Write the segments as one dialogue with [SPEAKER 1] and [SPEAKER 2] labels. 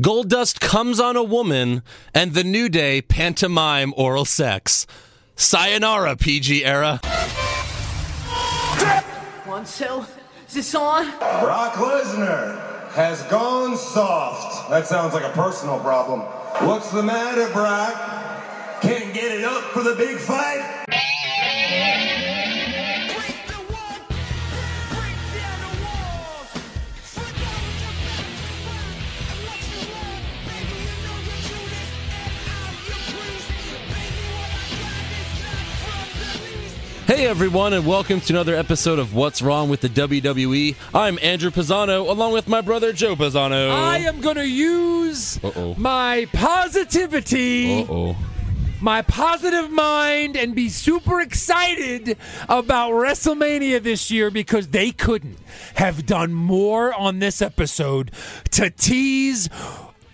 [SPEAKER 1] Gold dust comes on a woman, and the New Day pantomime oral sex. Sayonara, PG era.
[SPEAKER 2] One, two, is this on?
[SPEAKER 3] Brock Lesnar has gone soft. That sounds like a personal problem. What's the matter, Brock? Can't get it up for the big fight?
[SPEAKER 1] Hey everyone, and welcome to another episode of What's Wrong with the WWE. I'm Andrew Pisano, along with my brother Joe Pisano.
[SPEAKER 4] I am going to use
[SPEAKER 1] Uh-oh.
[SPEAKER 4] my positivity,
[SPEAKER 1] oh.
[SPEAKER 4] my positive mind, and be super excited about WrestleMania this year because they couldn't have done more on this episode to tease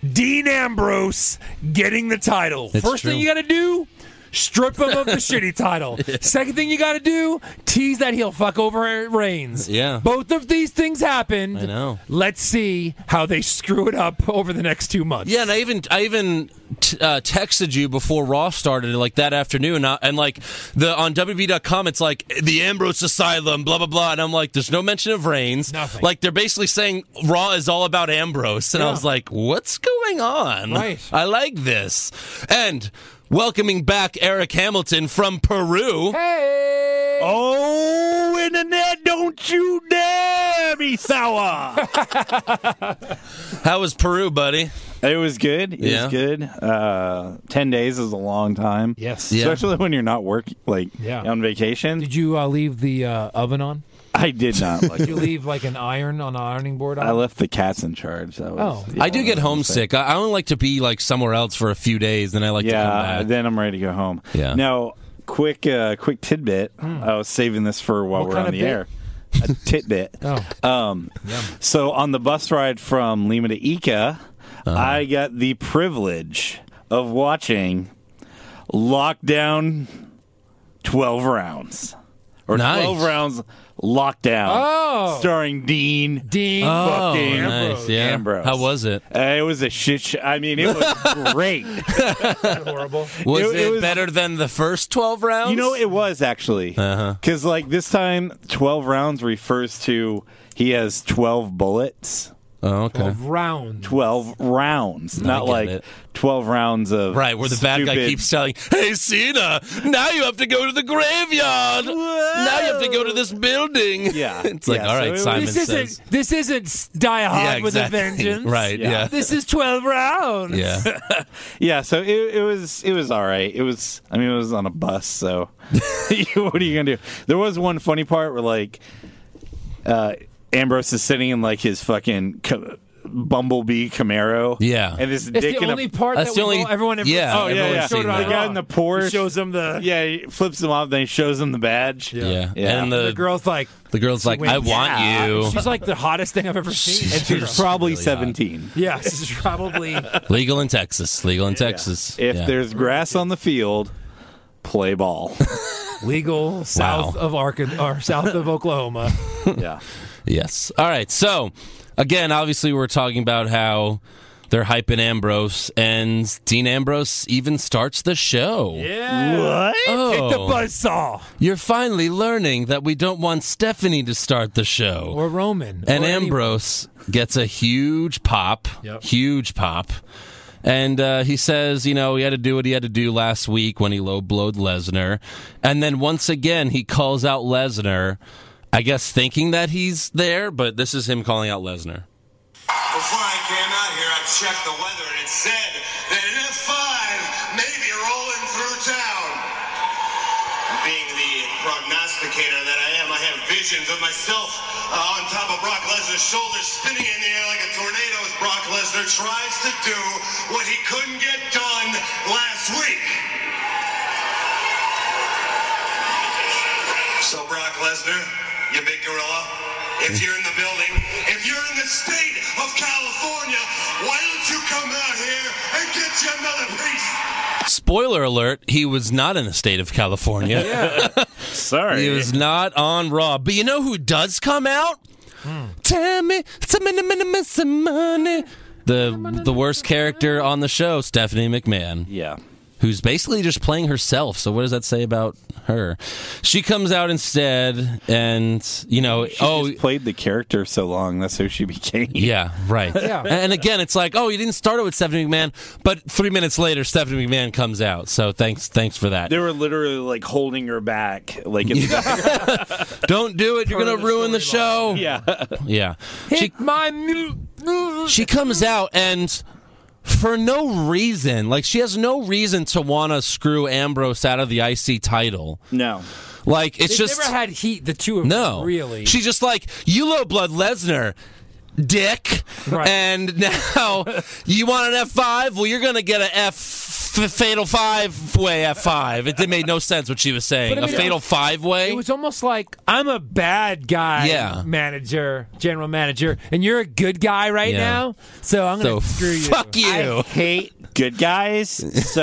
[SPEAKER 4] Dean Ambrose getting the title. First
[SPEAKER 1] true.
[SPEAKER 4] thing you got to do. Strip him of the shitty title. Second thing you got to do, tease that heel fuck over Reigns.
[SPEAKER 1] Yeah.
[SPEAKER 4] Both of these things happened.
[SPEAKER 1] I know.
[SPEAKER 4] Let's see how they screw it up over the next two months.
[SPEAKER 1] Yeah, and I even I even t- uh, texted you before Raw started, like that afternoon, and, I, and like the on WB.com, it's like the Ambrose Asylum, blah blah blah, and I'm like, there's no mention of Reigns.
[SPEAKER 4] Nothing.
[SPEAKER 1] Like they're basically saying Raw is all about Ambrose, and I
[SPEAKER 4] Yeah.
[SPEAKER 1] was like, what's going on?
[SPEAKER 4] Right.
[SPEAKER 1] I like this, and welcoming back Eric Hamilton from Peru.
[SPEAKER 4] Hey!
[SPEAKER 5] Oh, internet, don't you dare be sour.
[SPEAKER 1] How was Peru, buddy?
[SPEAKER 5] it was good. It
[SPEAKER 1] Yeah.
[SPEAKER 5] was good. Uh, 10 days is a long time.
[SPEAKER 4] Yes.
[SPEAKER 1] Yeah.
[SPEAKER 5] Especially when you're not working, like
[SPEAKER 4] Yeah.
[SPEAKER 5] on vacation.
[SPEAKER 4] Did you uh, leave the uh, oven on?
[SPEAKER 5] I did not like
[SPEAKER 4] Did you leave like an iron on an ironing board on?
[SPEAKER 5] I left the cats in charge. That was,
[SPEAKER 4] Oh.
[SPEAKER 5] yeah,
[SPEAKER 1] I do get
[SPEAKER 5] that was
[SPEAKER 1] homesick. I, I only like to be like somewhere else for a few days, then I like to come
[SPEAKER 5] Yeah,
[SPEAKER 1] back.
[SPEAKER 5] then I'm ready to go home.
[SPEAKER 1] Yeah.
[SPEAKER 5] Now, quick, uh, quick tidbit. I was saving this for while
[SPEAKER 4] Hmm. What
[SPEAKER 5] we're
[SPEAKER 4] kind of
[SPEAKER 5] on the
[SPEAKER 4] bit?
[SPEAKER 5] air. A tidbit.
[SPEAKER 4] Oh.
[SPEAKER 5] Um, so on the bus ride from Lima to Ica,
[SPEAKER 1] Uh-huh.
[SPEAKER 5] I got the privilege of watching Lockdown 12 rounds. Or
[SPEAKER 1] Nice.
[SPEAKER 5] 12 rounds Lockdown.
[SPEAKER 4] Oh.
[SPEAKER 5] Starring Dean.
[SPEAKER 4] Dean.
[SPEAKER 1] Oh,
[SPEAKER 5] fucking
[SPEAKER 1] nice.
[SPEAKER 5] Ambrose.
[SPEAKER 1] Yeah.
[SPEAKER 5] Ambrose.
[SPEAKER 1] How was it?
[SPEAKER 5] Uh, it was a shit show. I mean, it was great.
[SPEAKER 4] horrible.
[SPEAKER 1] Was it,
[SPEAKER 5] It- it was-
[SPEAKER 1] better than the first 12 rounds?
[SPEAKER 5] You know, it was actually
[SPEAKER 1] Uh-huh.
[SPEAKER 5] because like this time, twelve rounds refers to he has twelve bullets,
[SPEAKER 1] Oh, okay.
[SPEAKER 4] Round.
[SPEAKER 5] twelve rounds, not
[SPEAKER 1] get
[SPEAKER 5] like
[SPEAKER 1] it.
[SPEAKER 5] twelve rounds of
[SPEAKER 1] Right, where the bad guy
[SPEAKER 5] stupid-
[SPEAKER 1] keeps telling, "Hey, Cena, now you have to go to the graveyard. Now you have to go to this building."
[SPEAKER 5] Yeah.
[SPEAKER 1] it's like,
[SPEAKER 5] Yeah,
[SPEAKER 1] all
[SPEAKER 5] so
[SPEAKER 1] right,
[SPEAKER 5] it was-
[SPEAKER 1] Simon
[SPEAKER 4] This
[SPEAKER 1] says,
[SPEAKER 4] isn't, this isn't s- Die Hard
[SPEAKER 1] "Yeah,
[SPEAKER 4] with a
[SPEAKER 1] exactly."
[SPEAKER 4] Vengeance.
[SPEAKER 1] Right, yeah,
[SPEAKER 4] This is 12 rounds.
[SPEAKER 1] yeah.
[SPEAKER 5] Yeah, so it, it was it was all right. It was I mean it was on a bus, so what are you gonna do? There was one funny part where like uh, Ambrose is sitting in like his fucking. Co- Bumblebee Camaro,
[SPEAKER 1] Yeah.
[SPEAKER 5] and this
[SPEAKER 4] It's
[SPEAKER 5] dick
[SPEAKER 4] the
[SPEAKER 5] in
[SPEAKER 4] only
[SPEAKER 5] a
[SPEAKER 4] part
[SPEAKER 1] That's the
[SPEAKER 4] that we
[SPEAKER 1] only-
[SPEAKER 4] all- everyone ever
[SPEAKER 1] yeah,
[SPEAKER 5] Oh yeah,
[SPEAKER 1] Everyone's
[SPEAKER 5] yeah.
[SPEAKER 1] seen
[SPEAKER 5] The
[SPEAKER 1] that.
[SPEAKER 5] guy in the Porsche
[SPEAKER 4] He shows them the,
[SPEAKER 5] Yeah, he flips him off, then he shows him the badge.
[SPEAKER 1] yeah,
[SPEAKER 5] Yeah.
[SPEAKER 1] And
[SPEAKER 4] the
[SPEAKER 1] the,
[SPEAKER 4] girl's like,
[SPEAKER 1] the girl's like, "I
[SPEAKER 4] wins.
[SPEAKER 1] want
[SPEAKER 5] Yeah.
[SPEAKER 1] you."
[SPEAKER 4] she's like the hottest thing I've ever seen.
[SPEAKER 5] And she's probably 17.
[SPEAKER 4] yeah, she's probably
[SPEAKER 1] Legal in Texas. Legal in Texas.
[SPEAKER 5] If
[SPEAKER 1] Yeah.
[SPEAKER 5] there's grass on the field, play ball.
[SPEAKER 4] legal south of Arkansas or south of Oklahoma.
[SPEAKER 5] yeah.
[SPEAKER 1] Yes. All right. So, again, obviously, we're talking about how they're hyping Ambrose, and Dean Ambrose even starts the show.
[SPEAKER 4] Yeah.
[SPEAKER 5] What?
[SPEAKER 4] Hit the
[SPEAKER 1] Oh,
[SPEAKER 4] buzzsaw.
[SPEAKER 1] you're finally learning that we don't want Stephanie to start the show.
[SPEAKER 4] Or Roman.
[SPEAKER 1] and
[SPEAKER 4] or any-
[SPEAKER 1] Ambrose gets a huge pop,
[SPEAKER 4] Yep.
[SPEAKER 1] huge pop. And uh, he says, you know, he had to do what he had to do last week when he low blowed Lesnar. And then once again, he calls out Lesnar, I guess thinking that he's there, but this is him calling out Lesnar.
[SPEAKER 6] Before I came out here, I checked the weather and it said that an F5 may be rolling through town. Being the prognosticator that I am, I have visions of myself uh, on top of Brock Lesnar's shoulders, spinning in the air like a tornado as Brock Lesnar tries to do what he couldn't get done last week. So, Brock Lesnar, you big gorilla, if you're in the building, if you're in the state of California, why don't you come out here and get you another piece?
[SPEAKER 1] Spoiler alert, he was not in the state of California.
[SPEAKER 5] Sorry.
[SPEAKER 1] He was not on Raw. But you know who does come out? Tell me, some money, money, money, some money. the the worst character on the show, Stephanie McMahon
[SPEAKER 5] Yeah.
[SPEAKER 1] who's basically just playing herself. So what does that say about her? She comes out instead, and you know,
[SPEAKER 5] Oh,
[SPEAKER 1] oh.
[SPEAKER 5] played the character so long. That's who she became.
[SPEAKER 1] Yeah, right.
[SPEAKER 4] Yeah.
[SPEAKER 1] And again, it's like, oh, you didn't start it with Stephanie McMahon, but three minutes later, Stephanie McMahon comes out. So thanks, thanks for that.
[SPEAKER 5] They were literally like holding her back, like in the background.
[SPEAKER 1] Don't do it. You're gonna
[SPEAKER 4] of the
[SPEAKER 1] ruin the show.
[SPEAKER 5] Yeah.
[SPEAKER 1] Yeah. She
[SPEAKER 4] Hit my mu-
[SPEAKER 1] she comes out and for no reason, like she has no reason to want to screw Ambrose out of the IC title.
[SPEAKER 5] No.
[SPEAKER 1] Like it's
[SPEAKER 4] They've
[SPEAKER 1] just
[SPEAKER 4] never had heat. The two of
[SPEAKER 1] No,
[SPEAKER 4] them, really.
[SPEAKER 1] She's just like you, low blood Lesnar, dick.
[SPEAKER 4] Right.
[SPEAKER 1] And now you want an F five? Well, you're gonna get a F f- fatal five way F five. It, did- made no sense what she was saying.
[SPEAKER 4] But I mean,
[SPEAKER 1] a
[SPEAKER 4] it
[SPEAKER 1] fatal
[SPEAKER 4] was-
[SPEAKER 1] five way.
[SPEAKER 4] It was almost like I'm a bad guy,
[SPEAKER 1] Yeah.
[SPEAKER 4] manager, general manager, and you're a good guy right
[SPEAKER 1] Yeah.
[SPEAKER 4] now. So I'm
[SPEAKER 1] so
[SPEAKER 4] gonna screw you.
[SPEAKER 1] fuck you.
[SPEAKER 5] I hate good guys,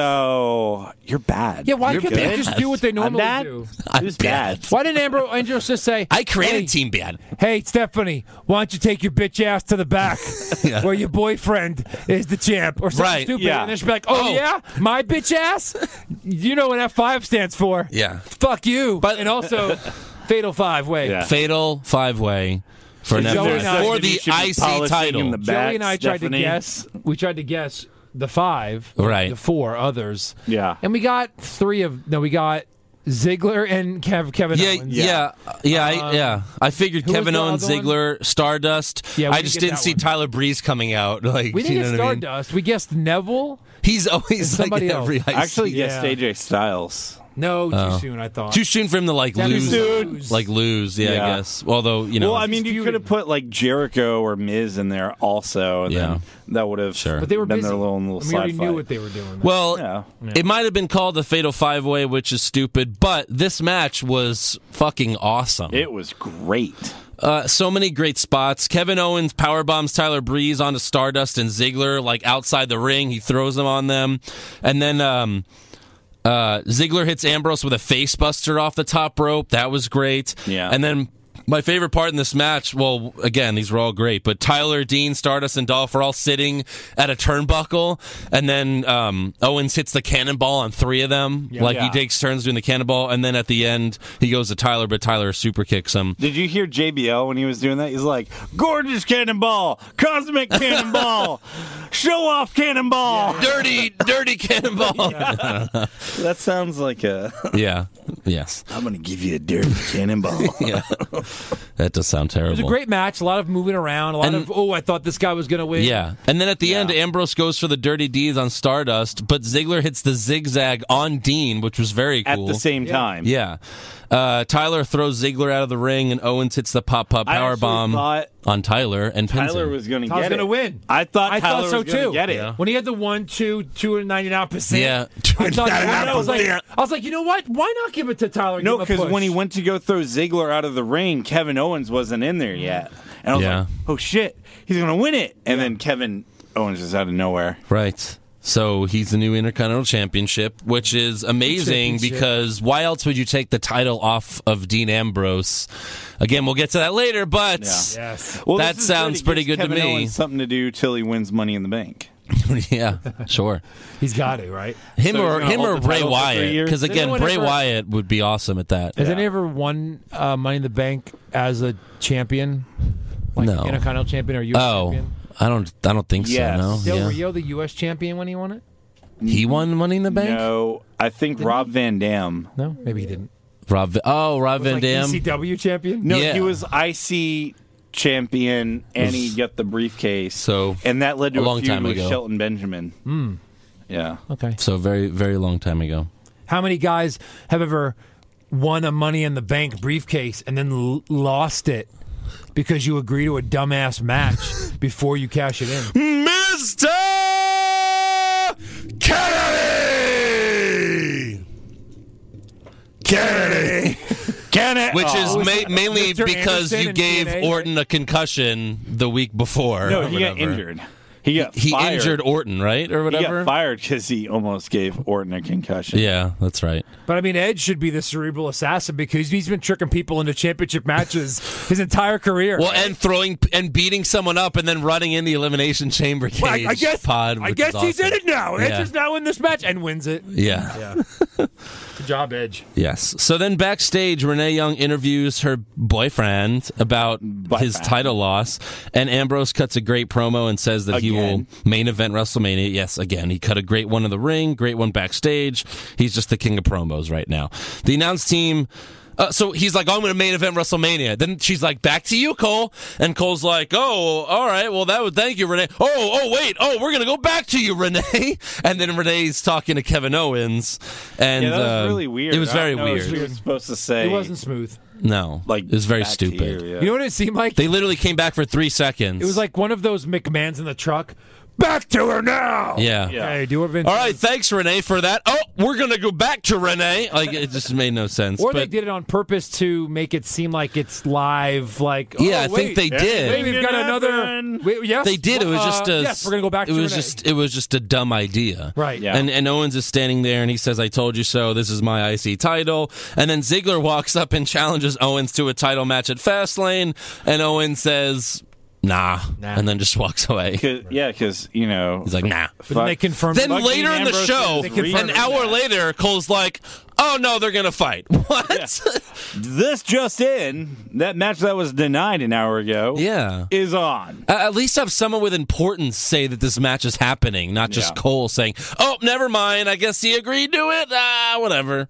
[SPEAKER 5] so you're bad.
[SPEAKER 4] Yeah, why
[SPEAKER 5] You're
[SPEAKER 4] can't they
[SPEAKER 5] good.
[SPEAKER 4] just do what they
[SPEAKER 5] I'm
[SPEAKER 4] normally
[SPEAKER 5] bad.
[SPEAKER 4] do?
[SPEAKER 1] I'm
[SPEAKER 5] Who's
[SPEAKER 1] bad.
[SPEAKER 5] bad?
[SPEAKER 4] Why didn't Amber Angels just say,
[SPEAKER 1] I created
[SPEAKER 4] hey,
[SPEAKER 1] Team Bad.
[SPEAKER 4] Hey, Stephanie, why don't you take your bitch ass to the back
[SPEAKER 1] Yeah.
[SPEAKER 4] where your boyfriend is the champ or something
[SPEAKER 1] Right,
[SPEAKER 4] stupid?
[SPEAKER 5] yeah.
[SPEAKER 4] And then she'll be like, oh,
[SPEAKER 1] Oh.
[SPEAKER 4] yeah, my bitch ass? You know what F5 stands for.
[SPEAKER 1] Yeah.
[SPEAKER 4] Fuck you.
[SPEAKER 1] But-
[SPEAKER 4] and also, Fatal Five Way.
[SPEAKER 5] Yeah.
[SPEAKER 1] Fatal five way for an
[SPEAKER 4] So
[SPEAKER 1] F
[SPEAKER 4] Joey and I-
[SPEAKER 1] for
[SPEAKER 5] Maybe you
[SPEAKER 1] the
[SPEAKER 5] should be
[SPEAKER 1] IC
[SPEAKER 5] polishing
[SPEAKER 1] title.
[SPEAKER 5] in the
[SPEAKER 4] Joey
[SPEAKER 5] back,
[SPEAKER 4] and I tried
[SPEAKER 5] Stephanie.
[SPEAKER 4] to guess. We tried to guess the five,
[SPEAKER 1] Right.
[SPEAKER 4] The four others,
[SPEAKER 5] Yeah.
[SPEAKER 4] and we got three of. No, we got Ziggler and Kev, Kevin
[SPEAKER 1] Yeah,
[SPEAKER 4] Owens.
[SPEAKER 1] yeah, yeah, I, yeah. I figured
[SPEAKER 4] Um, who was
[SPEAKER 1] Kevin
[SPEAKER 4] the
[SPEAKER 1] Owens,
[SPEAKER 4] other one?
[SPEAKER 1] Ziggler, Stardust.
[SPEAKER 4] Yeah, we
[SPEAKER 1] I
[SPEAKER 4] didn't
[SPEAKER 1] just
[SPEAKER 4] get
[SPEAKER 1] didn't
[SPEAKER 4] that
[SPEAKER 1] see
[SPEAKER 4] one.
[SPEAKER 1] Tyler Breeze coming out. Like,
[SPEAKER 4] We
[SPEAKER 1] you know what
[SPEAKER 4] didn't get
[SPEAKER 1] I mean?
[SPEAKER 4] Stardust. We guessed Neville.
[SPEAKER 1] He's always like
[SPEAKER 4] Somebody
[SPEAKER 1] every
[SPEAKER 4] else.
[SPEAKER 1] IC.
[SPEAKER 5] I actually guessed
[SPEAKER 4] Yeah.
[SPEAKER 5] AJ Styles.
[SPEAKER 4] No, too
[SPEAKER 5] Oh.
[SPEAKER 4] soon. I thought.
[SPEAKER 1] too soon for him to like
[SPEAKER 4] That
[SPEAKER 1] lose,
[SPEAKER 4] was lose.
[SPEAKER 1] like lose. Yeah, I
[SPEAKER 5] Yeah.
[SPEAKER 1] guess. Although you know,
[SPEAKER 5] Well, I mean,
[SPEAKER 4] He's
[SPEAKER 5] you
[SPEAKER 4] feuding.
[SPEAKER 5] could have put like Jericho or Miz in there also, and
[SPEAKER 1] Yeah.
[SPEAKER 5] then that would have
[SPEAKER 1] Sure.
[SPEAKER 5] sure.
[SPEAKER 4] but they were
[SPEAKER 5] been
[SPEAKER 4] busy.
[SPEAKER 5] their little, little
[SPEAKER 4] and we
[SPEAKER 5] slide
[SPEAKER 4] already
[SPEAKER 5] fight.
[SPEAKER 4] knew what they were doing.
[SPEAKER 1] well,
[SPEAKER 5] Yeah.
[SPEAKER 1] it might have been called the Fatal Five Way, which is stupid. But this match was fucking awesome.
[SPEAKER 5] It was great.
[SPEAKER 1] Uh, so many great spots. Kevin Owens power bombs Tyler Breeze onto Stardust and Ziggler like outside the ring. He throws them on them, and then um, uh, Ziggler hits Ambrose with a face buster off the top rope. That was great.
[SPEAKER 5] Yeah.
[SPEAKER 1] And then my favorite part in this match. Well, again, these were all great, but Tyler, Dean, Stardust, and Dolph are all sitting at a turnbuckle, and then um, Owens hits the cannonball on three of them. Like he
[SPEAKER 5] Yeah.
[SPEAKER 1] takes turns doing the cannonball, and then at the end he goes to Tyler, but Tyler super kicks him.
[SPEAKER 5] Did you hear JBL when he was doing that? He's like, "Gorgeous cannonball, cosmic cannonball, show off cannonball."
[SPEAKER 1] dirty, dirty cannonball. Yeah.
[SPEAKER 5] That sounds like a.
[SPEAKER 1] Yes.
[SPEAKER 5] I'm gonna give you a dirty cannonball.
[SPEAKER 1] Yeah. That does sound terrible.
[SPEAKER 4] it was a great match. A lot of moving around. A lot
[SPEAKER 1] And-
[SPEAKER 4] of oh, I thought this guy was going to win.
[SPEAKER 1] yeah. And then at the end, Ambrose goes for the dirty deeds on Stardust, but Ziggler hits the zigzag on Dean, which was very
[SPEAKER 5] At
[SPEAKER 1] cool.
[SPEAKER 5] the same time,
[SPEAKER 1] yeah. Uh, Tyler throws Ziggler out of the ring, and Owens hits the pop pop
[SPEAKER 5] I actually
[SPEAKER 1] power bomb
[SPEAKER 5] thought
[SPEAKER 1] on Tyler and pins
[SPEAKER 5] Tyler
[SPEAKER 1] him.
[SPEAKER 5] was gonna
[SPEAKER 4] I was
[SPEAKER 5] get
[SPEAKER 4] going to
[SPEAKER 5] it.
[SPEAKER 4] win.
[SPEAKER 5] I thought
[SPEAKER 4] I
[SPEAKER 5] Tyler
[SPEAKER 4] thought so
[SPEAKER 5] was gonna
[SPEAKER 4] too.
[SPEAKER 5] get it.
[SPEAKER 1] Yeah.
[SPEAKER 4] When he had the one, two, two and ninety nine percent.
[SPEAKER 1] Yeah.
[SPEAKER 4] I thought I was, like,
[SPEAKER 1] 299%.
[SPEAKER 4] I was like, you know what? Why not give it to Tyler? and
[SPEAKER 5] No,
[SPEAKER 4] give him
[SPEAKER 5] because
[SPEAKER 4] a
[SPEAKER 5] when he
[SPEAKER 4] push?
[SPEAKER 5] went to go throw Ziggler out of the ring, Kevin Owens wasn't in there yet, and I was
[SPEAKER 1] Yeah.
[SPEAKER 5] like, "Oh shit, he's gonna win it!" And then Kevin Owens is out of nowhere.
[SPEAKER 1] Right. So he's the new Intercontinental Championship, which is amazing
[SPEAKER 4] Championship.
[SPEAKER 1] because why else would you take the title off of Dean Ambrose? Again, we'll get to that later, but
[SPEAKER 5] Yeah.
[SPEAKER 4] yes,
[SPEAKER 5] Well,
[SPEAKER 1] That
[SPEAKER 5] this is
[SPEAKER 1] sounds
[SPEAKER 5] It
[SPEAKER 1] pretty
[SPEAKER 5] gives
[SPEAKER 1] good to
[SPEAKER 5] Kevin
[SPEAKER 1] me.
[SPEAKER 5] Owens something to do till he wins Money in the Bank.
[SPEAKER 1] yeah, sure.
[SPEAKER 4] he's got it right.
[SPEAKER 1] Him
[SPEAKER 5] So he's
[SPEAKER 1] or
[SPEAKER 5] gonna
[SPEAKER 1] him
[SPEAKER 5] hold
[SPEAKER 1] or
[SPEAKER 5] the
[SPEAKER 1] Bray
[SPEAKER 5] title for three
[SPEAKER 1] Wyatt,
[SPEAKER 5] years?
[SPEAKER 1] because
[SPEAKER 5] Has
[SPEAKER 1] again,
[SPEAKER 4] anyone
[SPEAKER 1] Bray
[SPEAKER 4] ever-
[SPEAKER 1] Wyatt would be awesome at that.
[SPEAKER 4] Has any ever won uh, Money in the Bank as a champion? Like
[SPEAKER 1] No.
[SPEAKER 4] Intercontinental champion or U.S.
[SPEAKER 1] Oh,
[SPEAKER 4] champion?
[SPEAKER 1] I don't, I don't think
[SPEAKER 5] Yes.
[SPEAKER 1] so.
[SPEAKER 4] Del
[SPEAKER 1] No, yeah.
[SPEAKER 4] Rio, the U.S. champion when he won it?
[SPEAKER 1] he won Money in the Bank.
[SPEAKER 5] No, I think Rob Van Dam.
[SPEAKER 4] No, maybe he didn't.
[SPEAKER 1] Rob, Vi- oh, Rob Van
[SPEAKER 4] like
[SPEAKER 1] Dam.
[SPEAKER 5] E
[SPEAKER 4] ECW champion?
[SPEAKER 5] No,
[SPEAKER 1] Yeah.
[SPEAKER 5] he was IC champion, and he got the briefcase.
[SPEAKER 1] So,
[SPEAKER 5] and that led to
[SPEAKER 1] a
[SPEAKER 5] a,
[SPEAKER 1] long
[SPEAKER 5] feud
[SPEAKER 1] time
[SPEAKER 5] with
[SPEAKER 1] ago. Hmm.
[SPEAKER 5] Shelton Benjamin. Yeah,
[SPEAKER 4] Okay.
[SPEAKER 1] So very, very long time ago.
[SPEAKER 4] How many guys have ever won a Money in the Bank briefcase and then l- lost it because you agree to a dumbass match before you cash it in?
[SPEAKER 1] Mr. Kennedy! Kennedy!
[SPEAKER 5] Kennedy.
[SPEAKER 1] Which is ma- mainly
[SPEAKER 4] Mr.
[SPEAKER 1] because
[SPEAKER 4] Anderson
[SPEAKER 1] you
[SPEAKER 4] and
[SPEAKER 1] gave
[SPEAKER 4] TNA, right?
[SPEAKER 1] Orton a concussion the week before.
[SPEAKER 5] Oh, no,
[SPEAKER 1] or
[SPEAKER 5] he got
[SPEAKER 1] whatever.
[SPEAKER 5] injured. He got
[SPEAKER 1] he
[SPEAKER 5] fired.
[SPEAKER 1] injured Orton, right, or
[SPEAKER 5] He
[SPEAKER 1] whatever.
[SPEAKER 5] got fired because he almost gave Orton a concussion.
[SPEAKER 1] Yeah, that's right.
[SPEAKER 4] But I mean, Edge should be the cerebral assassin because he's been tricking people into championship matches his entire career.
[SPEAKER 1] Well, and throwing and beating someone up and then running in the elimination chamber cage
[SPEAKER 4] Well, I, I guess
[SPEAKER 1] pod.
[SPEAKER 4] I
[SPEAKER 1] which
[SPEAKER 4] guess
[SPEAKER 1] is
[SPEAKER 4] he's in
[SPEAKER 1] awesome.
[SPEAKER 4] it now.
[SPEAKER 1] Yeah.
[SPEAKER 4] Edge is now in this match and wins it.
[SPEAKER 1] Yeah.
[SPEAKER 4] Good job, Edge.
[SPEAKER 1] Yes. So then backstage, Renee Young interviews her boyfriend about his
[SPEAKER 5] Boyfriend.
[SPEAKER 1] title loss, and Ambrose cuts a great promo and says that he will
[SPEAKER 5] Again.
[SPEAKER 1] main event WrestleMania. Yes, again, he cut a great one in the ring, great one backstage. He's just the king of promos right now. The announce team. Uh, so he's like, "Oh, I'm going to main event WrestleMania. Then she's like, back to you, Cole. And Cole's like, oh, all right. Well, that would thank you, Renee. Oh, oh, wait. Oh, we're going to go back to you, Renee. And then Renee's talking to Kevin Owens. And
[SPEAKER 5] Yeah, that
[SPEAKER 1] uh,
[SPEAKER 5] was really weird.
[SPEAKER 1] It was
[SPEAKER 5] I don't
[SPEAKER 1] very
[SPEAKER 5] know if
[SPEAKER 1] weird.
[SPEAKER 5] We were supposed to say
[SPEAKER 4] It wasn't smooth.
[SPEAKER 1] No,
[SPEAKER 5] like
[SPEAKER 1] it was very
[SPEAKER 5] back to
[SPEAKER 1] stupid.
[SPEAKER 5] you, yeah.
[SPEAKER 4] You know what it seemed like?
[SPEAKER 1] They literally came back for three seconds.
[SPEAKER 4] it was like one of those McMahons in the truck. Back to her now.
[SPEAKER 1] yeah.
[SPEAKER 5] Yeah.
[SPEAKER 4] Hey, do what Vince.
[SPEAKER 1] All right, thanks Renee for that. Oh, we're gonna go back to Renee. Like it just made no sense.
[SPEAKER 4] Or
[SPEAKER 1] but
[SPEAKER 4] they did it on purpose to make it seem like it's live. Like, oh,
[SPEAKER 1] Yeah, I think
[SPEAKER 4] wait,
[SPEAKER 1] they did.
[SPEAKER 4] Wait, we've got
[SPEAKER 5] Didn't
[SPEAKER 4] another.
[SPEAKER 5] happen.
[SPEAKER 4] Wait, yes,
[SPEAKER 1] They did. It was
[SPEAKER 4] uh,
[SPEAKER 1] just a.
[SPEAKER 4] yes. We're gonna go back.
[SPEAKER 1] It
[SPEAKER 4] to
[SPEAKER 1] was
[SPEAKER 4] Renee.
[SPEAKER 1] just. It was just a dumb idea.
[SPEAKER 4] Right.
[SPEAKER 5] Yeah.
[SPEAKER 1] And and Owens is standing there and he says, "I told you so. This is my IC title." And then Ziggler walks up and challenges Owens to a title match at Fastlane, and Owens says, "Nah,",
[SPEAKER 4] Nah.
[SPEAKER 1] and then just walks away.
[SPEAKER 5] Cause, yeah, because you know,
[SPEAKER 1] He's like, "Nah."
[SPEAKER 4] But then they
[SPEAKER 5] fuck-
[SPEAKER 4] confirmed.
[SPEAKER 1] Then
[SPEAKER 5] Fucking
[SPEAKER 1] later in the
[SPEAKER 5] Ambrose
[SPEAKER 1] show,
[SPEAKER 5] is reading
[SPEAKER 1] an hour
[SPEAKER 5] that.
[SPEAKER 1] later, Cole's like, "Oh no, they're gonna fight." What?
[SPEAKER 5] this just in, that match that was denied an hour ago,
[SPEAKER 1] Yeah.
[SPEAKER 5] is on.
[SPEAKER 1] A- At least have someone with importance say that this match is happening, not just
[SPEAKER 5] Yeah.
[SPEAKER 1] Cole saying, "Oh, never mind. I guess he agreed to it. Ah, whatever."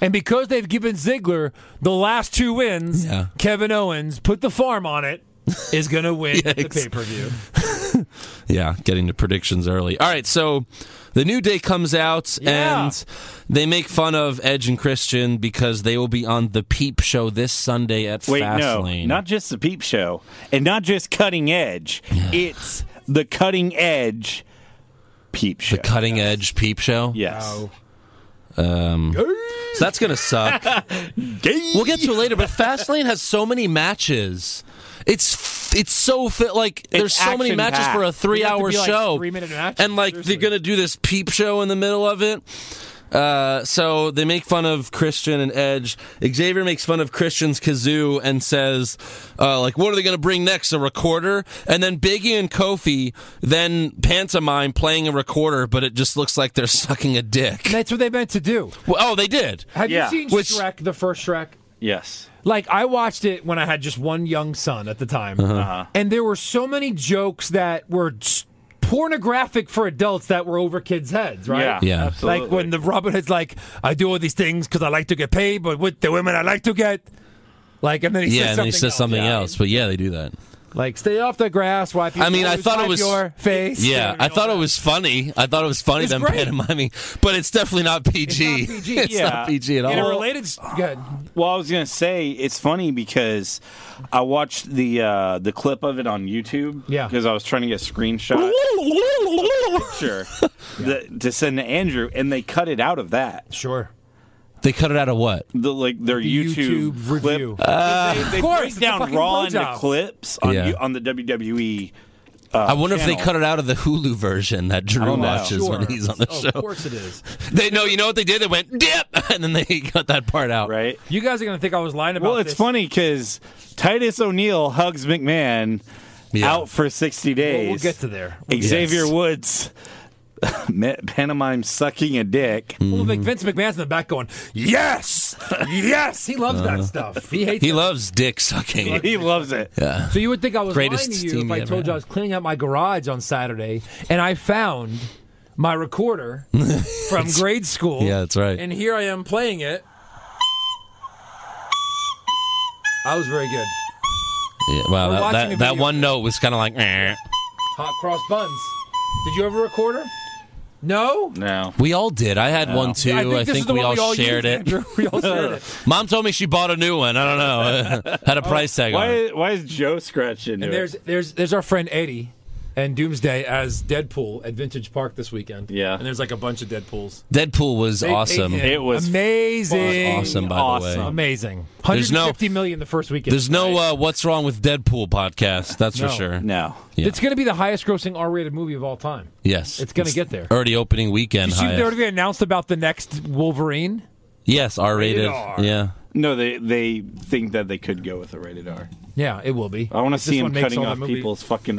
[SPEAKER 4] And because they've given Ziggler the last two wins,
[SPEAKER 1] Yeah.
[SPEAKER 4] Kevin Owens put the farm on it. Is gonna win the
[SPEAKER 1] Yikes.
[SPEAKER 4] pay per view.
[SPEAKER 1] Yeah, getting to predictions early. All right, so the new day comes out
[SPEAKER 4] Yeah.
[SPEAKER 1] and they make fun of Edge and Christian because they will be on the Peep Show this Sunday at
[SPEAKER 5] Wait, no,
[SPEAKER 1] Fastlane.
[SPEAKER 5] not just the Peep Show, and not just Cutting Edge. It's the Cutting Edge Peep Show.
[SPEAKER 1] Cutting Edge Peep Show.
[SPEAKER 5] yes.
[SPEAKER 1] So that's gonna suck. We'll get to it later, but Fastlane has so many matches. It's f- it's so fit. Like there's so many matches
[SPEAKER 5] action-packed.
[SPEAKER 1] for a three
[SPEAKER 4] have to
[SPEAKER 1] hour
[SPEAKER 4] be, like,
[SPEAKER 1] show,
[SPEAKER 4] three-minute matches,
[SPEAKER 1] and like
[SPEAKER 4] seriously.
[SPEAKER 1] they're gonna do this peep show in the middle of it. Uh, so they make fun of Christian and Edge. Xavier makes fun of Christian's kazoo and says, uh, "Like, what are they going to bring next? A recorder?" And then Biggie and Kofi then pantomime playing a recorder, but it just looks like they're sucking a dick.
[SPEAKER 4] That's what they meant to do.
[SPEAKER 1] Well, oh, they did.
[SPEAKER 4] Have
[SPEAKER 5] Yeah.
[SPEAKER 4] you seen
[SPEAKER 1] Which-
[SPEAKER 4] Shrek, the first Shrek?
[SPEAKER 5] Yes.
[SPEAKER 4] Like I watched it when I had just one young son at the time,
[SPEAKER 1] Uh-huh.
[SPEAKER 4] and there were so many jokes that were s- pornographic for adults that were over kids' heads, right?
[SPEAKER 5] Yeah.
[SPEAKER 1] Yeah.
[SPEAKER 5] Absolutely.
[SPEAKER 4] Like when the Robin Hood's like, "I do all these things because I like to get paid, but with the women I like to get." Like, and then he
[SPEAKER 1] Yeah,
[SPEAKER 4] says
[SPEAKER 1] and then
[SPEAKER 4] something
[SPEAKER 1] he says
[SPEAKER 4] else.
[SPEAKER 1] something
[SPEAKER 4] Yeah.
[SPEAKER 1] else. But yeah, they do that.
[SPEAKER 4] Like, stay off the grass. Wipe. Your
[SPEAKER 1] I mean, I
[SPEAKER 4] nose,
[SPEAKER 1] thought it
[SPEAKER 4] wipe
[SPEAKER 1] was-
[SPEAKER 4] your face.
[SPEAKER 1] Yeah, I thought it was funny. I thought it was funny
[SPEAKER 4] It's
[SPEAKER 1] them
[SPEAKER 4] great.
[SPEAKER 1] pantomiming, but it's definitely not PG.
[SPEAKER 4] It's not PG,
[SPEAKER 1] It's
[SPEAKER 5] yeah.
[SPEAKER 1] not PG at
[SPEAKER 4] In a
[SPEAKER 1] all.
[SPEAKER 4] related, s- good.
[SPEAKER 5] Well, I was gonna say it's funny because I watched the uh, the clip of it on YouTube.
[SPEAKER 4] Yeah.
[SPEAKER 5] Because I was trying to get a screenshot picture that, to send to Andrew, and they cut it out of that.
[SPEAKER 4] Sure.
[SPEAKER 1] They cut it out of what?
[SPEAKER 5] The like their YouTube,
[SPEAKER 4] YouTube
[SPEAKER 5] clip.
[SPEAKER 4] review.
[SPEAKER 5] they they
[SPEAKER 4] Of course,
[SPEAKER 5] break
[SPEAKER 4] it's a
[SPEAKER 5] down
[SPEAKER 4] fucking
[SPEAKER 5] raw into
[SPEAKER 4] blowjob.
[SPEAKER 5] clips on
[SPEAKER 1] Yeah.
[SPEAKER 5] you on the E, WWE.
[SPEAKER 4] Uh,
[SPEAKER 1] I wonder if they
[SPEAKER 5] channel.
[SPEAKER 1] cut it out of the Hulu version that Drew
[SPEAKER 5] don't know.
[SPEAKER 1] watches when he's on the
[SPEAKER 4] Oh,
[SPEAKER 1] show.
[SPEAKER 4] Of course it is.
[SPEAKER 1] They know, you know what they did? They went dip, and then they cut that part out.
[SPEAKER 5] Right.
[SPEAKER 4] You guys are gonna think I was lying about
[SPEAKER 5] Well, it's
[SPEAKER 4] this.
[SPEAKER 5] funny because Titus O'Neil hugs McMahon
[SPEAKER 1] Yeah.
[SPEAKER 5] out for sixty days.
[SPEAKER 4] Well, we'll get to there.
[SPEAKER 5] Xavier
[SPEAKER 1] Yes.
[SPEAKER 5] Woods met- pantomime sucking a dick.
[SPEAKER 4] Well, like Vince McMahon's in the back going, "Yes, yes." He loves that stuff. He hates.
[SPEAKER 1] Uh-huh. He
[SPEAKER 4] it.
[SPEAKER 1] loves dick sucking.
[SPEAKER 5] He loves it.
[SPEAKER 4] so you would think I was lying
[SPEAKER 1] Greatest
[SPEAKER 4] to you
[SPEAKER 1] team
[SPEAKER 4] if I
[SPEAKER 1] ever
[SPEAKER 4] told
[SPEAKER 1] had.
[SPEAKER 4] you I was cleaning out my garage on Saturday and I found my recorder from grade school.
[SPEAKER 1] Yeah, that's right.
[SPEAKER 4] And here I am playing it. I was very good.
[SPEAKER 1] Yeah, wow,
[SPEAKER 4] We're
[SPEAKER 1] that,
[SPEAKER 4] watching a
[SPEAKER 1] that, that
[SPEAKER 4] video
[SPEAKER 1] one
[SPEAKER 4] clip.
[SPEAKER 1] note was kind of like, eh.
[SPEAKER 4] Hot cross buns. Did you have a recorder? No.
[SPEAKER 5] No.
[SPEAKER 1] we all did. I had one too. I think,
[SPEAKER 4] this is the
[SPEAKER 1] we,
[SPEAKER 4] one
[SPEAKER 1] all
[SPEAKER 4] we all
[SPEAKER 1] shared
[SPEAKER 4] used,
[SPEAKER 1] it.
[SPEAKER 4] Andrew. We all shared it.
[SPEAKER 1] Mom told me she bought a new one. I don't know. had a price tag on it.
[SPEAKER 5] Why? Why is Joe scratching?
[SPEAKER 4] And there's there's there's our friend Eddie, and Doomsday as Deadpool at Vintage Park this weekend.
[SPEAKER 5] Yeah.
[SPEAKER 4] and there's like a bunch of Deadpools.
[SPEAKER 1] Deadpool was
[SPEAKER 4] They-
[SPEAKER 1] awesome.
[SPEAKER 4] they-
[SPEAKER 5] It was
[SPEAKER 4] amazing.
[SPEAKER 1] awesome, by the way.
[SPEAKER 5] Awesome.
[SPEAKER 4] Amazing.
[SPEAKER 1] There's no-
[SPEAKER 4] 150 million the first weekend.
[SPEAKER 1] There's no uh, "What's Wrong with Deadpool" podcast. That's
[SPEAKER 4] No.
[SPEAKER 1] for sure.
[SPEAKER 5] No.
[SPEAKER 1] Yeah.
[SPEAKER 4] It's going to be the highest grossing R-rated movie of all time.
[SPEAKER 1] Yes,
[SPEAKER 4] It's gonna get there.
[SPEAKER 1] Already opening weekend.
[SPEAKER 4] You see,
[SPEAKER 1] highest.
[SPEAKER 4] they already announced about the next Wolverine.
[SPEAKER 1] yes, R-rated.
[SPEAKER 4] Rated R.
[SPEAKER 1] Yeah.
[SPEAKER 5] No, they they think that they could go with a rated R.
[SPEAKER 4] Yeah, it will be.
[SPEAKER 5] I want to
[SPEAKER 4] This
[SPEAKER 5] see
[SPEAKER 4] one
[SPEAKER 5] him
[SPEAKER 4] makes
[SPEAKER 5] cutting
[SPEAKER 4] all the
[SPEAKER 5] off
[SPEAKER 4] movie-
[SPEAKER 5] people's fucking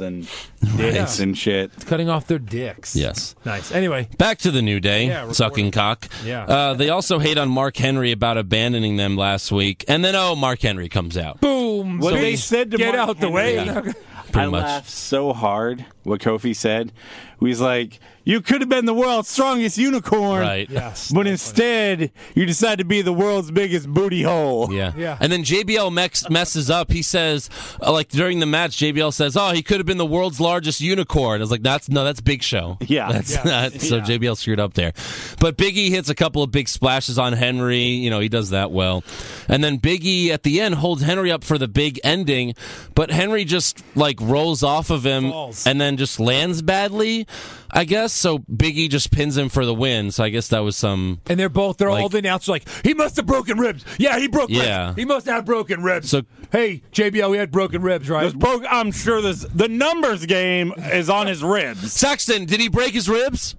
[SPEAKER 5] and dicks and shit.
[SPEAKER 4] cutting off their dicks.
[SPEAKER 1] Yes.
[SPEAKER 4] Nice. Anyway,
[SPEAKER 1] Back to the new day,
[SPEAKER 4] Yeah, recording.
[SPEAKER 1] sucking cock.
[SPEAKER 4] Yeah.
[SPEAKER 1] Uh, they also hate on Mark Henry about abandoning them last week, and then oh, Mark Henry comes out.
[SPEAKER 4] boom.
[SPEAKER 5] What
[SPEAKER 4] bitch,
[SPEAKER 5] they said to
[SPEAKER 4] get
[SPEAKER 5] Mark
[SPEAKER 4] out the way.
[SPEAKER 5] Henry- I
[SPEAKER 1] much.
[SPEAKER 5] laughed so hard what Kofi said. He's like, "You could have been the world's strongest unicorn,
[SPEAKER 1] Right.
[SPEAKER 4] Yes.
[SPEAKER 5] But instead, you decide to be the world's biggest booty hole."
[SPEAKER 1] Yeah.
[SPEAKER 4] Yeah.
[SPEAKER 1] And then JBL mex- messes up. He says, uh, like during the match, JBL says, "Oh, he could have been the world's largest unicorn." I was like, "That's no, that's Big Show."
[SPEAKER 5] Yeah.
[SPEAKER 1] That's
[SPEAKER 5] Yeah.
[SPEAKER 1] not. So JBL screwed up there. But Biggie hits a couple of big splashes on Henry. You know, he does that well. And then Biggie at the end holds Henry up for the big ending, but Henry just like rolls off of him
[SPEAKER 4] Falls.
[SPEAKER 1] and then just lands badly, I guess. So Biggie just pins him for the win. So I guess that was some
[SPEAKER 4] And they're both, they're all
[SPEAKER 1] Like-
[SPEAKER 4] the announcers like, he must have broken ribs. Yeah, he broke
[SPEAKER 1] Yeah.
[SPEAKER 4] ribs. He must have broken ribs.
[SPEAKER 1] So-
[SPEAKER 4] hey, JBL, we had broken ribs, right?
[SPEAKER 5] This broke. I'm sure this the numbers game is on his ribs.
[SPEAKER 1] Saxton, did he break his ribs?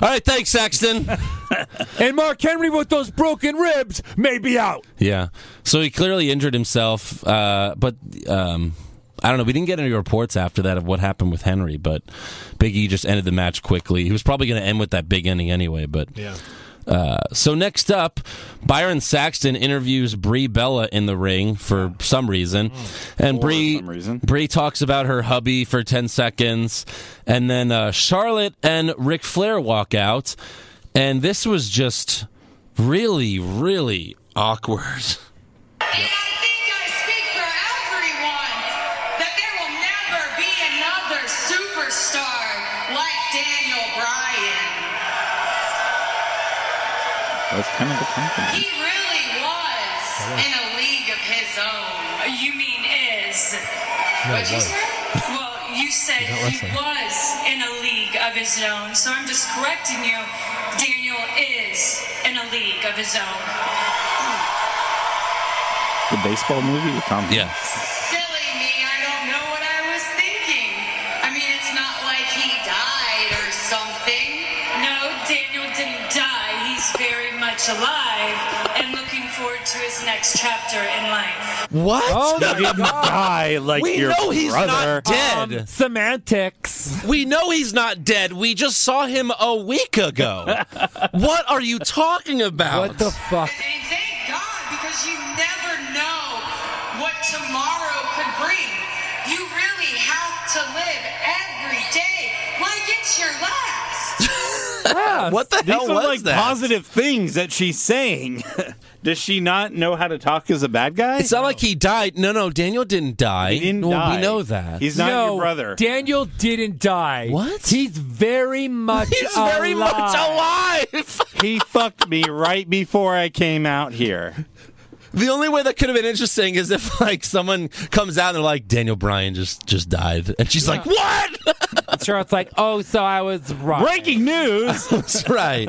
[SPEAKER 1] All right, thanks, Saxton.
[SPEAKER 4] And Mark Henry with those broken ribs may be out.
[SPEAKER 1] yeah. So he clearly injured himself, uh, but um, I don't know. We didn't get any reports after that of what happened with Henry, but Big E just ended the match quickly. He was probably going to end with that big ending anyway, but.
[SPEAKER 4] Yeah.
[SPEAKER 1] So next up, Byron Saxton interviews Brie Bella in the ring for some reason, and Brie
[SPEAKER 5] Mm. some reason.
[SPEAKER 1] Brie talks about her hubby for ten seconds, and then uh, Charlotte and Ric Flair walk out, and this was just really, really awkward.
[SPEAKER 7] And I think I speak for everyone that there will never be another superstar like Daniel Bryan.
[SPEAKER 5] That's kind of a compliment.
[SPEAKER 7] He really was in a league of his own. You mean is? What'd you say? Well, you said he was in a league of his own, so I'm just correcting you. Daniel is in a league of his own.
[SPEAKER 5] The baseball movie with Tom.
[SPEAKER 1] Yeah,
[SPEAKER 7] Silly me, I don't know what I was thinking. I mean, it's not like he died or something. No, Daniel didn't die. He's very much alive and looking forward to his next chapter in life.
[SPEAKER 1] what?
[SPEAKER 4] Oh, my God.
[SPEAKER 5] Die like
[SPEAKER 1] we
[SPEAKER 5] your
[SPEAKER 1] know he's
[SPEAKER 5] brother.
[SPEAKER 1] not dead.
[SPEAKER 4] Um, semantics.
[SPEAKER 1] we know he's not dead. We just saw him a week ago. what are you talking about?
[SPEAKER 4] What the fuck?
[SPEAKER 7] And thank God, because you never know what tomorrow could bring. You really have to live every day like it's your last.
[SPEAKER 1] What the
[SPEAKER 5] These
[SPEAKER 1] hell
[SPEAKER 5] are
[SPEAKER 1] was
[SPEAKER 5] like
[SPEAKER 1] that?
[SPEAKER 5] positive things that she's saying. Does she not know how to talk as a bad guy?
[SPEAKER 1] It's not like he died. No, no, Daniel didn't die.
[SPEAKER 5] He didn't
[SPEAKER 1] Well,
[SPEAKER 5] die.
[SPEAKER 1] We know that.
[SPEAKER 5] He's not
[SPEAKER 4] no,
[SPEAKER 5] your brother.
[SPEAKER 4] Daniel didn't die.
[SPEAKER 1] What?
[SPEAKER 4] He's very much
[SPEAKER 1] He's very much alive.
[SPEAKER 5] he fucked me right before I came out here.
[SPEAKER 1] the only way that could have been interesting is if like someone comes out and they're like, Daniel Bryan just just died, and she's like, what?
[SPEAKER 4] Sure, it's like, oh, so I was right.
[SPEAKER 5] Breaking news.
[SPEAKER 1] That's right.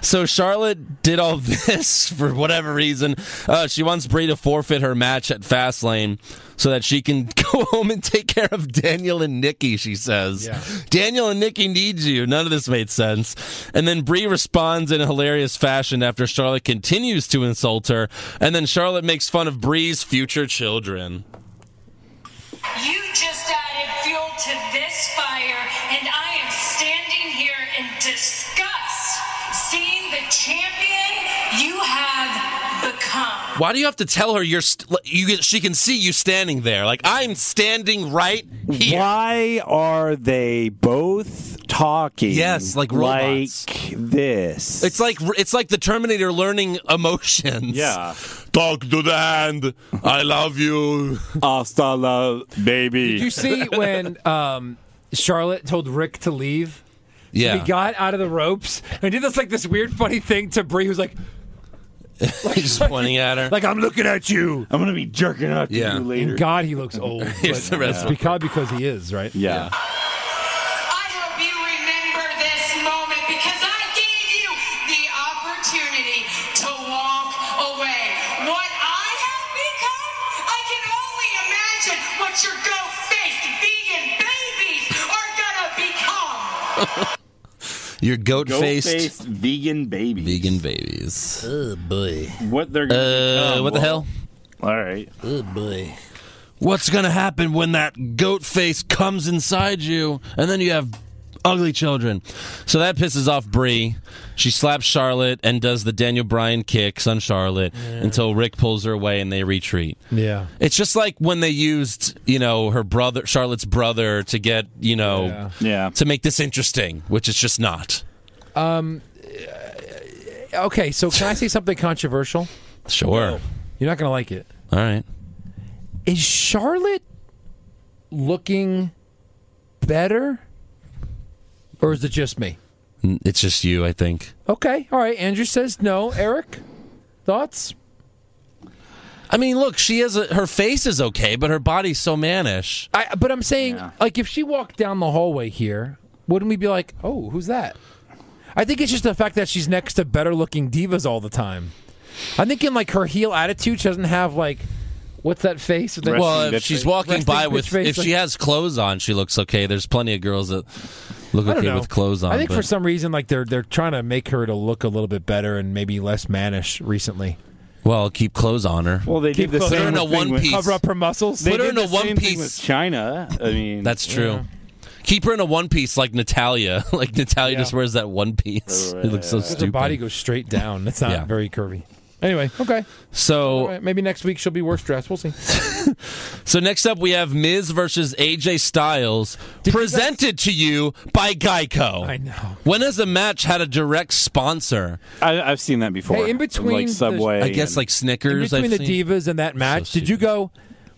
[SPEAKER 1] So Charlotte did all this for whatever reason. Uh, she wants Brie to forfeit her match at Fastlane so that she can go home and take care of Daniel and Nikki. She says,
[SPEAKER 4] Yeah.
[SPEAKER 1] "Daniel and Nikki need you." None of this made sense. And then Brie responds in a hilarious fashion after Charlotte continues to insult her, and then Charlotte makes fun of Brie's future children.
[SPEAKER 7] You just added fuel to this fire, and I am standing here in disgust seeing the champion you have become.
[SPEAKER 1] Why do you have to tell her you're? St- you can- she can see you standing there. Like I'm standing right here.
[SPEAKER 5] Why are they both talking?
[SPEAKER 1] Yes, like robots.
[SPEAKER 5] Like this.
[SPEAKER 1] It's like it's like the Terminator learning emotions.
[SPEAKER 5] Yeah.
[SPEAKER 1] Talk to the hand. I love you.
[SPEAKER 5] hasta la baby.
[SPEAKER 4] Did you see when um, Charlotte told Rick to leave?
[SPEAKER 1] Yeah.
[SPEAKER 4] He got out of the ropes and did this like this weird funny thing to Brie, who's like,
[SPEAKER 1] He's pointing at her.
[SPEAKER 4] Like I'm looking at you.
[SPEAKER 5] I'm gonna be jerking off to
[SPEAKER 1] Yeah.
[SPEAKER 5] you
[SPEAKER 4] In
[SPEAKER 5] later.
[SPEAKER 4] God, he looks old. but
[SPEAKER 1] Here's the
[SPEAKER 4] it's
[SPEAKER 1] rest.
[SPEAKER 4] because because he is right.
[SPEAKER 5] yeah.
[SPEAKER 7] I hope you remember this moment because I gave you the opportunity to walk away. What I have become, I can only imagine what your go-faced vegan babies are gonna become.
[SPEAKER 1] Your goat faced
[SPEAKER 5] Goat-faced vegan baby.
[SPEAKER 1] vegan babies.
[SPEAKER 5] What they're gonna
[SPEAKER 1] Uh,
[SPEAKER 5] become,
[SPEAKER 1] what the
[SPEAKER 5] well,
[SPEAKER 1] hell?
[SPEAKER 5] All right.
[SPEAKER 1] What's gonna happen when that goat face comes inside you, and then you have ugly children? So that pisses off Bree. She slaps Charlotte and does the Daniel Bryan kicks on Charlotte until Rick pulls her away and they retreat.
[SPEAKER 4] Yeah.
[SPEAKER 1] It's just like when they used, you know, her brother, Charlotte's brother, to get, you know,
[SPEAKER 4] Yeah.
[SPEAKER 5] Yeah.
[SPEAKER 1] to make this interesting, which it's just not.
[SPEAKER 4] Okay, so can I say something controversial?
[SPEAKER 1] Sure.
[SPEAKER 4] You're not gonna like it.
[SPEAKER 1] All right.
[SPEAKER 4] Is Charlotte looking better, or is it just me?
[SPEAKER 1] N- It's just you, I think.
[SPEAKER 4] Okay, all right. Andrew says no. Eric, thoughts?
[SPEAKER 1] I mean, look, she is a, her face is okay, but her body's so mannish.
[SPEAKER 4] I, but I'm saying,
[SPEAKER 5] Yeah.
[SPEAKER 4] like, if she walked down the hallway here, wouldn't we be like, oh, who's that? I think it's just the fact that she's next to better looking divas all the time. I'm thinking, like, her heel attitude she doesn't have, like, what's that face? That-
[SPEAKER 5] Well,
[SPEAKER 1] Well,
[SPEAKER 5] Resting
[SPEAKER 1] if
[SPEAKER 5] bitch
[SPEAKER 1] she's
[SPEAKER 5] face.
[SPEAKER 1] walking
[SPEAKER 4] Resting
[SPEAKER 1] by
[SPEAKER 4] bitch
[SPEAKER 1] with,
[SPEAKER 4] face,
[SPEAKER 1] if she
[SPEAKER 4] like-
[SPEAKER 1] has clothes on, she looks okay. There's plenty of girls that look
[SPEAKER 4] I don't
[SPEAKER 1] okay
[SPEAKER 4] know.
[SPEAKER 1] with clothes on.
[SPEAKER 4] I think
[SPEAKER 1] but
[SPEAKER 4] for some reason, like, they're they're trying to make her to look a little bit better and maybe less mannish recently.
[SPEAKER 1] well, keep clothes on her.
[SPEAKER 5] Well, they
[SPEAKER 4] Keep
[SPEAKER 5] did the
[SPEAKER 4] close.
[SPEAKER 5] same
[SPEAKER 4] They're in
[SPEAKER 1] a
[SPEAKER 5] thing with-
[SPEAKER 1] one-piece.
[SPEAKER 4] Cover up her muscles.
[SPEAKER 5] They
[SPEAKER 1] Put her
[SPEAKER 5] did
[SPEAKER 1] in
[SPEAKER 5] the
[SPEAKER 1] a one
[SPEAKER 5] same thing
[SPEAKER 1] piece.
[SPEAKER 5] with China. I mean,
[SPEAKER 1] That's true. Keep her in a one piece like Natalia. like Natalia
[SPEAKER 4] Yeah.
[SPEAKER 1] just wears that one piece.
[SPEAKER 5] Right,
[SPEAKER 1] It looks so
[SPEAKER 4] her
[SPEAKER 1] stupid.
[SPEAKER 4] body goes straight down. That's not
[SPEAKER 1] Yeah.
[SPEAKER 4] very curvy. Anyway, okay.
[SPEAKER 1] so
[SPEAKER 4] All right, maybe next week she'll be worse dressed. We'll see.
[SPEAKER 1] So next up, we have Miz versus AJ Styles, presented to you by Geico.
[SPEAKER 4] I know.
[SPEAKER 1] When has a match had a direct sponsor?
[SPEAKER 5] I, I've seen that before.
[SPEAKER 4] Hey, in between
[SPEAKER 5] like
[SPEAKER 4] the-
[SPEAKER 5] Subway,
[SPEAKER 1] I guess
[SPEAKER 5] and-
[SPEAKER 1] like Snickers.
[SPEAKER 4] between
[SPEAKER 1] I've
[SPEAKER 4] the
[SPEAKER 1] seen.
[SPEAKER 4] divas and that match, did you
[SPEAKER 1] stupid.
[SPEAKER 4] go?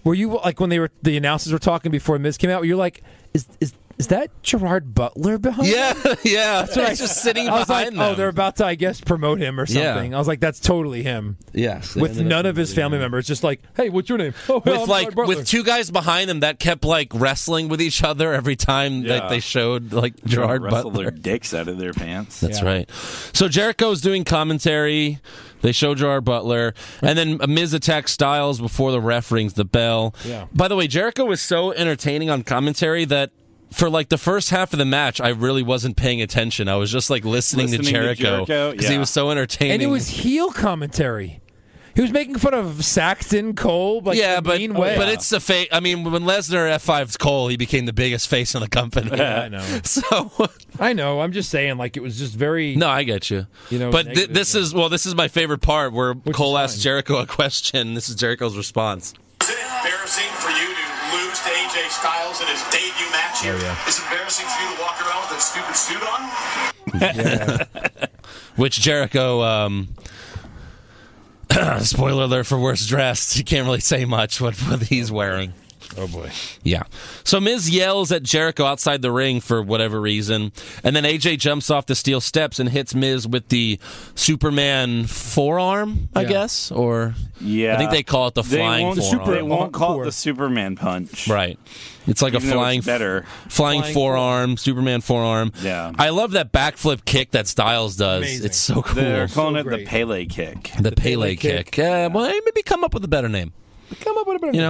[SPEAKER 4] Were you like when they were the announcers were talking before Miz came out? You're like, is is is that Gerard Butler behind?
[SPEAKER 1] yeah, yeah. That's
[SPEAKER 4] what I-
[SPEAKER 1] just sitting
[SPEAKER 4] I was like,
[SPEAKER 1] behind
[SPEAKER 4] oh,
[SPEAKER 1] them.
[SPEAKER 4] they're about to, I guess, promote him or
[SPEAKER 1] Yeah.
[SPEAKER 4] something. I was like, that's totally him.
[SPEAKER 1] yes, they
[SPEAKER 4] With
[SPEAKER 1] ended up
[SPEAKER 4] none of his
[SPEAKER 1] being-
[SPEAKER 4] family members, just like, hey, what's your name? Oh, well,
[SPEAKER 1] With
[SPEAKER 4] I'm
[SPEAKER 1] like
[SPEAKER 4] Gerard Butler.
[SPEAKER 1] with two guys behind them that kept like wrestling with each other every time that
[SPEAKER 5] Yeah.
[SPEAKER 1] they showed like Gerard
[SPEAKER 5] wrestle their
[SPEAKER 1] Butler.
[SPEAKER 5] dicks out of their pants.
[SPEAKER 1] That's
[SPEAKER 4] Yeah.
[SPEAKER 1] right. So Jericho's doing commentary. They show Gerard Butler, and then Miz attacks Styles before the ref rings the bell.
[SPEAKER 4] Yeah.
[SPEAKER 1] By the way, Jericho was so entertaining on commentary that for like the first half of the match, I really wasn't paying attention. I was just like listening,
[SPEAKER 5] Listening to
[SPEAKER 1] to Jericho
[SPEAKER 5] Jericho,
[SPEAKER 1] he
[SPEAKER 5] yeah.
[SPEAKER 1] was so entertaining.
[SPEAKER 4] and it was heel commentary. He was making fun of Saxton Cole, like
[SPEAKER 1] yeah,
[SPEAKER 4] in a
[SPEAKER 1] but
[SPEAKER 4] mean way.
[SPEAKER 1] but it's the face. I mean, when Lesnar F 5s Cole, he became the biggest face in the company.
[SPEAKER 4] I know,
[SPEAKER 1] So
[SPEAKER 4] I know. I'm just saying, like it was just very.
[SPEAKER 1] No, I get you.
[SPEAKER 4] You know,
[SPEAKER 1] but th-
[SPEAKER 4] negative,
[SPEAKER 1] this
[SPEAKER 4] yeah.
[SPEAKER 1] is well, this is my favorite part where Cole
[SPEAKER 4] is
[SPEAKER 1] asks
[SPEAKER 4] fine.
[SPEAKER 1] Jericho a question. This is Jericho's response.
[SPEAKER 6] Is it embarrassing for you to lose to AJ Styles in his debut match here? Is it embarrassing for you to walk around with that stupid suit on?
[SPEAKER 1] Which Jericho, um, spoiler alert for worst dressed, you can't really say much what, what he's wearing.
[SPEAKER 4] Oh boy.
[SPEAKER 1] Yeah. So Miz yells at Jericho outside the ring for whatever reason, and then AJ jumps off the steel steps and hits Miz with the Superman forearm, I
[SPEAKER 4] Yeah.
[SPEAKER 1] guess, or
[SPEAKER 5] Yeah,
[SPEAKER 1] I think they call it the
[SPEAKER 5] They
[SPEAKER 1] flying
[SPEAKER 5] won't,
[SPEAKER 1] forearm.
[SPEAKER 5] They won't call
[SPEAKER 4] Encore.
[SPEAKER 5] it the Superman punch.
[SPEAKER 1] Right. It's like
[SPEAKER 5] Even
[SPEAKER 1] a
[SPEAKER 5] though it's
[SPEAKER 1] flying
[SPEAKER 5] better.
[SPEAKER 1] flying,
[SPEAKER 4] Flying
[SPEAKER 1] forearm, Superman forearm.
[SPEAKER 5] Yeah.
[SPEAKER 1] I love that backflip kick that Styles does.
[SPEAKER 4] Amazing.
[SPEAKER 1] It's so cool.
[SPEAKER 5] They're
[SPEAKER 1] The,
[SPEAKER 5] calling
[SPEAKER 4] So
[SPEAKER 5] it
[SPEAKER 4] great.
[SPEAKER 5] the Pele kick.
[SPEAKER 1] Pele, kick. Uh, well, maybe come up with a better name.
[SPEAKER 4] Come up with a better
[SPEAKER 1] You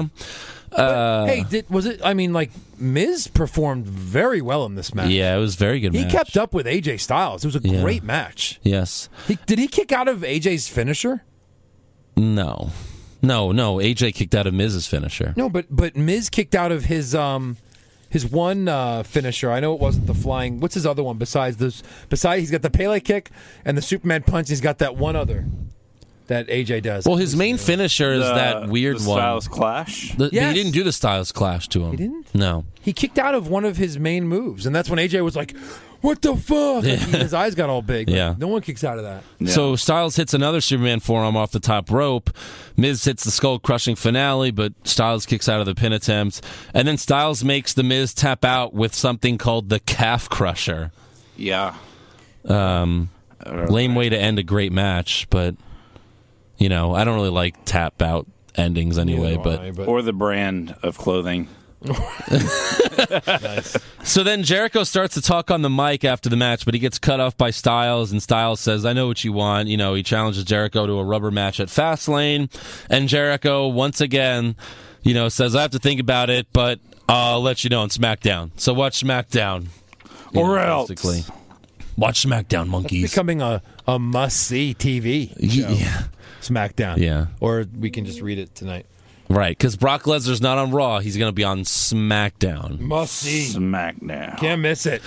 [SPEAKER 1] know,
[SPEAKER 4] hey, did, was it? I mean, like Miz performed very well in this match.
[SPEAKER 1] yeah, it was very good.
[SPEAKER 4] he
[SPEAKER 1] match.
[SPEAKER 4] kept up with AJ Styles. It was a
[SPEAKER 1] Yeah.
[SPEAKER 4] great match.
[SPEAKER 1] Yes.
[SPEAKER 4] He, did he kick out of AJ's finisher?
[SPEAKER 1] No. No. No. AJ kicked out of Miz's finisher.
[SPEAKER 4] No, but but Miz kicked out of his um his one uh, finisher. I know it wasn't the flying. What's his other one besides this? Besides, he's got the Pele kick and the Superman punch. He's got that one other that AJ does.
[SPEAKER 1] Well, his main finisher is
[SPEAKER 5] The-
[SPEAKER 1] that weird
[SPEAKER 5] the
[SPEAKER 1] one.
[SPEAKER 5] Styles clash.
[SPEAKER 1] The-
[SPEAKER 4] Yes.
[SPEAKER 1] He didn't do the Styles clash to him. He
[SPEAKER 4] didn't?
[SPEAKER 1] No.
[SPEAKER 4] he kicked out of one of his main moves, and that's when AJ was like, "What the fuck?" Like, his eyes got all big. Like,
[SPEAKER 1] Yeah.
[SPEAKER 4] no one kicks out of that.
[SPEAKER 1] So Styles hits another Superman forearm off the top rope. Miz hits the skull crushing finale, but Styles kicks out of the pin attempt. And then Styles makes the Miz tap out with something called the calf crusher.
[SPEAKER 5] yeah.
[SPEAKER 1] Lame way to end a great match, but You know, I don't really like tap out endings anyway. But
[SPEAKER 8] Why, but
[SPEAKER 5] or the brand of clothing.
[SPEAKER 1] So then Jericho starts to talk on the mic after the match, but he gets cut off by Styles, and Styles says, I know what you want. You know, he challenges Jericho to a rubber match at Fastlane, and Jericho, once again, you know, says, I have to think about it, but I'll let you know on SmackDown. So watch SmackDown. You
[SPEAKER 5] Or else.
[SPEAKER 1] basically. Watch SmackDown, monkeys.
[SPEAKER 4] becoming a, a must see TV.
[SPEAKER 1] Yeah. yeah.
[SPEAKER 4] SmackDown.
[SPEAKER 1] Yeah.
[SPEAKER 8] or we can just read it tonight.
[SPEAKER 1] Right, because Brock Lesnar's not on Raw. He's going to be on SmackDown.
[SPEAKER 4] Must see.
[SPEAKER 5] SmackDown.
[SPEAKER 4] Can't miss it.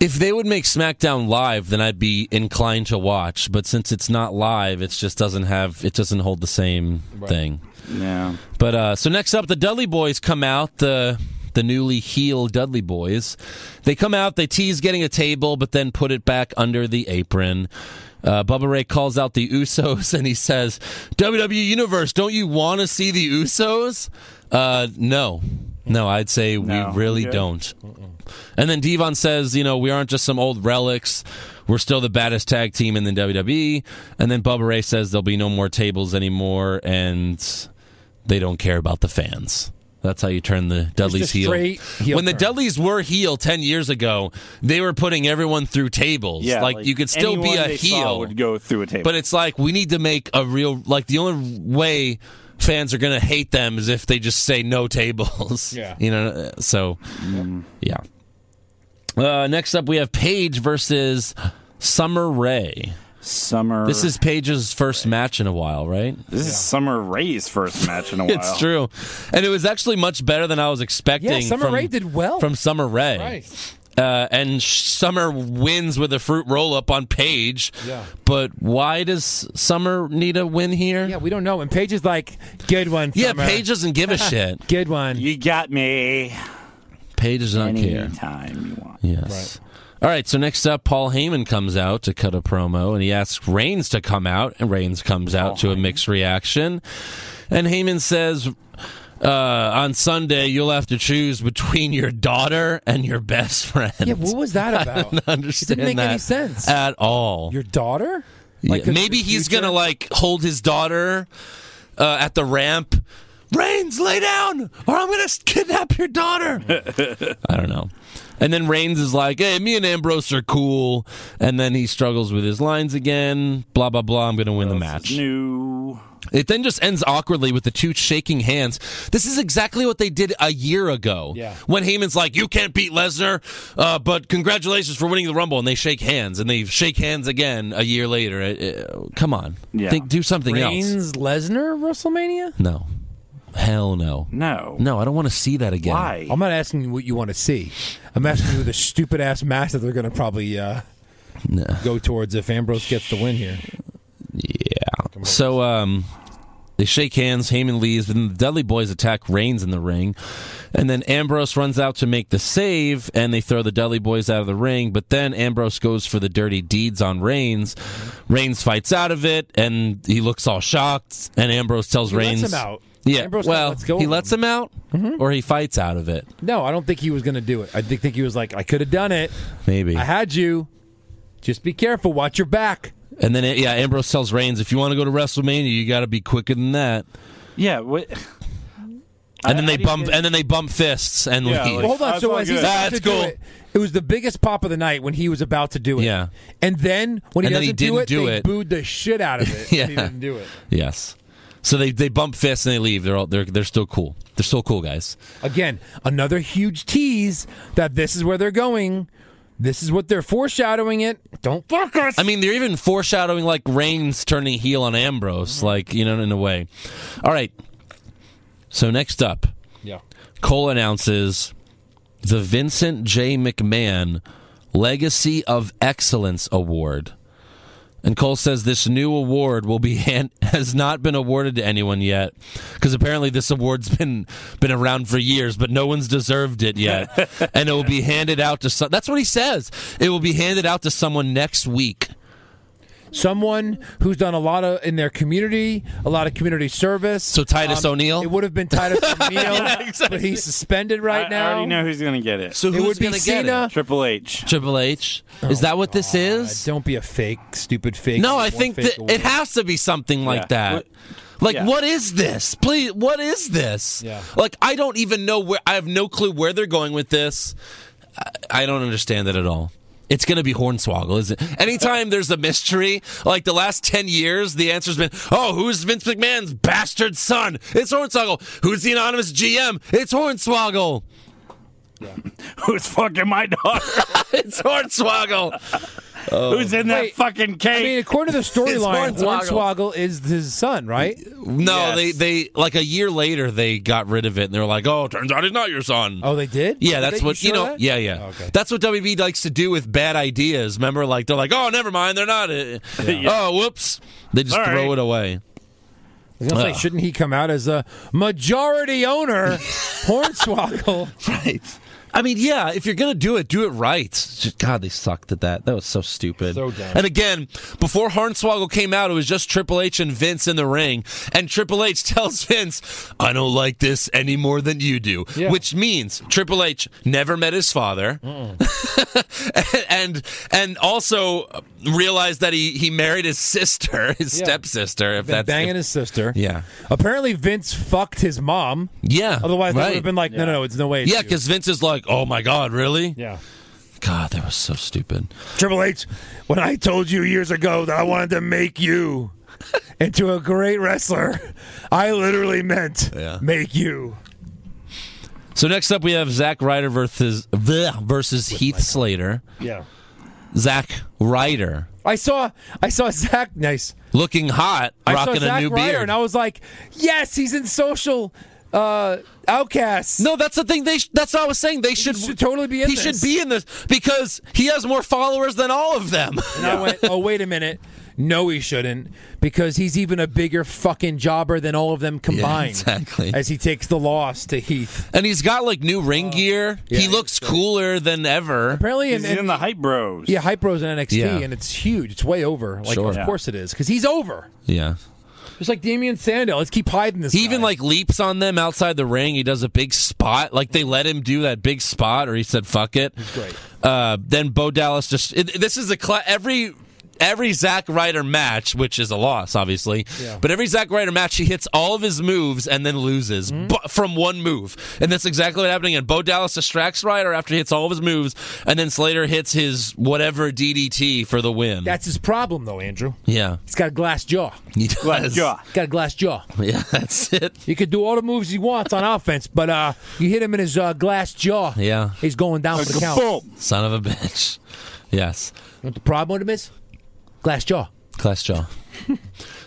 [SPEAKER 1] If they would make SmackDown live, then I'd be inclined to watch. But since it's not live, it just doesn't have it doesn't hold the same thing.
[SPEAKER 5] Yeah.
[SPEAKER 1] But uh, so next up, the Dudley Boys come out the the newly healed Dudley Boys. They come out, they tease getting a table, but then put it back under the apron. Uh, Bubba Ray calls out the Usos and he says, "WWE Universe, don't you want to see the Usos?" Uh, no, no, I'd say
[SPEAKER 5] No.
[SPEAKER 1] we really
[SPEAKER 5] Yeah.
[SPEAKER 1] don't. And then Devon says, you know, we aren't just some old relics. We're still the baddest tag team in the WWE. And then Bubba Ray says there'll be no more tables anymore, and they don't care about the fans. That's how you turn the Dudleys heel.
[SPEAKER 4] straight heel
[SPEAKER 1] when the
[SPEAKER 4] turn.
[SPEAKER 1] Dudleys were heel ten years ago, they were putting everyone through tables.
[SPEAKER 5] Yeah.
[SPEAKER 1] like, you could still be
[SPEAKER 5] anyone
[SPEAKER 1] a
[SPEAKER 5] they saw
[SPEAKER 1] heel,
[SPEAKER 5] Would go through a table.
[SPEAKER 1] but it's like we need to make a real like the only way fans are gonna hate them is if they just say no tables.
[SPEAKER 4] Yeah. Mm-hmm.
[SPEAKER 1] you know. uh, So, yeah. Uh, next up, we have Paige versus Summer Rae.
[SPEAKER 5] Summer.
[SPEAKER 1] This is Paige's first match in a while, right?
[SPEAKER 5] this is Summer Ray's first match in a while.
[SPEAKER 1] It's true, and it was actually much better than I was expecting.
[SPEAKER 4] Yeah, Summer
[SPEAKER 1] from,
[SPEAKER 4] Rae did well.
[SPEAKER 1] from Summer Rae.
[SPEAKER 4] Right.
[SPEAKER 1] Uh, and Sh- Summer wins with a fruit roll up on Paige.
[SPEAKER 4] Yeah.
[SPEAKER 1] But why does Summer need a win here?
[SPEAKER 4] Yeah, we don't know. And Paige is like, good one.
[SPEAKER 1] Yeah,
[SPEAKER 4] Summer.
[SPEAKER 1] Paige doesn't give a shit.
[SPEAKER 4] Good one.
[SPEAKER 5] You got me
[SPEAKER 1] Paige does not care.
[SPEAKER 5] anytime you want.
[SPEAKER 1] Yes. All right, so next up, Paul Heyman comes out to cut a promo, and he asks Reigns to come out, and Reigns comes out to a mixed reaction. And Heyman says, uh, on Sunday, you'll have to choose between your daughter and your best friend.
[SPEAKER 4] Yeah, what was that about?
[SPEAKER 1] I don't understand
[SPEAKER 4] make
[SPEAKER 1] that
[SPEAKER 4] any sense.
[SPEAKER 1] at all.
[SPEAKER 4] Your daughter?
[SPEAKER 1] Yeah,
[SPEAKER 4] 'cause
[SPEAKER 1] Maybe
[SPEAKER 4] of the
[SPEAKER 1] he's
[SPEAKER 4] future?
[SPEAKER 1] gonna like hold his daughter uh, at the ramp. Reigns, lay down, or I'm gonna kidnap your daughter. I don't know. And then Reigns is like, "Hey, me and Ambrose are cool." And then he struggles with his lines again. Blah blah blah. I'm gonna win the match.
[SPEAKER 5] New.
[SPEAKER 1] It then just ends awkwardly with the two shaking hands. This is exactly what they did a year ago.
[SPEAKER 4] Yeah.
[SPEAKER 1] When Heyman's like, you can't beat Lesnar, uh, but congratulations for winning the Rumble. And they shake hands and they shake hands again a year later. It- it- come on.
[SPEAKER 5] Yeah.
[SPEAKER 1] Think, do something else.
[SPEAKER 4] Reigns Lesnar WrestleMania?
[SPEAKER 1] No. Hell no.
[SPEAKER 5] No.
[SPEAKER 1] No, I don't want to see that again.
[SPEAKER 5] Why?
[SPEAKER 4] I'm not asking you what you want to see. I'm asking you the stupid ass match that they're going to probably uh, go towards if Ambrose gets the win here.
[SPEAKER 1] So um, they shake hands. Heyman leaves, and the Dudley Boys attack Reigns in the ring, and then Ambrose runs out to make the save, and they throw the Dudley Boys out of the ring. But then Ambrose goes for the dirty deeds on Reigns. Reigns fights out of it, and he looks all shocked. And Ambrose tells
[SPEAKER 4] He lets
[SPEAKER 1] Reigns,
[SPEAKER 4] him out.
[SPEAKER 1] "Yeah,
[SPEAKER 4] Ambrose kinda
[SPEAKER 1] well,
[SPEAKER 4] lets go
[SPEAKER 1] he
[SPEAKER 4] of
[SPEAKER 1] lets
[SPEAKER 4] him. Mm-hmm.
[SPEAKER 1] him out, or he fights out of it.
[SPEAKER 4] No, I don't think he was going to do it. I think, think he was like, I could have done it.
[SPEAKER 1] Maybe
[SPEAKER 4] I had you. Just be careful. Watch your back.
[SPEAKER 1] And then yeah, Ambrose tells Reigns, if you want to go to WrestleMania, you got to be quicker than that.
[SPEAKER 5] Yeah. What?
[SPEAKER 1] And then
[SPEAKER 5] I
[SPEAKER 1] they
[SPEAKER 5] didn't
[SPEAKER 1] bump,
[SPEAKER 5] get-
[SPEAKER 1] and then they bump fists and
[SPEAKER 5] Yeah,
[SPEAKER 1] leave.
[SPEAKER 5] like-
[SPEAKER 4] Well, hold on.
[SPEAKER 5] That's
[SPEAKER 4] So
[SPEAKER 5] all
[SPEAKER 4] as he's
[SPEAKER 5] good.
[SPEAKER 4] about
[SPEAKER 1] That's
[SPEAKER 4] to do
[SPEAKER 1] cool.
[SPEAKER 4] it, it was the biggest pop of the night when he was about to do it.
[SPEAKER 1] Yeah.
[SPEAKER 4] And then when he
[SPEAKER 1] And then
[SPEAKER 4] doesn't
[SPEAKER 1] he
[SPEAKER 4] do
[SPEAKER 1] didn't
[SPEAKER 4] it,
[SPEAKER 1] do
[SPEAKER 4] they
[SPEAKER 1] it.
[SPEAKER 4] booed the shit out of it.
[SPEAKER 1] Yeah.
[SPEAKER 4] And he didn't do it.
[SPEAKER 1] Yes. So they they bump fists and they leave. They're all they're they're still cool. They're still cool guys.
[SPEAKER 4] Again, another huge tease that this is where they're going. This is what they're foreshadowing it. Don't fuck us.
[SPEAKER 1] I mean, they're even foreshadowing like Reigns turning heel on Ambrose, like you know, in a way. All right. So next up,
[SPEAKER 4] yeah.
[SPEAKER 1] Cole announces the Vincent J. McMahon Legacy of Excellence Award. And Cole says this new award will be hand- has not been awarded to anyone yet because apparently this award's been been around for years, but no one's deserved it yet. and it will be handed out to some. That's what he says. It will be handed out to someone next week.
[SPEAKER 4] someone who's done a lot of in their community, a lot of community service.
[SPEAKER 1] So Titus O'Neal?
[SPEAKER 4] Um, It would have been Titus O'Neal,
[SPEAKER 1] exactly.
[SPEAKER 4] but he's suspended right
[SPEAKER 5] I,
[SPEAKER 4] now.
[SPEAKER 5] I already know who's gonna get it.
[SPEAKER 1] So
[SPEAKER 4] It would
[SPEAKER 1] who's
[SPEAKER 4] be
[SPEAKER 1] going to get
[SPEAKER 4] Cena.
[SPEAKER 1] it? Oh
[SPEAKER 5] Triple H.
[SPEAKER 1] Triple H. Is that what this is?
[SPEAKER 4] Uh, don't be a fake, stupid fake.
[SPEAKER 1] No,
[SPEAKER 4] One
[SPEAKER 1] I think
[SPEAKER 4] fake
[SPEAKER 1] that
[SPEAKER 4] away.
[SPEAKER 1] it has to be something like
[SPEAKER 5] Yeah.
[SPEAKER 1] that.
[SPEAKER 5] What-
[SPEAKER 1] Like,
[SPEAKER 5] yeah.
[SPEAKER 1] what is this? Please, what is this?
[SPEAKER 8] Yeah.
[SPEAKER 1] Like, I don't even know where. I have no clue where they're going with this. I, I don't understand it at all. It's going to be Hornswoggle, is it? Anytime there's a mystery, like the last 10 years, the answer's been, oh, who's Vince McMahon's bastard son? It's Hornswoggle. Who's the anonymous GM? It's Hornswoggle.
[SPEAKER 5] Who's fucking my daughter?
[SPEAKER 1] It's Hornswoggle. Oh.
[SPEAKER 5] Who's in that
[SPEAKER 4] Wait,
[SPEAKER 5] fucking cake?
[SPEAKER 4] I mean, according to the storyline,
[SPEAKER 1] Hornswoggle.
[SPEAKER 4] Hornswoggle is his son, right?
[SPEAKER 1] No,
[SPEAKER 5] Yes.
[SPEAKER 1] they, they, like a year later, they got rid of it and they were like, oh, turns out he's not your son.
[SPEAKER 4] Oh, they did.
[SPEAKER 1] Yeah,
[SPEAKER 4] Did
[SPEAKER 1] that's
[SPEAKER 4] they-
[SPEAKER 1] what you,
[SPEAKER 4] sure
[SPEAKER 1] know.
[SPEAKER 4] of that?
[SPEAKER 1] Yeah,
[SPEAKER 4] Oh,
[SPEAKER 1] yeah.
[SPEAKER 4] Okay.
[SPEAKER 1] That's what WB likes to do with bad ideas. Remember, like they're like, "Oh, never mind, they're not." uh, Oh, whoops! They just
[SPEAKER 5] Sorry.
[SPEAKER 1] throw it away.
[SPEAKER 4] I was gonna say,
[SPEAKER 1] Ugh.
[SPEAKER 4] shouldn't he come out as a majority owner, Hornswoggle?
[SPEAKER 1] Right. I mean, yeah. If you're gonna do it, do it right. It's just- God, they sucked at that. That was so stupid.
[SPEAKER 8] So dumb.
[SPEAKER 1] And again, before Hornswoggle came out, it was just Triple H and Vince in the ring, and Triple H tells Vince, "I don't like this any more than you do,"
[SPEAKER 8] Yeah.
[SPEAKER 1] which means Triple H never met his father. and and also realized that he he married his sister, his
[SPEAKER 8] Yeah.
[SPEAKER 1] stepsister. If
[SPEAKER 4] Been
[SPEAKER 1] that's
[SPEAKER 4] banging
[SPEAKER 1] if-
[SPEAKER 4] his sister.
[SPEAKER 1] yeah,
[SPEAKER 4] Apparently, Vince fucked his mom.
[SPEAKER 1] yeah.
[SPEAKER 4] Otherwise, they
[SPEAKER 1] right.
[SPEAKER 4] would have been like, no, no, no, it's no way.
[SPEAKER 1] yeah,
[SPEAKER 4] because
[SPEAKER 1] because Vince is like, oh my god, really?
[SPEAKER 8] Yeah.
[SPEAKER 1] God, that was so stupid.
[SPEAKER 4] Triple H, when I told you years ago that I wanted to make you into a great wrestler, I literally meant
[SPEAKER 1] Yeah.
[SPEAKER 4] make you.
[SPEAKER 1] So next up, we have Zack Ryder versus bleh, versus Heath Slater.
[SPEAKER 8] Yeah.
[SPEAKER 1] Zack Ryder
[SPEAKER 4] I saw, I saw Zach. Nice.
[SPEAKER 1] looking hot,
[SPEAKER 4] I saw
[SPEAKER 1] rocking
[SPEAKER 4] Zach
[SPEAKER 1] a new
[SPEAKER 4] Ryder,
[SPEAKER 1] beard.
[SPEAKER 4] and I was like, yes, he's in social uh, outcasts.
[SPEAKER 1] no, that's the thing. They sh- that's what I was saying. They should,
[SPEAKER 4] should totally be in
[SPEAKER 1] He
[SPEAKER 4] this.
[SPEAKER 1] should be in this because he has more followers than all of them.
[SPEAKER 4] And I went, oh, wait a minute. No, he shouldn't, because he's even a bigger fucking jobber than all of them combined.
[SPEAKER 1] exactly.
[SPEAKER 4] As he takes the loss to Heath.
[SPEAKER 1] And he's got like new ring gear. he
[SPEAKER 4] Oh. yeah,
[SPEAKER 1] looks cooler than ever.
[SPEAKER 4] Apparently,
[SPEAKER 5] He's
[SPEAKER 4] in, in,
[SPEAKER 5] in the hype bros.
[SPEAKER 4] yeah, Hype Bros in NXT,
[SPEAKER 1] Yeah.
[SPEAKER 4] and it's huge. It's way over. Like,
[SPEAKER 1] Sure.
[SPEAKER 4] of
[SPEAKER 1] Yeah.
[SPEAKER 4] course it is, because he's over.
[SPEAKER 1] Yeah.
[SPEAKER 4] Just like Damian Sandow. Let's keep hiding this.
[SPEAKER 1] He even
[SPEAKER 4] guy.
[SPEAKER 1] like leaps on them outside the ring. He does a big spot. Like they let him do that big spot, or he said "fuck it."
[SPEAKER 4] great.
[SPEAKER 1] Uh, then Bo Dallas just. It, this is a cla every every Zack Ryder match, which is a loss, obviously.
[SPEAKER 4] Yeah.
[SPEAKER 1] But every Zack Ryder match, he hits all of his moves and then loses bu- from one move, and that's exactly what happened. And Bo Dallas distracts Ryder after he hits all of his moves, and then Slater hits his whatever DDT for the win.
[SPEAKER 4] That's his problem, though, Andrew.
[SPEAKER 1] yeah.
[SPEAKER 4] He's got a glass jaw.
[SPEAKER 1] He does.
[SPEAKER 5] Yeah.
[SPEAKER 4] He's got a glass jaw.
[SPEAKER 1] Yeah, that's it.
[SPEAKER 4] He could do all the moves he wants on offense, but uh, you hit him in his uh, glass jaw.
[SPEAKER 1] Yeah.
[SPEAKER 4] He's going down for the count.
[SPEAKER 5] Boom.
[SPEAKER 1] Son of a bitch. Yes.
[SPEAKER 4] What the problem with him is? Glass jaw.
[SPEAKER 1] Class jaw.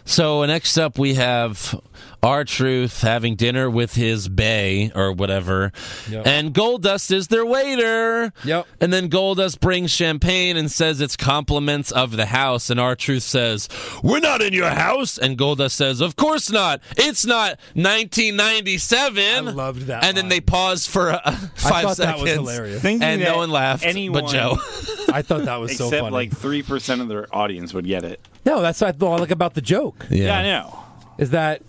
[SPEAKER 1] so next up we have R Truth having dinner with his bay or whatever. And Goldust is their waiter.
[SPEAKER 4] Yep.
[SPEAKER 1] And then Goldust brings champagne and says it's compliments of the house. And R Truth says, We're not in your house. And Goldust says, Of course not. It's not 1997. I
[SPEAKER 4] loved that
[SPEAKER 1] And then
[SPEAKER 4] line.
[SPEAKER 1] they pause for uh, five seconds.
[SPEAKER 4] thought that was hilarious.
[SPEAKER 5] Thinking
[SPEAKER 1] And no
[SPEAKER 5] that
[SPEAKER 1] one laughed
[SPEAKER 5] anyone-
[SPEAKER 1] but Joe.
[SPEAKER 4] I thought that was so
[SPEAKER 5] Except
[SPEAKER 4] funny.
[SPEAKER 5] like three percent of their audience would get it.
[SPEAKER 4] no, that's what I thought, like about the joke.
[SPEAKER 5] Yeah, I know.
[SPEAKER 4] Is that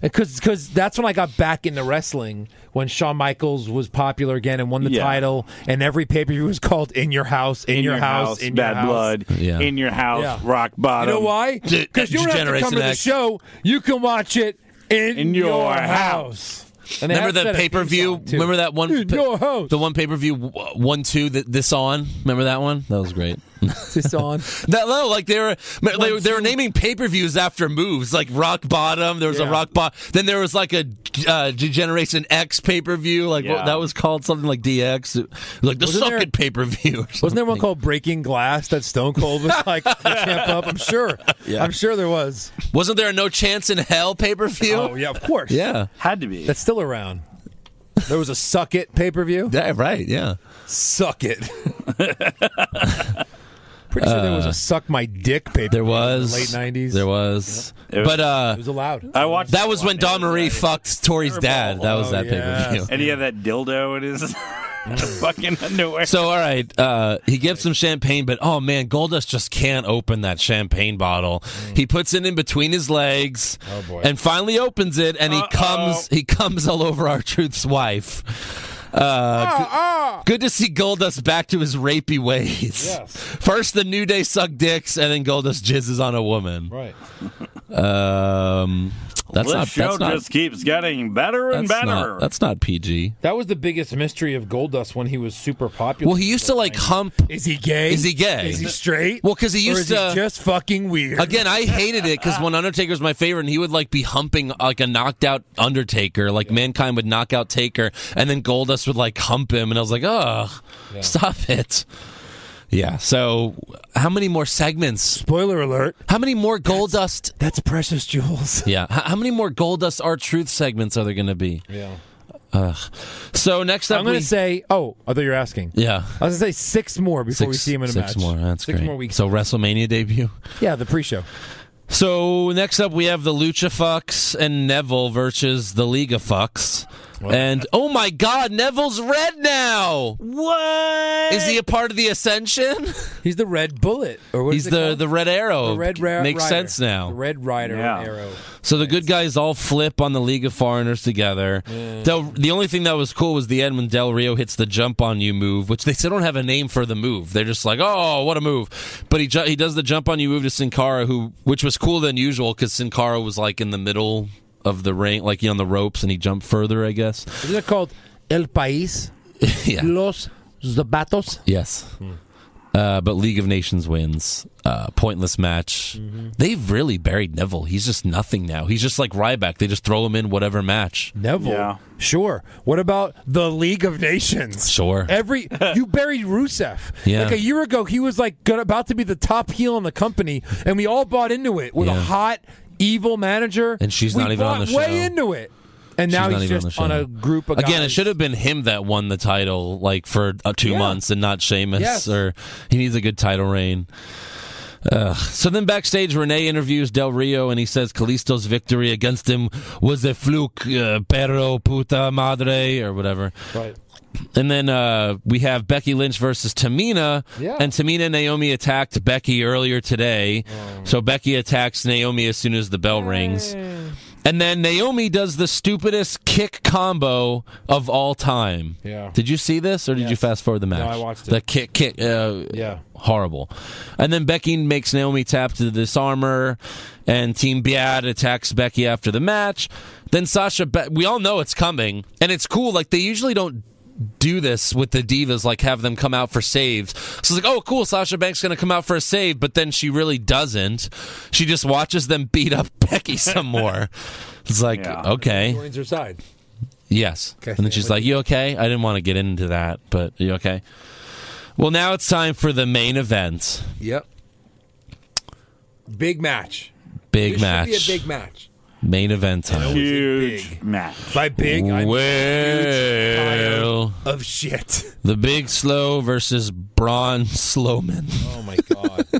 [SPEAKER 4] because because that's when I got back into wrestling when Shawn Michaels was popular again and won the
[SPEAKER 5] Yeah.
[SPEAKER 4] title and every pay per view was called In Your House, In, Your, House, In
[SPEAKER 5] bad
[SPEAKER 4] Your House.
[SPEAKER 5] blood,
[SPEAKER 1] Yeah.
[SPEAKER 5] in your house,
[SPEAKER 4] Yeah.
[SPEAKER 5] rock bottom.
[SPEAKER 4] You know why?
[SPEAKER 1] D-
[SPEAKER 4] Because you don't have to come
[SPEAKER 1] Generation
[SPEAKER 4] to the
[SPEAKER 1] X.
[SPEAKER 4] show. You can watch it in,
[SPEAKER 5] In your
[SPEAKER 4] house. And they
[SPEAKER 1] Remember
[SPEAKER 4] have
[SPEAKER 1] the
[SPEAKER 4] said a theme
[SPEAKER 1] pay per view?
[SPEAKER 4] song, too.
[SPEAKER 1] Remember that one?
[SPEAKER 4] In your house.
[SPEAKER 1] The one pay per view one two that this on. Remember that one? That was great.
[SPEAKER 4] This on.
[SPEAKER 1] that no, like they were they, were- they were
[SPEAKER 4] two.
[SPEAKER 1] naming pay per views after moves like Rock Bottom. There was a
[SPEAKER 4] Yeah.
[SPEAKER 1] Rock Bottom. Then there was like a uh, Generation X pay per view. Like what,
[SPEAKER 5] Yeah.
[SPEAKER 1] that was called something like DX. Like the
[SPEAKER 4] Wasn't there-
[SPEAKER 1] second pay per view.
[SPEAKER 4] Wasn't there one called Breaking Glass that Stone Cold was like champ up? I'm sure. I'm sure there was.
[SPEAKER 1] Wasn't there a No Chance in Hell pay per view?
[SPEAKER 4] Oh yeah, of course.
[SPEAKER 1] yeah.
[SPEAKER 5] Had to be.
[SPEAKER 4] That's still around. There was a suck it pay per view.
[SPEAKER 1] Yeah, right. Yeah.
[SPEAKER 4] Suck it. Pretty sure there was a suck my dick pay per view.
[SPEAKER 1] Uh, There was
[SPEAKER 4] late nineties.
[SPEAKER 1] There was.
[SPEAKER 5] It was-
[SPEAKER 1] But uh,
[SPEAKER 4] It was allowed.
[SPEAKER 5] I watched.
[SPEAKER 1] that was when
[SPEAKER 5] one.
[SPEAKER 1] Don
[SPEAKER 5] It was
[SPEAKER 1] Marie
[SPEAKER 5] like-
[SPEAKER 1] fucked Tori's dad. That was
[SPEAKER 4] Oh,
[SPEAKER 1] that pay per view.
[SPEAKER 4] yes.
[SPEAKER 5] And he had that dildo in his. fucking underwear.
[SPEAKER 1] So all right, uh, he gives some champagne, but oh man, Goldust just can't open that champagne bottle. He
[SPEAKER 5] Mm.
[SPEAKER 1] puts it in between his legs,
[SPEAKER 8] Oh, boy.
[SPEAKER 1] and finally opens it, and he comes he comes all over our truth's wife. Uh,
[SPEAKER 5] Uh-uh.
[SPEAKER 1] g- Good to see Goldust back to his rapey ways.
[SPEAKER 8] Yes.
[SPEAKER 1] First, the New Day suck dicks, and then Goldust jizzes on a woman.
[SPEAKER 8] Right.
[SPEAKER 1] Um, that's
[SPEAKER 5] this
[SPEAKER 1] not.
[SPEAKER 5] show
[SPEAKER 1] That's not.
[SPEAKER 5] just keeps getting better and
[SPEAKER 1] that's
[SPEAKER 5] better.
[SPEAKER 1] not. That's not PG.
[SPEAKER 8] That was the biggest mystery of Goldust when he was super popular.
[SPEAKER 1] Well, he used to like hump
[SPEAKER 4] Is he gay?
[SPEAKER 1] Is he gay?
[SPEAKER 4] Is he straight?
[SPEAKER 1] Well, 'cause he
[SPEAKER 4] Or
[SPEAKER 1] used
[SPEAKER 4] is
[SPEAKER 1] to-
[SPEAKER 4] He just fucking weird.
[SPEAKER 1] Again, I hated it because when Undertaker's my favorite, and he would like be humping like a knocked out Undertaker, like mankind would knock out Taker, and then Goldust would like hump him, and I was like, ugh, stop it. Yeah. So, how many more segments?
[SPEAKER 4] Spoiler alert.
[SPEAKER 1] How many more Goldust?
[SPEAKER 4] That's precious jewels.
[SPEAKER 1] Yeah. H- how many more Goldust Our Truth segments are there going to be?
[SPEAKER 8] yeah.
[SPEAKER 1] So next up,
[SPEAKER 4] I'm gonna
[SPEAKER 1] we-
[SPEAKER 4] say. Oh, although you're asking,
[SPEAKER 1] yeah.
[SPEAKER 4] I was gonna say six more before we see him in a
[SPEAKER 1] six
[SPEAKER 4] match.
[SPEAKER 1] more. That's
[SPEAKER 8] Six
[SPEAKER 1] great.
[SPEAKER 8] more weeks.
[SPEAKER 1] So WrestleMania debut.
[SPEAKER 4] Yeah, the pre-show.
[SPEAKER 1] So next up, we have the Lucha Fucks and Neville versus the League of Fucks. And oh my God, Neville's red now.
[SPEAKER 5] What?
[SPEAKER 1] Is he a part of the Ascension?
[SPEAKER 4] He's the Red Bullet, or what
[SPEAKER 1] He's
[SPEAKER 4] is it
[SPEAKER 1] the
[SPEAKER 4] called?
[SPEAKER 1] the Red Arrow.
[SPEAKER 4] The Red Ra-
[SPEAKER 1] Makes
[SPEAKER 4] Rider.
[SPEAKER 1] sense now.
[SPEAKER 4] The Red Rider
[SPEAKER 5] Yeah.
[SPEAKER 4] Arrow.
[SPEAKER 1] so the good guys all flip on the League of Foreigners together. The, the only thing that was cool was the end when Del Rio hits the jump on you move, which they still don't have a name for the move. They're just like, oh, what a move! But he ju- he does the jump on you move to Sin Cara, who which was cooler than usual because Sin Cara was like in the middle of the ring, like you know, on the ropes, and he jumped further, I guess.
[SPEAKER 4] Is it called El País?
[SPEAKER 1] yeah.
[SPEAKER 4] Los Zapatos.
[SPEAKER 1] Yes. Uh, but League of Nations wins. Uh, pointless match. They've really buried Neville. He's just nothing now. He's just like Ryback. They just throw him in whatever match.
[SPEAKER 4] Neville.
[SPEAKER 5] Yeah.
[SPEAKER 4] Sure. What about the League of Nations?
[SPEAKER 1] Sure.
[SPEAKER 4] Every you buried Rusev.
[SPEAKER 1] Yeah.
[SPEAKER 4] Like a year ago, he was like good, about to be the top heel in the company, and we all bought into it with a
[SPEAKER 1] Yeah.
[SPEAKER 4] hot evil manager.
[SPEAKER 1] And she's
[SPEAKER 4] We
[SPEAKER 1] not even on
[SPEAKER 4] bought
[SPEAKER 1] the
[SPEAKER 4] Way
[SPEAKER 1] show.
[SPEAKER 4] into it, and
[SPEAKER 1] She's
[SPEAKER 4] now
[SPEAKER 1] not
[SPEAKER 4] he's
[SPEAKER 1] even on
[SPEAKER 4] just
[SPEAKER 1] the
[SPEAKER 4] on,
[SPEAKER 1] show.
[SPEAKER 4] a group of
[SPEAKER 1] Again, it
[SPEAKER 4] guys.
[SPEAKER 1] should have been him that won the title, like for uh, two
[SPEAKER 4] Yeah.
[SPEAKER 1] months, and not Sheamus.
[SPEAKER 4] Yes.
[SPEAKER 1] Or he needs a good title reign. Ugh. So then backstage, Renee interviews Del Rio, and he says Kalisto's victory against him was a fluke, uh, perro puta madre, or whatever.
[SPEAKER 8] Right.
[SPEAKER 1] And then uh, we have Becky Lynch versus Tamina.
[SPEAKER 8] Yeah.
[SPEAKER 1] And Tamina and Naomi attacked Becky earlier today.
[SPEAKER 8] Oh.
[SPEAKER 1] So Becky attacks Naomi as soon as the bell rings. And then Naomi does the stupidest kick combo of all time.
[SPEAKER 8] Yeah.
[SPEAKER 1] Did you see this or did you fast forward the match?
[SPEAKER 8] I watched it.
[SPEAKER 1] The kick, kick. Uh,
[SPEAKER 8] Yeah.
[SPEAKER 1] Horrible. And then Becky makes Naomi tap to the disarmer, and Team Biad attacks Becky after the match. Then Sasha, Be- we all know it's coming, and it's cool. Like, they usually don't do this with the divas, like, have them come out for saves. So it's like, oh, cool, Sasha Banks going to come out for a save, but then she really doesn't. She just watches them beat up Becky some more. It's like,
[SPEAKER 5] Yeah.
[SPEAKER 1] okay.
[SPEAKER 4] Joins her side.
[SPEAKER 1] Yes. And then she's like, You okay? I didn't want to get into that, but you okay? Well, now it's time for the main event.
[SPEAKER 4] Yep. Big match.
[SPEAKER 1] Big
[SPEAKER 4] This
[SPEAKER 1] match.
[SPEAKER 4] Should be a big match.
[SPEAKER 1] main event time.
[SPEAKER 5] Huge match.
[SPEAKER 4] By big, I mean
[SPEAKER 1] Well,
[SPEAKER 4] of shit.
[SPEAKER 1] the big slow versus Braun Slowman.
[SPEAKER 8] Oh my god.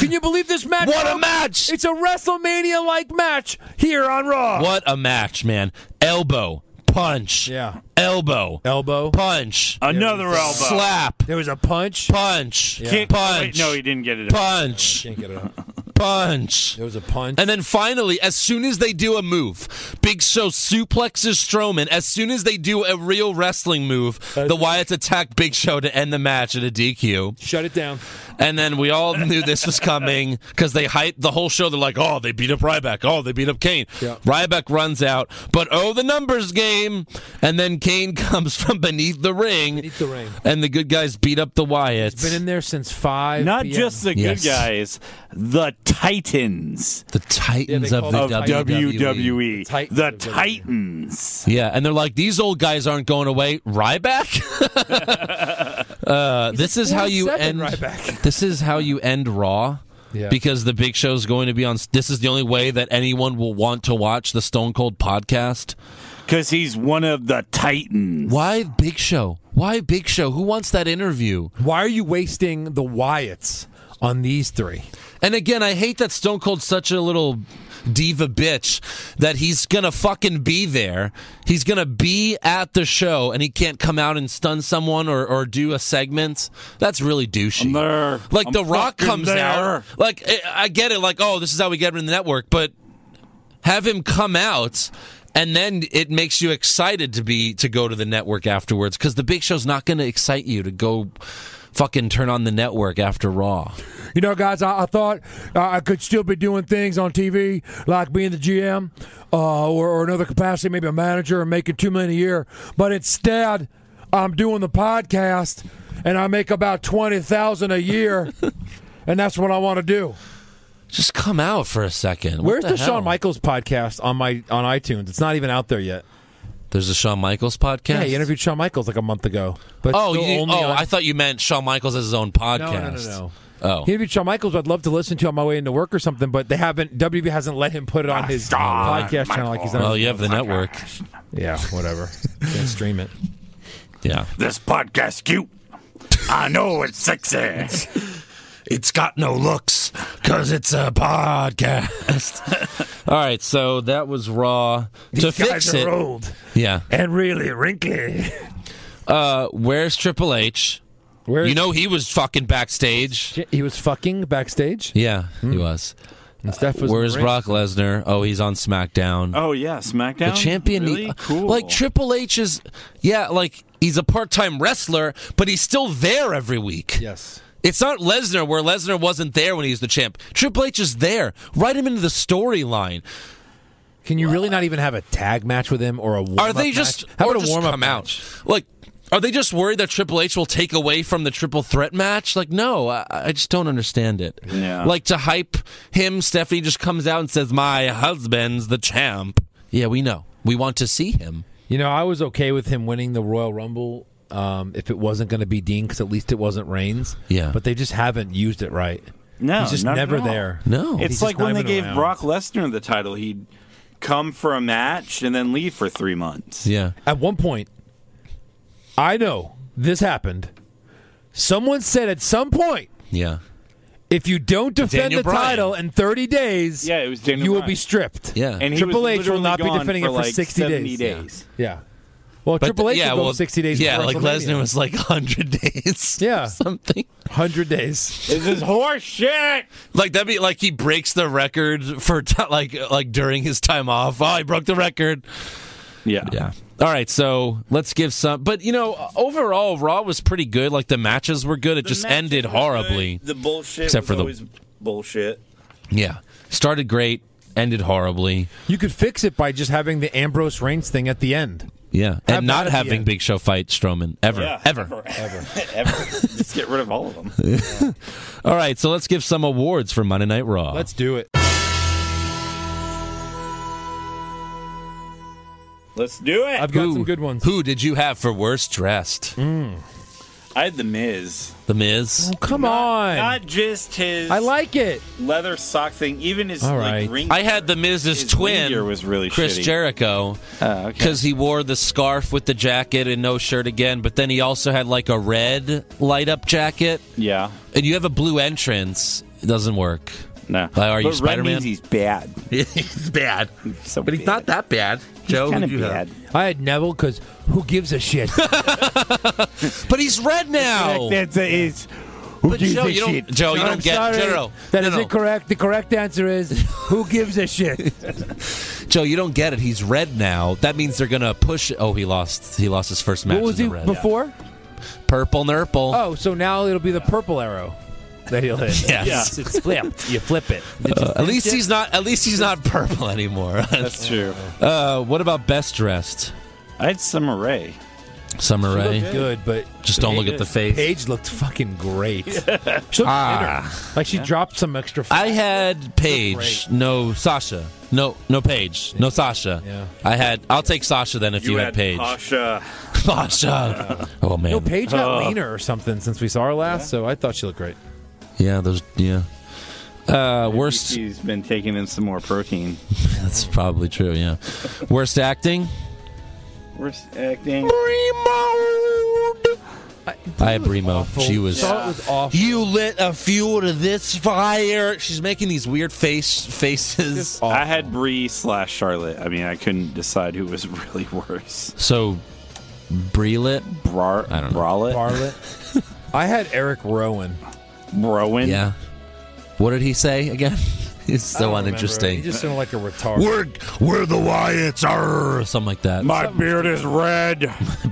[SPEAKER 4] Can you believe this match?
[SPEAKER 1] What a match!
[SPEAKER 4] It's a WrestleMania like match here on Raw.
[SPEAKER 1] What a match, man. Elbow, punch.
[SPEAKER 4] Yeah.
[SPEAKER 1] Elbow,
[SPEAKER 4] Elbow.
[SPEAKER 1] punch.
[SPEAKER 5] Another elbow.
[SPEAKER 1] Slap,
[SPEAKER 4] There was a punch.
[SPEAKER 1] punch,
[SPEAKER 5] Kick-
[SPEAKER 1] punch,
[SPEAKER 5] Wait, no, he didn't get it.
[SPEAKER 1] punch,
[SPEAKER 8] Can't get it up.
[SPEAKER 1] punch.
[SPEAKER 8] There was a punch.
[SPEAKER 1] And then finally, as soon as they do a move, Big Show suplexes Strowman. As soon as they do a real wrestling move, the Wyatts attack Big Show to end the match at a DQ.
[SPEAKER 4] Shut it down.
[SPEAKER 1] And then we all knew this was coming because they hyped the whole show. They're like, oh, they beat up Ryback. Oh, they beat up Kane.
[SPEAKER 4] Yeah.
[SPEAKER 1] Ryback runs out, but oh, the numbers game. And then Kane comes from beneath the ring.
[SPEAKER 4] Beneath the ring.
[SPEAKER 1] And the good guys beat up the Wyatts.
[SPEAKER 4] Been in there since five.
[SPEAKER 5] Not
[SPEAKER 4] PM.
[SPEAKER 5] just the
[SPEAKER 1] Yes.
[SPEAKER 5] good guys, the Titans
[SPEAKER 1] the Titans
[SPEAKER 4] Yeah, they
[SPEAKER 1] of
[SPEAKER 4] call
[SPEAKER 1] the E.
[SPEAKER 4] them
[SPEAKER 1] WWE.
[SPEAKER 4] E.
[SPEAKER 5] WWE.
[SPEAKER 4] Titans
[SPEAKER 5] E. The
[SPEAKER 4] of WWE.
[SPEAKER 5] Titans.
[SPEAKER 1] Yeah, and they're like, these old guys aren't going away. Ryback. uh, this is how you
[SPEAKER 4] 47
[SPEAKER 1] end.
[SPEAKER 4] Ryback.
[SPEAKER 1] This is how you end Raw.
[SPEAKER 4] Yeah.
[SPEAKER 1] Because the Big Show is going to be on. This is the only way that anyone will want to watch the Stone Cold podcast.
[SPEAKER 5] Because he's one of the Titans.
[SPEAKER 1] Why Big Show? Why Big Show? Who wants that interview?
[SPEAKER 4] Why are you wasting the Wyatts on these three?
[SPEAKER 1] And again, I hate that Stone Cold's such a little diva bitch that he's gonna fucking be there. He's gonna be at the show, and he can't come out and stun someone or, or do a segment. That's really douchey.
[SPEAKER 5] I'm there.
[SPEAKER 1] Like
[SPEAKER 5] I'm
[SPEAKER 1] The Rock
[SPEAKER 5] fucking
[SPEAKER 1] comes out.
[SPEAKER 5] there.
[SPEAKER 1] Like I- I get it. Like oh, this is how we get him in the network, but have him come out. And then it makes you excited to be to go to the network afterwards because the big show's not going to excite you to go fucking turn on the network after Raw.
[SPEAKER 9] You know, guys, I, I thought uh, I could still be doing things on TV, like being the GM uh, or, or another capacity, maybe a manager, and making two million a year. But instead, I'm doing the podcast, and I make about twenty thousand a year, and that's what I want to do.
[SPEAKER 1] Just come out for a second. What
[SPEAKER 4] Where's the,
[SPEAKER 1] hell?
[SPEAKER 4] Shawn Michaels podcast on my on iTunes? It's not even out there yet.
[SPEAKER 1] There's a Shawn Michaels podcast.
[SPEAKER 4] Yeah, he interviewed Shawn Michaels like a month ago. But it's
[SPEAKER 1] Oh,
[SPEAKER 4] still
[SPEAKER 1] you, oh!
[SPEAKER 4] only on-
[SPEAKER 1] I thought you meant Shawn Michaels has his own
[SPEAKER 4] no, no, no,
[SPEAKER 1] podcast.
[SPEAKER 4] no.
[SPEAKER 1] Oh,
[SPEAKER 4] He interviewed Shawn Michaels. I'd love to listen to on my way into work or something, but they haven't. WB hasn't let him put it on his podcast channel like he's on.
[SPEAKER 1] Ah, well, you have the network.
[SPEAKER 4] yeah, whatever. Can't stream it.
[SPEAKER 1] Yeah,
[SPEAKER 5] This podcast cute. I know it's sexy.
[SPEAKER 1] it's got no looks because it's a podcast. All right, so that was Raw. to fix it,
[SPEAKER 9] old
[SPEAKER 1] yeah.
[SPEAKER 9] and really wrinkly.
[SPEAKER 1] Uh, where's Triple H?
[SPEAKER 4] Where
[SPEAKER 1] You know he was fucking backstage.
[SPEAKER 4] he was fucking backstage.
[SPEAKER 1] Yeah, he was.
[SPEAKER 4] And Steph Hmm. was in the
[SPEAKER 1] Where's
[SPEAKER 4] ring.
[SPEAKER 1] Brock Lesnar? Oh, he's on SmackDown.
[SPEAKER 5] Oh yeah, SmackDown.
[SPEAKER 1] The champion,
[SPEAKER 5] Really? Cool.
[SPEAKER 1] like Triple H is, yeah, like he's a part-time wrestler, but he's still there every week.
[SPEAKER 4] Yes.
[SPEAKER 1] It's not Lesnar where Lesnar wasn't there when he was the champ. Triple H is there. Write him into the storyline.
[SPEAKER 4] Can you really not even have a tag match with him or a warm
[SPEAKER 1] Are they just
[SPEAKER 4] How
[SPEAKER 1] or
[SPEAKER 4] about a
[SPEAKER 1] just
[SPEAKER 4] warm up
[SPEAKER 1] come out? Like, are they just worried that Triple H will take away from the triple threat match? Like, no, I, I just don't understand it.
[SPEAKER 5] Yeah.
[SPEAKER 1] Like to hype him, Stephanie just comes out and says, "My husband's the champ." Yeah, we know. We want to see him.
[SPEAKER 4] You know, I was okay with him winning the Royal Rumble um, if it wasn't going to be Dean because at least it wasn't Reigns.
[SPEAKER 1] Yeah.
[SPEAKER 4] But they just haven't used it right.
[SPEAKER 5] no,
[SPEAKER 4] He's just
[SPEAKER 5] not at
[SPEAKER 4] never
[SPEAKER 5] all.
[SPEAKER 4] there.
[SPEAKER 1] No.
[SPEAKER 5] It's
[SPEAKER 4] He's
[SPEAKER 5] like
[SPEAKER 4] just not
[SPEAKER 5] when they
[SPEAKER 4] even
[SPEAKER 5] gave
[SPEAKER 4] around.
[SPEAKER 5] Brock Lesnar the title. He'd come for a match and then leave for three months.
[SPEAKER 1] Yeah.
[SPEAKER 4] At one point, I know this happened. Someone said at some point,
[SPEAKER 1] Yeah.
[SPEAKER 4] if you don't defend
[SPEAKER 1] Daniel
[SPEAKER 4] the
[SPEAKER 1] Bryan.
[SPEAKER 4] title in 30 days,
[SPEAKER 5] Yeah, it was Daniel
[SPEAKER 4] you will
[SPEAKER 5] Bryan.
[SPEAKER 4] be stripped.
[SPEAKER 1] Yeah.
[SPEAKER 5] And he
[SPEAKER 4] Triple
[SPEAKER 5] was
[SPEAKER 4] H will
[SPEAKER 5] literally
[SPEAKER 4] not be
[SPEAKER 5] gone
[SPEAKER 4] defending
[SPEAKER 5] for
[SPEAKER 4] it for
[SPEAKER 5] like
[SPEAKER 4] 60
[SPEAKER 5] 70
[SPEAKER 4] days.
[SPEAKER 5] days.
[SPEAKER 4] Yeah. Well, Triple H
[SPEAKER 1] yeah,
[SPEAKER 4] will go
[SPEAKER 1] well,
[SPEAKER 4] 60 days
[SPEAKER 1] Yeah,
[SPEAKER 4] before
[SPEAKER 1] like
[SPEAKER 4] WrestleMania.
[SPEAKER 1] Lesnar was like 100 days.
[SPEAKER 4] Yeah.
[SPEAKER 1] Or something.
[SPEAKER 4] 100 days.
[SPEAKER 5] This is horse shit.
[SPEAKER 1] Like that'd be like he breaks the record for t- like like during his time off. Oh, he broke the record.
[SPEAKER 5] Yeah.
[SPEAKER 1] Yeah. All right, so let's give some. But you know, overall, Raw was pretty good. Like the matches were good. It just ended horribly.
[SPEAKER 5] The bullshit
[SPEAKER 1] Except was for the- always
[SPEAKER 5] always bullshit.
[SPEAKER 1] Yeah, started great, ended horribly.
[SPEAKER 4] You could fix it by just having the Ambrose Reigns thing at the end.
[SPEAKER 1] Yeah,
[SPEAKER 4] Have
[SPEAKER 1] and not
[SPEAKER 4] that at the
[SPEAKER 1] having
[SPEAKER 4] end.
[SPEAKER 1] Big Show fight Strowman ever, ever.
[SPEAKER 5] Ever. ever. Just get rid of all of them.
[SPEAKER 1] All right, so let's give some awards for Monday Night Raw.
[SPEAKER 4] Let's do it.
[SPEAKER 5] Let's do it.
[SPEAKER 4] I've got some good ones.
[SPEAKER 1] Who did you have for worst dressed?
[SPEAKER 5] I had the Miz.
[SPEAKER 1] The Miz.
[SPEAKER 4] Come on.
[SPEAKER 5] Not just his
[SPEAKER 4] I like it.
[SPEAKER 5] leather sock thing, even his
[SPEAKER 4] All
[SPEAKER 5] like
[SPEAKER 4] right.
[SPEAKER 5] ring.
[SPEAKER 1] I had the Miz's
[SPEAKER 5] His
[SPEAKER 1] twin.
[SPEAKER 5] ring gear was really
[SPEAKER 1] Chris
[SPEAKER 5] shitty.
[SPEAKER 1] Jericho
[SPEAKER 5] Oh, okay.
[SPEAKER 1] because he wore the scarf with the jacket and no shirt again. But then he also had like a red light up jacket,
[SPEAKER 5] Yeah.
[SPEAKER 1] and you have a blue entrance. It doesn't work.
[SPEAKER 5] No.
[SPEAKER 1] Like, are you
[SPEAKER 5] But Red
[SPEAKER 1] Spider-Man?
[SPEAKER 5] means he's bad.
[SPEAKER 1] It's bad,
[SPEAKER 5] So bad.
[SPEAKER 1] that bad.
[SPEAKER 5] He's kind
[SPEAKER 1] who'd
[SPEAKER 5] of
[SPEAKER 1] you have?
[SPEAKER 5] bad.
[SPEAKER 4] I had Neville because who gives a shit?
[SPEAKER 1] but he's red now.
[SPEAKER 5] That's a, it's
[SPEAKER 1] But Joe, you don't. Joe, you don't get. General,
[SPEAKER 4] That is
[SPEAKER 1] no, no.
[SPEAKER 4] incorrect. The correct answer is who gives a shit?
[SPEAKER 1] Joe, you don't get it. He's red now. That means they're gonna push. Oh, he lost. He lost his first match.
[SPEAKER 4] what was
[SPEAKER 1] in
[SPEAKER 4] he
[SPEAKER 1] the red.
[SPEAKER 4] before?
[SPEAKER 1] Purple nurple.
[SPEAKER 4] Oh, so now it'll be the purple arrow that he'll hit.
[SPEAKER 1] Yes.
[SPEAKER 4] Yes, it's flipped. You flip it.
[SPEAKER 1] Uh, at least he's not. At least he's not purple anymore.
[SPEAKER 5] That's true.
[SPEAKER 1] Uh, what about best dressed?
[SPEAKER 5] I had Summer Rae.
[SPEAKER 1] Summer Rae.
[SPEAKER 4] Good, but
[SPEAKER 1] Just don't look at the face. Ah.
[SPEAKER 4] Paige looked fucking great. She looked thinner. Like she dropped some extra. F-
[SPEAKER 1] I had Paige. No Sasha. No, no Paige. No Sasha.
[SPEAKER 4] Yeah.
[SPEAKER 1] I had. I'll take Sasha then if you, had, Paige.
[SPEAKER 5] Pasha.
[SPEAKER 1] Sasha. Oh man.
[SPEAKER 4] no, Paige got leaner or something since we saw her last, so I thought she looked great.
[SPEAKER 1] Yeah. Those. Yeah. Uh, worst.
[SPEAKER 5] He's been taking in some more protein.
[SPEAKER 1] That's probably true. Yeah. Worst acting.
[SPEAKER 5] Worst acting.
[SPEAKER 4] I,
[SPEAKER 1] I have Bremo. She was.
[SPEAKER 4] Saw it was awful.
[SPEAKER 1] You lit a fuel to this fire. She's making these weird face faces.
[SPEAKER 5] I had Bree slash Charlotte. I mean, I couldn't decide who was really worse.
[SPEAKER 1] So, Brie lit.
[SPEAKER 5] Brar,
[SPEAKER 1] I don't know.
[SPEAKER 5] Bralette,
[SPEAKER 4] Barlett. I had Eric Rowan.
[SPEAKER 5] Browen.
[SPEAKER 1] Yeah. What did he say again? He's so
[SPEAKER 4] I don't remember.
[SPEAKER 1] uninteresting.
[SPEAKER 4] He just sounded like a retard.
[SPEAKER 1] we're we're the Wyatts, arr, or something like that.
[SPEAKER 5] My beard is red.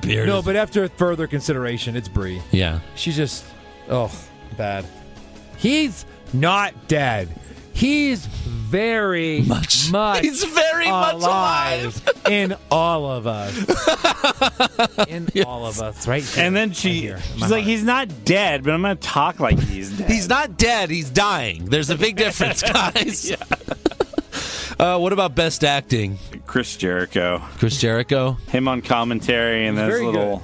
[SPEAKER 1] beard.
[SPEAKER 4] no,
[SPEAKER 1] is-
[SPEAKER 4] but after further consideration, it's Bree.
[SPEAKER 1] yeah.
[SPEAKER 4] She's just, oh, bad. He's not dead. He's very
[SPEAKER 1] Much-
[SPEAKER 4] much,
[SPEAKER 1] He's very much
[SPEAKER 4] in all of us. in all of us, right? Here,
[SPEAKER 5] And then
[SPEAKER 4] right
[SPEAKER 5] she,
[SPEAKER 4] here, in
[SPEAKER 5] she's
[SPEAKER 4] my
[SPEAKER 5] like,
[SPEAKER 4] heart.
[SPEAKER 5] he's not dead, but I'm gonna talk like he's dead.
[SPEAKER 1] He's not dead. He's dying. There's a big difference, guys. uh, what about best acting?
[SPEAKER 5] Chris Jericho.
[SPEAKER 1] Chris Jericho.
[SPEAKER 5] Him on commentary and his
[SPEAKER 4] very
[SPEAKER 5] little,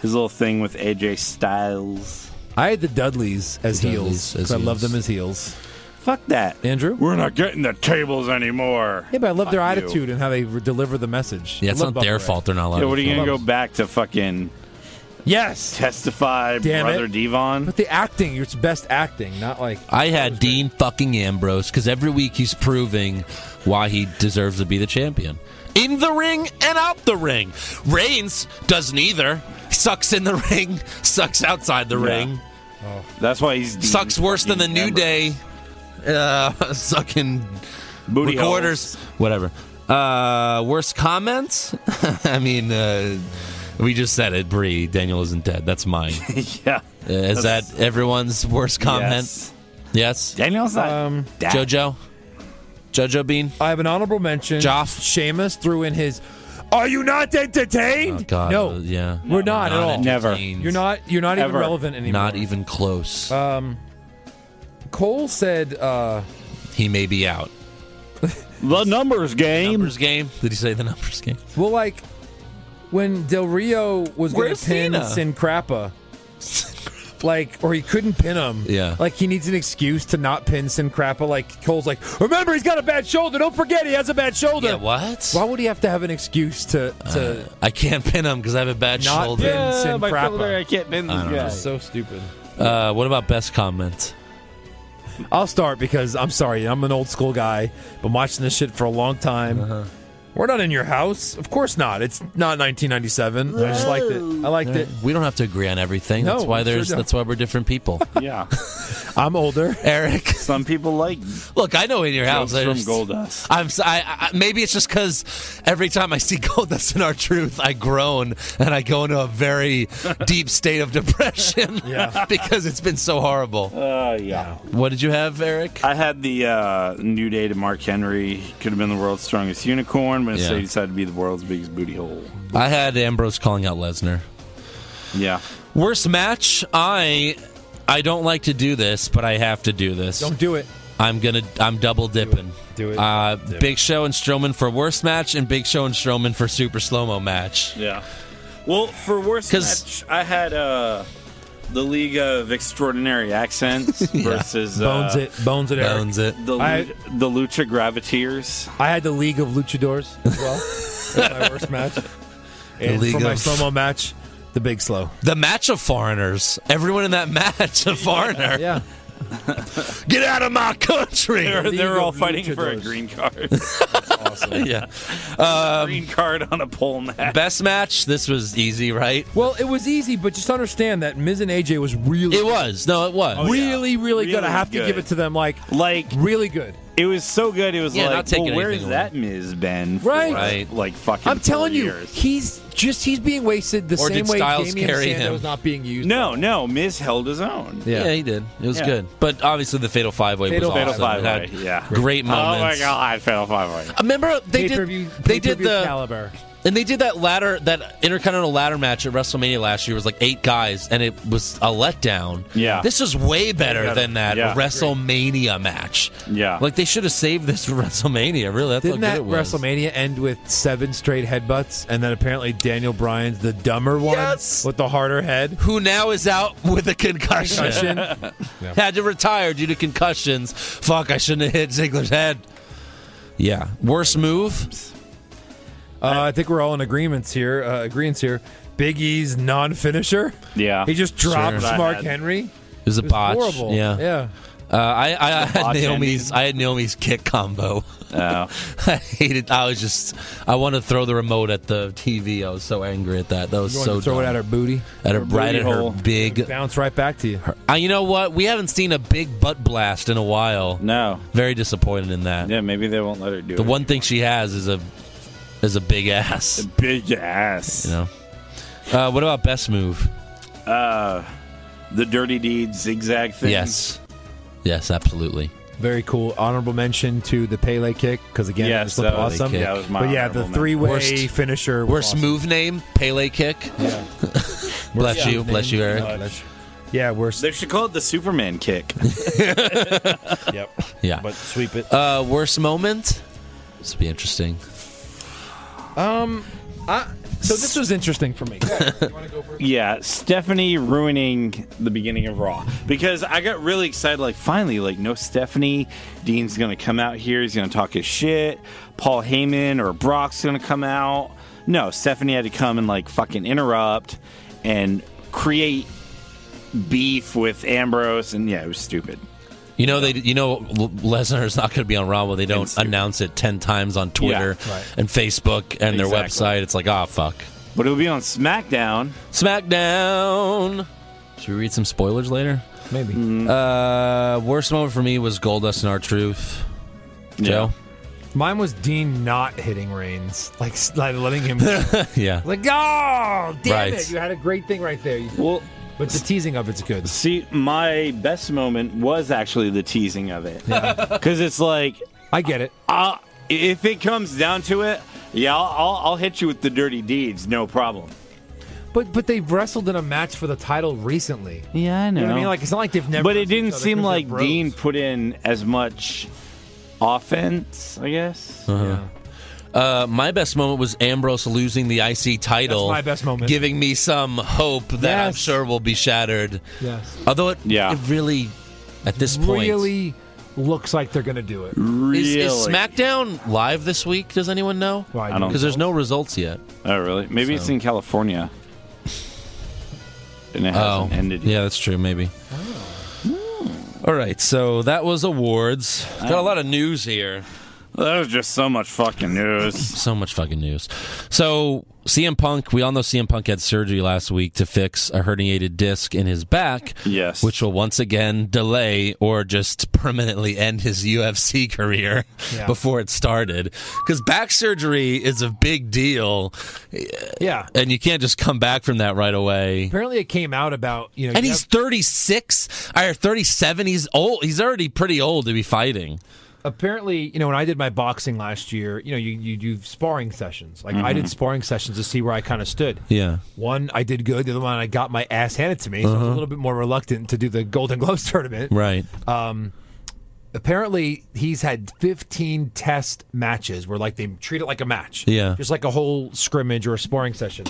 [SPEAKER 5] his little thing with AJ Styles.
[SPEAKER 4] I had the Dudleys as
[SPEAKER 1] The
[SPEAKER 4] heels.
[SPEAKER 1] Dudleys as
[SPEAKER 4] 'cause I love
[SPEAKER 1] heels.
[SPEAKER 4] them as heels.
[SPEAKER 5] Fuck that.
[SPEAKER 4] Andrew?
[SPEAKER 5] We're not getting the tables anymore.
[SPEAKER 4] Yeah, but I love their
[SPEAKER 5] Fuck you.
[SPEAKER 4] attitude and how they re- deliver the message.
[SPEAKER 1] Yeah,
[SPEAKER 4] I
[SPEAKER 1] it's
[SPEAKER 4] love
[SPEAKER 1] not their
[SPEAKER 4] Buckaroo.
[SPEAKER 1] fault. They're not allowed.
[SPEAKER 5] Yeah, what are you gonna
[SPEAKER 1] to
[SPEAKER 5] go back to fucking
[SPEAKER 4] Yes.
[SPEAKER 5] testify,
[SPEAKER 4] Damn it.
[SPEAKER 5] brother Devon?
[SPEAKER 4] But the acting, it's best acting, not like
[SPEAKER 1] I had Dean fucking Ambrose because every week he's proving why he deserves to be the champion. In the ring and out the ring. Reigns doesn't either. Sucks in the ring, sucks outside the ring.
[SPEAKER 5] That's why he's Dean
[SPEAKER 1] Sucks worse than the
[SPEAKER 5] fucking
[SPEAKER 1] New
[SPEAKER 5] Ambrose.
[SPEAKER 1] Day. Uh, sucking
[SPEAKER 5] Booty holes.
[SPEAKER 1] recorders. Whatever. Uh, worst comments? I mean, uh, we just said it. Bree, Daniel isn't dead. That's mine. Uh,
[SPEAKER 5] Yeah.
[SPEAKER 1] Is that
[SPEAKER 5] That's-
[SPEAKER 1] everyone's worst comment?
[SPEAKER 5] Yes.
[SPEAKER 1] Yes.
[SPEAKER 5] Daniel's not
[SPEAKER 4] Um,
[SPEAKER 5] dead.
[SPEAKER 1] JoJo? JoJo Bean?
[SPEAKER 4] I have an honorable mention.
[SPEAKER 1] Joff.
[SPEAKER 4] Seamus threw in his. Are you not entertained?
[SPEAKER 1] Oh, God.
[SPEAKER 4] No,
[SPEAKER 1] Yeah.
[SPEAKER 4] we're not at all.
[SPEAKER 5] Never.
[SPEAKER 1] entertained.
[SPEAKER 4] You're not. You're not even
[SPEAKER 5] Ever.
[SPEAKER 4] relevant anymore. Uh,
[SPEAKER 1] Not e- even close.
[SPEAKER 4] Cole said. Uh,
[SPEAKER 1] he may be out.
[SPEAKER 5] The numbers game.
[SPEAKER 1] Numbers game? Did he say the numbers game?
[SPEAKER 4] well, like when Del Rio was going
[SPEAKER 1] Where's
[SPEAKER 4] to pin
[SPEAKER 1] Cena?
[SPEAKER 4] Sin Crappa, like, or he couldn't pin him.
[SPEAKER 1] Yeah.
[SPEAKER 4] Like he needs an excuse to not pin Sin Crappa. Like Cole's like, remember he's got a bad shoulder. Don't forget he has a bad shoulder.
[SPEAKER 1] Yeah, what?
[SPEAKER 4] Why would he have to have an excuse to to
[SPEAKER 1] I can't pin him because I have a bad
[SPEAKER 4] Not
[SPEAKER 1] shoulder.
[SPEAKER 4] pin.
[SPEAKER 5] Yeah,
[SPEAKER 4] Sin
[SPEAKER 5] my
[SPEAKER 4] Crappa.
[SPEAKER 5] shoulder, I can't bend this
[SPEAKER 1] I don't
[SPEAKER 5] guy.
[SPEAKER 4] so stupid?
[SPEAKER 1] Uh, what about best comment?
[SPEAKER 4] I'll start because I'm sorry, I'm an old school guy. Been watching this shit for a long time. We're not in your house, of course not. It's not 1997. I just liked it. I liked it.
[SPEAKER 1] We don't have to agree on everything.
[SPEAKER 4] No,
[SPEAKER 1] that's why
[SPEAKER 4] we sure
[SPEAKER 1] there's.
[SPEAKER 4] don't.
[SPEAKER 1] that's why we're different people.
[SPEAKER 5] Yeah.
[SPEAKER 4] I'm older.
[SPEAKER 1] Eric,
[SPEAKER 5] Some people like
[SPEAKER 1] look, I know in your house.
[SPEAKER 5] jokes
[SPEAKER 1] I
[SPEAKER 5] from
[SPEAKER 1] just-
[SPEAKER 5] Goldust.
[SPEAKER 1] I'm si I, I, maybe it's just because every time I see gold that's in our truth, I groan and I go into a very deep state of depression
[SPEAKER 4] Yeah.
[SPEAKER 1] because it's been so horrible.
[SPEAKER 5] Uh, yeah.
[SPEAKER 1] What did you have, Eric?
[SPEAKER 5] I had the uh, New Day to Mark Henry. Could have been the world's strongest unicorn, but instead
[SPEAKER 1] Yeah.
[SPEAKER 5] he decided to be the world's biggest booty hole.
[SPEAKER 1] I had Ambrose calling out Lesnar.
[SPEAKER 5] Yeah.
[SPEAKER 1] Worst match? I I don't like to do this, but I have to do this.
[SPEAKER 4] Don't do it.
[SPEAKER 1] I'm gonna I'm double dipping.
[SPEAKER 4] Do it.
[SPEAKER 1] Uh, Big Show and Strowman for worst match, and Big Show and Strowman for super slow mo match.
[SPEAKER 5] Yeah. Well, for worst
[SPEAKER 1] 'Cause-
[SPEAKER 5] match, I had uh, the League of Extraordinary Accents versus uh,
[SPEAKER 4] Bones it. Bones it. Eric.
[SPEAKER 1] Owns it.
[SPEAKER 5] The,
[SPEAKER 4] I-
[SPEAKER 5] Lu- the Lucha Graviteers.
[SPEAKER 4] I had the League of Luchadors as well. That's my worst match. And
[SPEAKER 1] League
[SPEAKER 4] for my
[SPEAKER 1] of-
[SPEAKER 4] slow mo match, the Big Slow.
[SPEAKER 1] The match of foreigners. Everyone in that match a foreigner.
[SPEAKER 4] Yeah.
[SPEAKER 1] Get out of my country.
[SPEAKER 5] They're,
[SPEAKER 4] League
[SPEAKER 5] they're all
[SPEAKER 4] of
[SPEAKER 5] fighting for a
[SPEAKER 4] Luchadors.
[SPEAKER 5] green card. Um,
[SPEAKER 1] yeah.
[SPEAKER 5] green card on a pole match.
[SPEAKER 1] Best match. This was easy, right?
[SPEAKER 4] Well, it was easy, but just understand that Miz and AJ was really,
[SPEAKER 1] It was. No, it was.
[SPEAKER 4] really, really good. I
[SPEAKER 5] Really
[SPEAKER 4] have to give
[SPEAKER 5] good.
[SPEAKER 4] it to them. Like,
[SPEAKER 5] Like
[SPEAKER 4] really good.
[SPEAKER 5] it was so good. It was
[SPEAKER 1] Yeah, not
[SPEAKER 5] like,
[SPEAKER 1] taking
[SPEAKER 5] well, where's
[SPEAKER 1] anything
[SPEAKER 5] that Miz been? For,
[SPEAKER 4] Right.
[SPEAKER 1] Right.
[SPEAKER 5] Like fucking.
[SPEAKER 4] I'm telling
[SPEAKER 5] four
[SPEAKER 4] you,
[SPEAKER 5] years?
[SPEAKER 4] he's just he's being wasted the
[SPEAKER 1] Or
[SPEAKER 4] same
[SPEAKER 1] did
[SPEAKER 4] way
[SPEAKER 1] Styles
[SPEAKER 4] Damian
[SPEAKER 1] carry
[SPEAKER 4] Sandow
[SPEAKER 1] him?
[SPEAKER 4] was not being used.
[SPEAKER 5] No, no, Miz held his own.
[SPEAKER 1] Yeah. he did. It was
[SPEAKER 5] Yeah.
[SPEAKER 1] good. But obviously, the Fatal Five Way was
[SPEAKER 4] Fatal
[SPEAKER 1] awesome.
[SPEAKER 5] Fatal
[SPEAKER 1] It
[SPEAKER 5] five
[SPEAKER 1] had
[SPEAKER 5] way. Yeah.
[SPEAKER 1] Great
[SPEAKER 5] Oh my
[SPEAKER 1] moments. Uh,
[SPEAKER 5] god, fatal five way.
[SPEAKER 1] Remember they
[SPEAKER 4] Pay-per-view-
[SPEAKER 1] did they did
[SPEAKER 4] pay-per-view
[SPEAKER 1] the
[SPEAKER 4] caliber.
[SPEAKER 1] and they did that ladder that intercontinental ladder match at WrestleMania last year was like eight guys and it was a letdown.
[SPEAKER 5] Yeah.
[SPEAKER 1] this is way better
[SPEAKER 5] Yeah.
[SPEAKER 1] than that
[SPEAKER 5] Yeah.
[SPEAKER 1] WrestleMania match.
[SPEAKER 5] Yeah.
[SPEAKER 1] like they should have saved this for WrestleMania. Really, that's
[SPEAKER 4] Didn't
[SPEAKER 1] how
[SPEAKER 4] that
[SPEAKER 1] good it was.
[SPEAKER 4] WrestleMania end with seven straight headbutts, and then apparently Daniel Bryan's the dumber one
[SPEAKER 1] Yes!
[SPEAKER 4] with the harder head?
[SPEAKER 1] Who now is out with a concussion? Had to retire due to concussions. Fuck, I shouldn't have hit Ziggler's head. Yeah, worst move.
[SPEAKER 4] Uh, I think we're all in agreements here. Uh, agreements here. Big E's non finisher.
[SPEAKER 5] Yeah.
[SPEAKER 4] He just dropped
[SPEAKER 5] Sure.
[SPEAKER 4] Mark
[SPEAKER 5] Bad.
[SPEAKER 4] Henry.
[SPEAKER 1] It was a
[SPEAKER 4] It was
[SPEAKER 1] botch.
[SPEAKER 4] horrible.
[SPEAKER 1] Yeah.
[SPEAKER 4] Yeah.
[SPEAKER 1] Uh, I, I, I had
[SPEAKER 5] Botch
[SPEAKER 1] Naomi's.
[SPEAKER 5] ending.
[SPEAKER 1] I had Naomi's kick combo.
[SPEAKER 5] Oh.
[SPEAKER 1] I hated. I was just. I wanted to throw the remote at the TV. I was so angry at that. That was
[SPEAKER 4] You
[SPEAKER 1] so
[SPEAKER 4] want to throw
[SPEAKER 1] dumb.
[SPEAKER 4] it at her booty.
[SPEAKER 1] At her
[SPEAKER 5] her
[SPEAKER 1] right
[SPEAKER 5] booty
[SPEAKER 1] at her
[SPEAKER 5] hole.
[SPEAKER 1] big.
[SPEAKER 4] Bounce right back to you.
[SPEAKER 1] Uh, you know what? We haven't seen a big butt blast in a while.
[SPEAKER 5] No.
[SPEAKER 1] Very disappointed in that.
[SPEAKER 5] Yeah, maybe they won't let her do
[SPEAKER 1] The
[SPEAKER 5] it.
[SPEAKER 1] one thing she has is a is a big ass.
[SPEAKER 5] big ass.
[SPEAKER 1] You know. Uh, what about best move?
[SPEAKER 5] The dirty deed zigzag thing.
[SPEAKER 1] Yes. Yes, absolutely.
[SPEAKER 4] Very cool. Honorable mention to the Pele kick because again,
[SPEAKER 5] Yeah,
[SPEAKER 4] this
[SPEAKER 5] so,
[SPEAKER 4] looked awesome.
[SPEAKER 1] kick.
[SPEAKER 5] Yeah, that was my
[SPEAKER 4] but yeah, the
[SPEAKER 5] honorable
[SPEAKER 4] three way
[SPEAKER 1] Worst-
[SPEAKER 4] finisher. was
[SPEAKER 1] Worst
[SPEAKER 4] awesome.
[SPEAKER 1] move name? Pele kick.
[SPEAKER 4] Yeah.
[SPEAKER 1] Bless
[SPEAKER 4] Yeah.
[SPEAKER 1] you, bless you, Eric.
[SPEAKER 4] Yeah, bless you. Yeah, worst.
[SPEAKER 5] They should call it the Superman kick.
[SPEAKER 4] yep.
[SPEAKER 1] Yeah.
[SPEAKER 4] But sweep it.
[SPEAKER 1] Uh, worst moment. This would be interesting.
[SPEAKER 4] So this was interesting for me.
[SPEAKER 5] yeah, Stephanie ruining the beginning of Raw because I got really excited. Like, finally, like, no Stephanie. Dean's gonna come out here. He's gonna talk his shit. Paul Heyman or Brock's gonna come out. No, Stephanie had to come and like fucking interrupt and create beef with Ambrose, and yeah, it was stupid.
[SPEAKER 1] You know they. You know L- Lesnar's not going to be on Raw. Well, they don't
[SPEAKER 5] stupid.
[SPEAKER 1] announce it ten times on Twitter
[SPEAKER 5] Yeah,
[SPEAKER 4] right.
[SPEAKER 1] and Facebook and their
[SPEAKER 5] Exactly.
[SPEAKER 1] website. It's like, ah, fuck.
[SPEAKER 5] But it'll be on SmackDown.
[SPEAKER 1] SmackDown. Should we read some spoilers later?
[SPEAKER 4] Maybe.
[SPEAKER 5] Mm.
[SPEAKER 1] Uh, worst moment for me was Goldust and our Truth. Joe.
[SPEAKER 4] Mine was Dean not hitting Reigns, like, s- like letting him.
[SPEAKER 1] Yeah.
[SPEAKER 4] like, oh, damn
[SPEAKER 1] Right.
[SPEAKER 4] it! You had a great thing right there. You-
[SPEAKER 5] Well,
[SPEAKER 4] But the teasing of it's good.
[SPEAKER 5] see, my best moment was actually the teasing of it. Because it's like,
[SPEAKER 4] I get it.
[SPEAKER 5] uh, if it comes down to it, yeah, I'll, I'll, I'll hit you with the dirty deeds, no problem.
[SPEAKER 4] But but they've wrestled in a match for the title recently.
[SPEAKER 5] Yeah, I know.
[SPEAKER 4] You know what I mean? Like it's not like they've never.
[SPEAKER 5] but it
[SPEAKER 4] wrestled each
[SPEAKER 5] didn't
[SPEAKER 4] other
[SPEAKER 5] seem
[SPEAKER 4] 'cause they're
[SPEAKER 5] like
[SPEAKER 4] bros.
[SPEAKER 5] Dean put in as much offense, I guess.
[SPEAKER 1] Uh-huh. Uh, my best moment was Ambrose losing the IC title.
[SPEAKER 4] That's my best moment.
[SPEAKER 1] Giving me some hope that I'm
[SPEAKER 4] Yes.
[SPEAKER 1] sure will be shattered.
[SPEAKER 4] Yes.
[SPEAKER 1] Although it,
[SPEAKER 5] Yeah.
[SPEAKER 1] it really, at this point,
[SPEAKER 4] Really looks like they're gonna do it.
[SPEAKER 1] is,
[SPEAKER 5] Really?
[SPEAKER 1] is SmackDown live this week? Does anyone know?
[SPEAKER 4] Why?
[SPEAKER 5] I don't-
[SPEAKER 1] Because there's no results yet.
[SPEAKER 5] oh, really? Maybe it's
[SPEAKER 1] So.
[SPEAKER 5] in California. And it hasn't ended yet.
[SPEAKER 1] Oh. yeah, that's true. Maybe.
[SPEAKER 4] Oh.
[SPEAKER 1] All right, so that was awards. Got a lot of news here.
[SPEAKER 5] That was just so much fucking news.
[SPEAKER 1] So much fucking news. So CM Punk, we all know CM Punk had surgery last week to fix a herniated disc in his back.
[SPEAKER 5] Yes.
[SPEAKER 1] Which will once again delay or just permanently end his UFC career
[SPEAKER 4] Yeah.
[SPEAKER 1] before it started. Because back surgery is a big deal,
[SPEAKER 4] Yeah.
[SPEAKER 1] and you can't just come back from that right away.
[SPEAKER 4] Apparently, it came out about you know.
[SPEAKER 1] And
[SPEAKER 4] you
[SPEAKER 1] he's
[SPEAKER 4] have-
[SPEAKER 1] 36 or 37. He's old. He's already pretty old to be fighting.
[SPEAKER 4] apparently you know when I did my boxing last year, you know you you do sparring sessions. Like I did sparring sessions to see where I kind of stood.
[SPEAKER 1] Mm-hmm. Yeah. Uh-huh.
[SPEAKER 4] One I did good. The other one I got my ass handed to me. So I was a little bit more reluctant to do the Golden Gloves tournament.
[SPEAKER 1] Right.
[SPEAKER 4] apparently he's had 15 test matches where like they treat it like a match
[SPEAKER 1] Yeah.
[SPEAKER 4] just like a whole scrimmage or a sparring session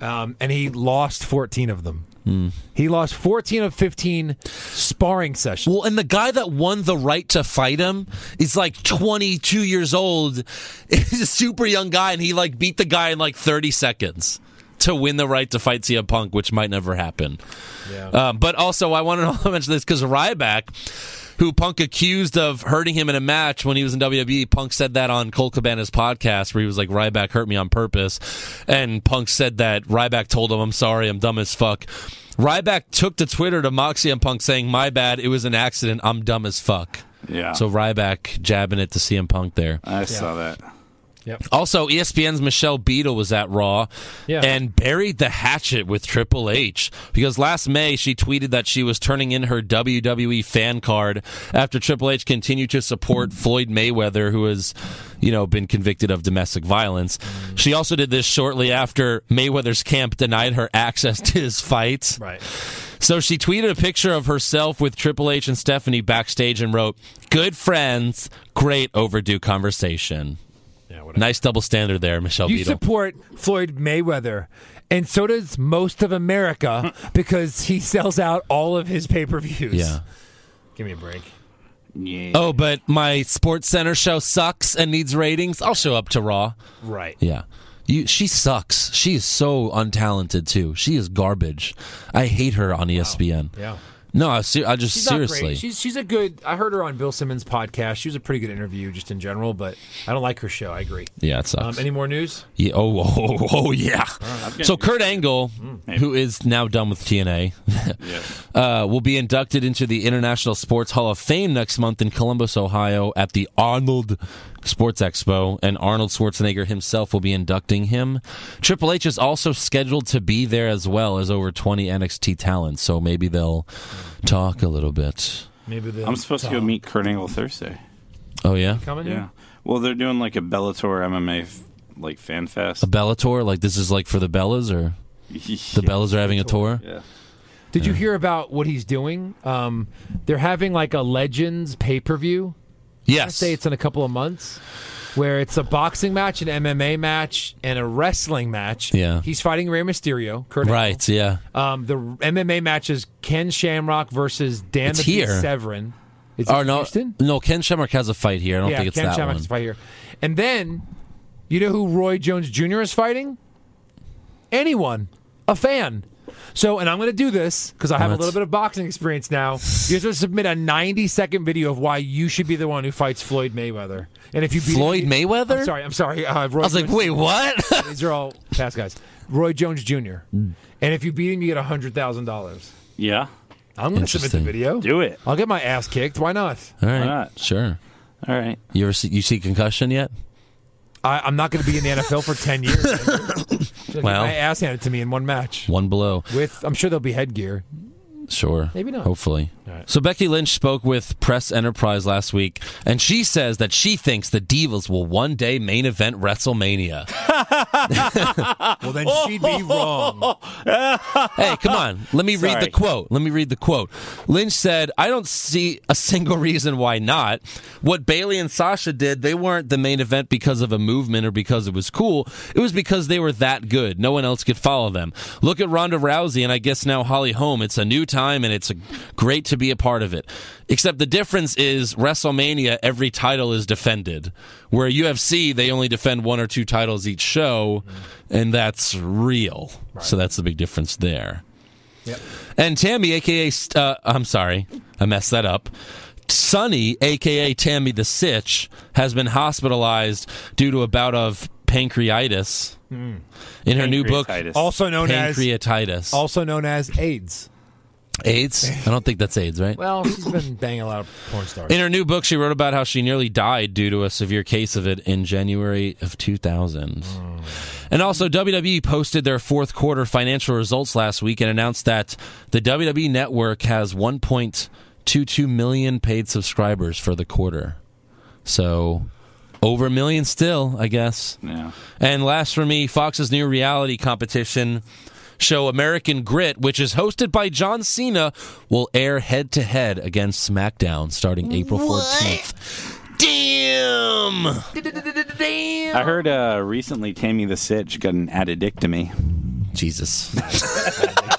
[SPEAKER 4] um, and he lost 14 of them
[SPEAKER 1] Hmm.
[SPEAKER 4] he lost 14 of 15 sparring sessions
[SPEAKER 1] Well, and the guy that won the right to fight him is like 22 years old. He's a super young guy, and he like beat the guy in like 30 seconds to win the right to fight CM Punk, which might never happen. Um, but also, I want to also mention this because Ryback, who Punk accused of hurting him in a match when he was in WWE, Punk said that on Cole Cabana's podcast where he was like, Ryback hurt me on purpose. And Punk said that Ryback told him, I'm sorry, I'm dumb as fuck. Ryback took to Twitter to mock CM Punk saying, My bad, it was an accident, I'm dumb as fuck.
[SPEAKER 5] Yeah.
[SPEAKER 1] So Ryback jabbing it to CM Punk there.
[SPEAKER 5] I saw that.
[SPEAKER 1] Also, E ESPN's Michelle Beadle was at Raw
[SPEAKER 4] Yeah.
[SPEAKER 1] and buried the hatchet with Triple H because last May she tweeted that she was turning in her WWE fan card after Triple H continued to support Floyd Mayweather, who has, you know, been convicted of domestic violence. She also did this shortly after Mayweather's camp denied her access to his fights.
[SPEAKER 4] right
[SPEAKER 1] So she tweeted a picture of herself with Triple H and Stephanie backstage and wrote, Good friends, great overdue conversation. nice double standard there, Michelle
[SPEAKER 4] you
[SPEAKER 1] Beadle.
[SPEAKER 4] support floyd mayweather and so does most of america because he sells out all of his pay-per-views
[SPEAKER 1] yeah.
[SPEAKER 4] give me a break
[SPEAKER 5] Yeah.
[SPEAKER 1] Oh, but my Sports Center show sucks and needs ratings. I'll show up to Raw.
[SPEAKER 4] right
[SPEAKER 1] Yeah. You, she sucks. She is so untalented too. She is garbage. I hate her on E ESPN.
[SPEAKER 4] Yeah.
[SPEAKER 1] No, I, ser- I just
[SPEAKER 4] She's not great.
[SPEAKER 1] seriously.
[SPEAKER 4] She's she's a good. I heard her on Bill Simmons' podcast. She was a pretty good interview, just in general. But I don't like her show. I agree.
[SPEAKER 1] yeah, it sucks.
[SPEAKER 4] Um, any more news?
[SPEAKER 1] Yeah, oh, oh, oh, oh, yeah. So Kurt Angle,
[SPEAKER 4] Mm.
[SPEAKER 1] who is now done with TNA, uh, will be inducted into the International Sports Hall of Fame next month in Columbus, Ohio, at the Arnold Sports Expo, and Arnold Schwarzenegger himself will be inducting him. Triple H is also scheduled to be there as well as over 20 NXT talents, so maybe they'll talk a little bit.
[SPEAKER 4] Maybe the
[SPEAKER 5] I'm supposed to go meet Kurt Angle Thursday.
[SPEAKER 1] Oh yeah,
[SPEAKER 4] coming.
[SPEAKER 5] Yeah. Well, they're doing like a Bellator MMA f- like fan fest.
[SPEAKER 1] a Bellator like this is like for the Bellas or the Bellas are having a tour.
[SPEAKER 5] Yeah.
[SPEAKER 4] Did you hear about what he's doing? Um, they're having like a Legends pay per view.
[SPEAKER 1] Yes,
[SPEAKER 4] say it's in a couple of months, where it's a boxing match, an MMA match, and a wrestling match.
[SPEAKER 1] Yeah.
[SPEAKER 4] He's fighting Rey Mysterio, Kurt Angle.
[SPEAKER 1] right. Yeah.
[SPEAKER 4] Um, the MMA match is Ken Shamrock versus Dan
[SPEAKER 1] It's
[SPEAKER 4] the Beast
[SPEAKER 1] here.
[SPEAKER 4] Severin. It's
[SPEAKER 1] Oh
[SPEAKER 4] in
[SPEAKER 1] no,
[SPEAKER 4] Houston?
[SPEAKER 1] no. Ken Shamrock has a fight here. I don't
[SPEAKER 4] yeah,
[SPEAKER 1] think it's
[SPEAKER 4] Ken
[SPEAKER 1] that
[SPEAKER 4] Shamrock's
[SPEAKER 1] one.
[SPEAKER 4] fight here. And then, you know who Roy Jones Jr. is fighting? Anyone, a fan. So, and I'm going to do this because I have
[SPEAKER 1] What?
[SPEAKER 4] a little bit of boxing experience now. You're supposed to submit a 90 second video of why you should be the one who fights Floyd Mayweather. And if you beat
[SPEAKER 1] Floyd
[SPEAKER 4] I'm
[SPEAKER 1] Mayweather?
[SPEAKER 4] sorry, I'm sorry. Uh, Roy
[SPEAKER 1] I was like,
[SPEAKER 4] Jones-
[SPEAKER 1] wait, what?
[SPEAKER 4] These are all past guys. Roy Jones Jr.
[SPEAKER 1] Hmm.
[SPEAKER 4] And if you beat him, you get hundred thousand dollars.
[SPEAKER 5] Yeah.
[SPEAKER 4] I'm going to submit the
[SPEAKER 1] Interesting.
[SPEAKER 4] video.
[SPEAKER 5] Do it.
[SPEAKER 1] Uh,
[SPEAKER 4] I'll get my ass kicked. Why not?
[SPEAKER 1] All right,
[SPEAKER 5] not?
[SPEAKER 1] sure.
[SPEAKER 5] All right.
[SPEAKER 1] You ever see, you see concussion yet?
[SPEAKER 4] I, I'm not going to be in the NFL for ten years. She'll get
[SPEAKER 1] Well.
[SPEAKER 4] my ass handed to me in one match.
[SPEAKER 1] One blow,
[SPEAKER 4] With I'm sure there'll be headgear.
[SPEAKER 1] sure.
[SPEAKER 4] Maybe not.
[SPEAKER 1] Hopefully. So Becky Lynch spoke with Press Enterprise last week, and she says that she thinks the Divas will one day main event WrestleMania.
[SPEAKER 8] Well, then she'd be wrong.
[SPEAKER 1] Hey, come on. Let me read
[SPEAKER 5] Sorry.
[SPEAKER 1] the quote. Let me read the quote. Lynch said, I don't see a single reason why not. What Bailey and Sasha did, they weren't the main event because of a movement or because it was cool. It was because they were that good. No one else could follow them. Look at Ronda Rousey and I guess now Holly Holm. It's a new time and it's a, great to be a part of it. Except the difference is WrestleMania, every title is defended. Where UFC, they only defend one or two titles each show, and that's real. So that's the big difference there. And Tammy, aka St- uh, I'm sorry, I messed that up. Sonny, aka Tammy the Sitch, has been hospitalized due to a bout of pancreatitis. In her new book,
[SPEAKER 5] Pancreatitis.
[SPEAKER 4] Also known as
[SPEAKER 1] pancreatitis.
[SPEAKER 4] also known as AIDS.
[SPEAKER 1] AIDS? I don't think that's AIDS, right?
[SPEAKER 4] Well, she's been banging a lot of porn stars.
[SPEAKER 1] In her new book, she wrote about how she nearly died due to a severe case of it in January of 2000. And also, WWE posted their fourth quarter financial results last week and announced that the WWE network has 1.22 million paid subscribers for the quarter. So, over a million still, I guess.
[SPEAKER 5] Yeah.
[SPEAKER 1] And last for me, Fox's new reality competition show American Grit, which is hosted by John Cena, will air head to head against SmackDown starting April 14th. Damn!
[SPEAKER 5] I heard uh, recently Tammy the Sitch got an addictomy.
[SPEAKER 1] Jesus.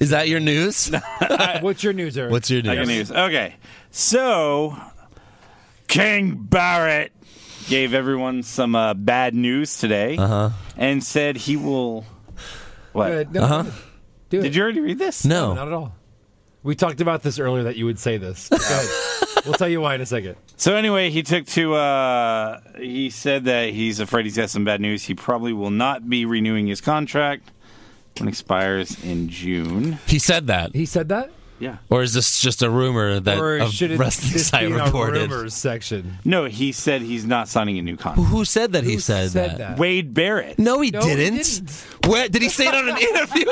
[SPEAKER 1] is that your news?
[SPEAKER 4] What's your news, Eric?
[SPEAKER 1] What's your
[SPEAKER 5] I got
[SPEAKER 1] news?
[SPEAKER 5] news. Okay. So, King Barrett gave everyone some uh, bad news today
[SPEAKER 1] Uh-huh.
[SPEAKER 5] and said he will. What?
[SPEAKER 4] Good. Uh, No,
[SPEAKER 1] Uh-huh.
[SPEAKER 4] do it.
[SPEAKER 5] Did you already read this?
[SPEAKER 4] No, Not
[SPEAKER 1] No.
[SPEAKER 4] at all. We talked about this earlier that you would say this. Go ahead. we'll tell you why in a second.
[SPEAKER 5] So anyway, he took to. Uh, he said that he's afraid he's got some bad news. He probably will not be renewing his contract when it expires in June.
[SPEAKER 1] He said that.
[SPEAKER 4] He said that,
[SPEAKER 5] Yeah.
[SPEAKER 1] Or is this just a rumor that
[SPEAKER 4] or
[SPEAKER 1] a
[SPEAKER 4] should it
[SPEAKER 1] wrestling
[SPEAKER 4] this
[SPEAKER 1] site
[SPEAKER 4] be in our
[SPEAKER 1] reported?
[SPEAKER 4] rumors section?
[SPEAKER 5] No, he said he's not signing a new contract.
[SPEAKER 1] Who said that he
[SPEAKER 4] Who
[SPEAKER 1] said,
[SPEAKER 4] said
[SPEAKER 1] that?
[SPEAKER 4] that?
[SPEAKER 5] Wade Barrett.
[SPEAKER 1] No, he
[SPEAKER 4] No, he
[SPEAKER 1] didn't.
[SPEAKER 4] didn't.
[SPEAKER 1] Where did he say it on an interview?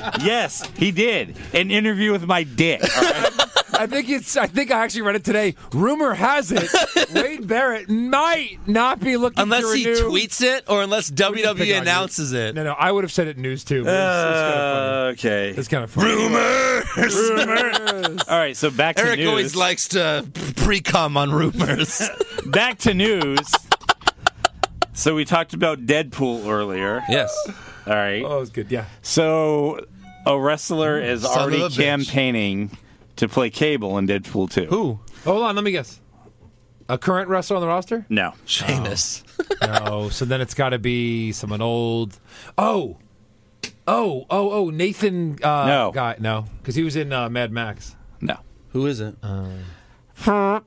[SPEAKER 1] Eric?
[SPEAKER 5] Yes, he did an interview with my dick. All right.
[SPEAKER 4] I think it's. I think I actually read it today. Rumor has it Wade Barrett might not be looking to
[SPEAKER 1] unless he
[SPEAKER 4] renew-
[SPEAKER 1] tweets it or unless
[SPEAKER 4] do you think
[SPEAKER 1] WWE
[SPEAKER 4] on
[SPEAKER 1] announces it.
[SPEAKER 4] No, no, I would have said it in news too. But
[SPEAKER 5] Uh, okay.
[SPEAKER 4] it's, it's kind of funny.
[SPEAKER 1] Rumors.
[SPEAKER 5] All right. So back to
[SPEAKER 1] Eric
[SPEAKER 5] news.
[SPEAKER 1] always likes to pre cum on rumors.
[SPEAKER 5] back to news. so we talked about Deadpool earlier.
[SPEAKER 1] yes.
[SPEAKER 5] All right.
[SPEAKER 4] Oh, it's good. Yeah,
[SPEAKER 5] So a wrestler is
[SPEAKER 1] Mm, Son of a
[SPEAKER 5] already
[SPEAKER 1] bitch.
[SPEAKER 5] campaigning to play Cable in Deadpool 2.
[SPEAKER 1] Who?
[SPEAKER 4] hold on. Let me guess. A current wrestler on the roster?
[SPEAKER 5] No.
[SPEAKER 1] Sheamus.
[SPEAKER 4] No. so then it's got to be someone old. Oh, oh, oh, oh. Nathan. Uh,
[SPEAKER 5] No.
[SPEAKER 4] Guy. No, because he was in uh, Mad Max.
[SPEAKER 5] No.
[SPEAKER 1] Who is it?
[SPEAKER 5] Um.
[SPEAKER 1] oh,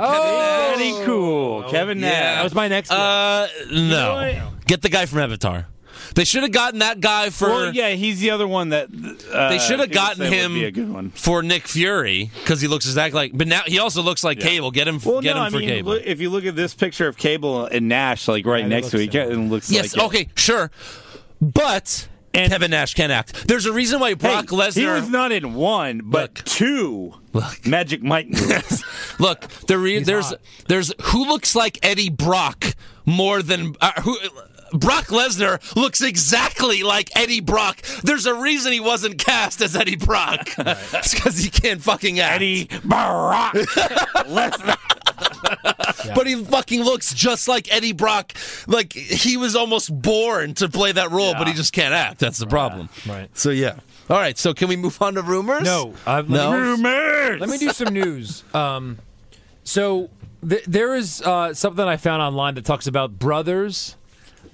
[SPEAKER 1] Kevin Nash.
[SPEAKER 5] Pretty cool. Kevin
[SPEAKER 1] That
[SPEAKER 5] Nash.
[SPEAKER 1] was
[SPEAKER 4] my next.
[SPEAKER 1] Uh, no. Get the guy from Avatar. They should have gotten that guy for.
[SPEAKER 5] Well, yeah, he's the other one that uh,
[SPEAKER 1] They should
[SPEAKER 5] it
[SPEAKER 1] have
[SPEAKER 5] was-
[SPEAKER 1] gotten
[SPEAKER 5] that would
[SPEAKER 1] him
[SPEAKER 5] Be a good one.
[SPEAKER 1] for Nick Fury because he looks exactly like. But now he also looks like Cable. Get him.
[SPEAKER 5] Well,
[SPEAKER 1] get
[SPEAKER 5] no,
[SPEAKER 1] him
[SPEAKER 5] I
[SPEAKER 1] for
[SPEAKER 5] mean,
[SPEAKER 1] Cable.
[SPEAKER 5] look- if you look at this picture of Cable and Nash, like right
[SPEAKER 4] Yeah, they
[SPEAKER 5] next to
[SPEAKER 4] look
[SPEAKER 5] each other, it looks
[SPEAKER 1] yes.
[SPEAKER 5] like it.
[SPEAKER 1] okay. Sure. But Kevin Nash can act. There's a reason why
[SPEAKER 5] Hey,
[SPEAKER 1] Brock
[SPEAKER 5] He
[SPEAKER 1] Lesnar.
[SPEAKER 5] was not in one, but
[SPEAKER 1] Look.
[SPEAKER 5] two
[SPEAKER 1] Look.
[SPEAKER 5] Magic Mike movies.
[SPEAKER 1] Look, the re- there's
[SPEAKER 4] hot.
[SPEAKER 1] there's who looks like Eddie Brock more than uh, who. Brock Lesnar looks exactly like Eddie Brock. There's a reason he wasn't cast as Eddie Brock. It's because he can't fucking act.
[SPEAKER 5] Eddie Barack Lesnar.
[SPEAKER 1] But he fucking looks just like Eddie Brock. Like he was almost born to play that role, but he just can't act. That's the problem.
[SPEAKER 4] Right.
[SPEAKER 1] So yeah. All right. So can we move on to rumors?
[SPEAKER 4] No. Uh, let
[SPEAKER 1] No.
[SPEAKER 4] me-
[SPEAKER 5] Rumors.
[SPEAKER 4] Let me do some news. Um, so th- there is uh, something I found online that talks about brothers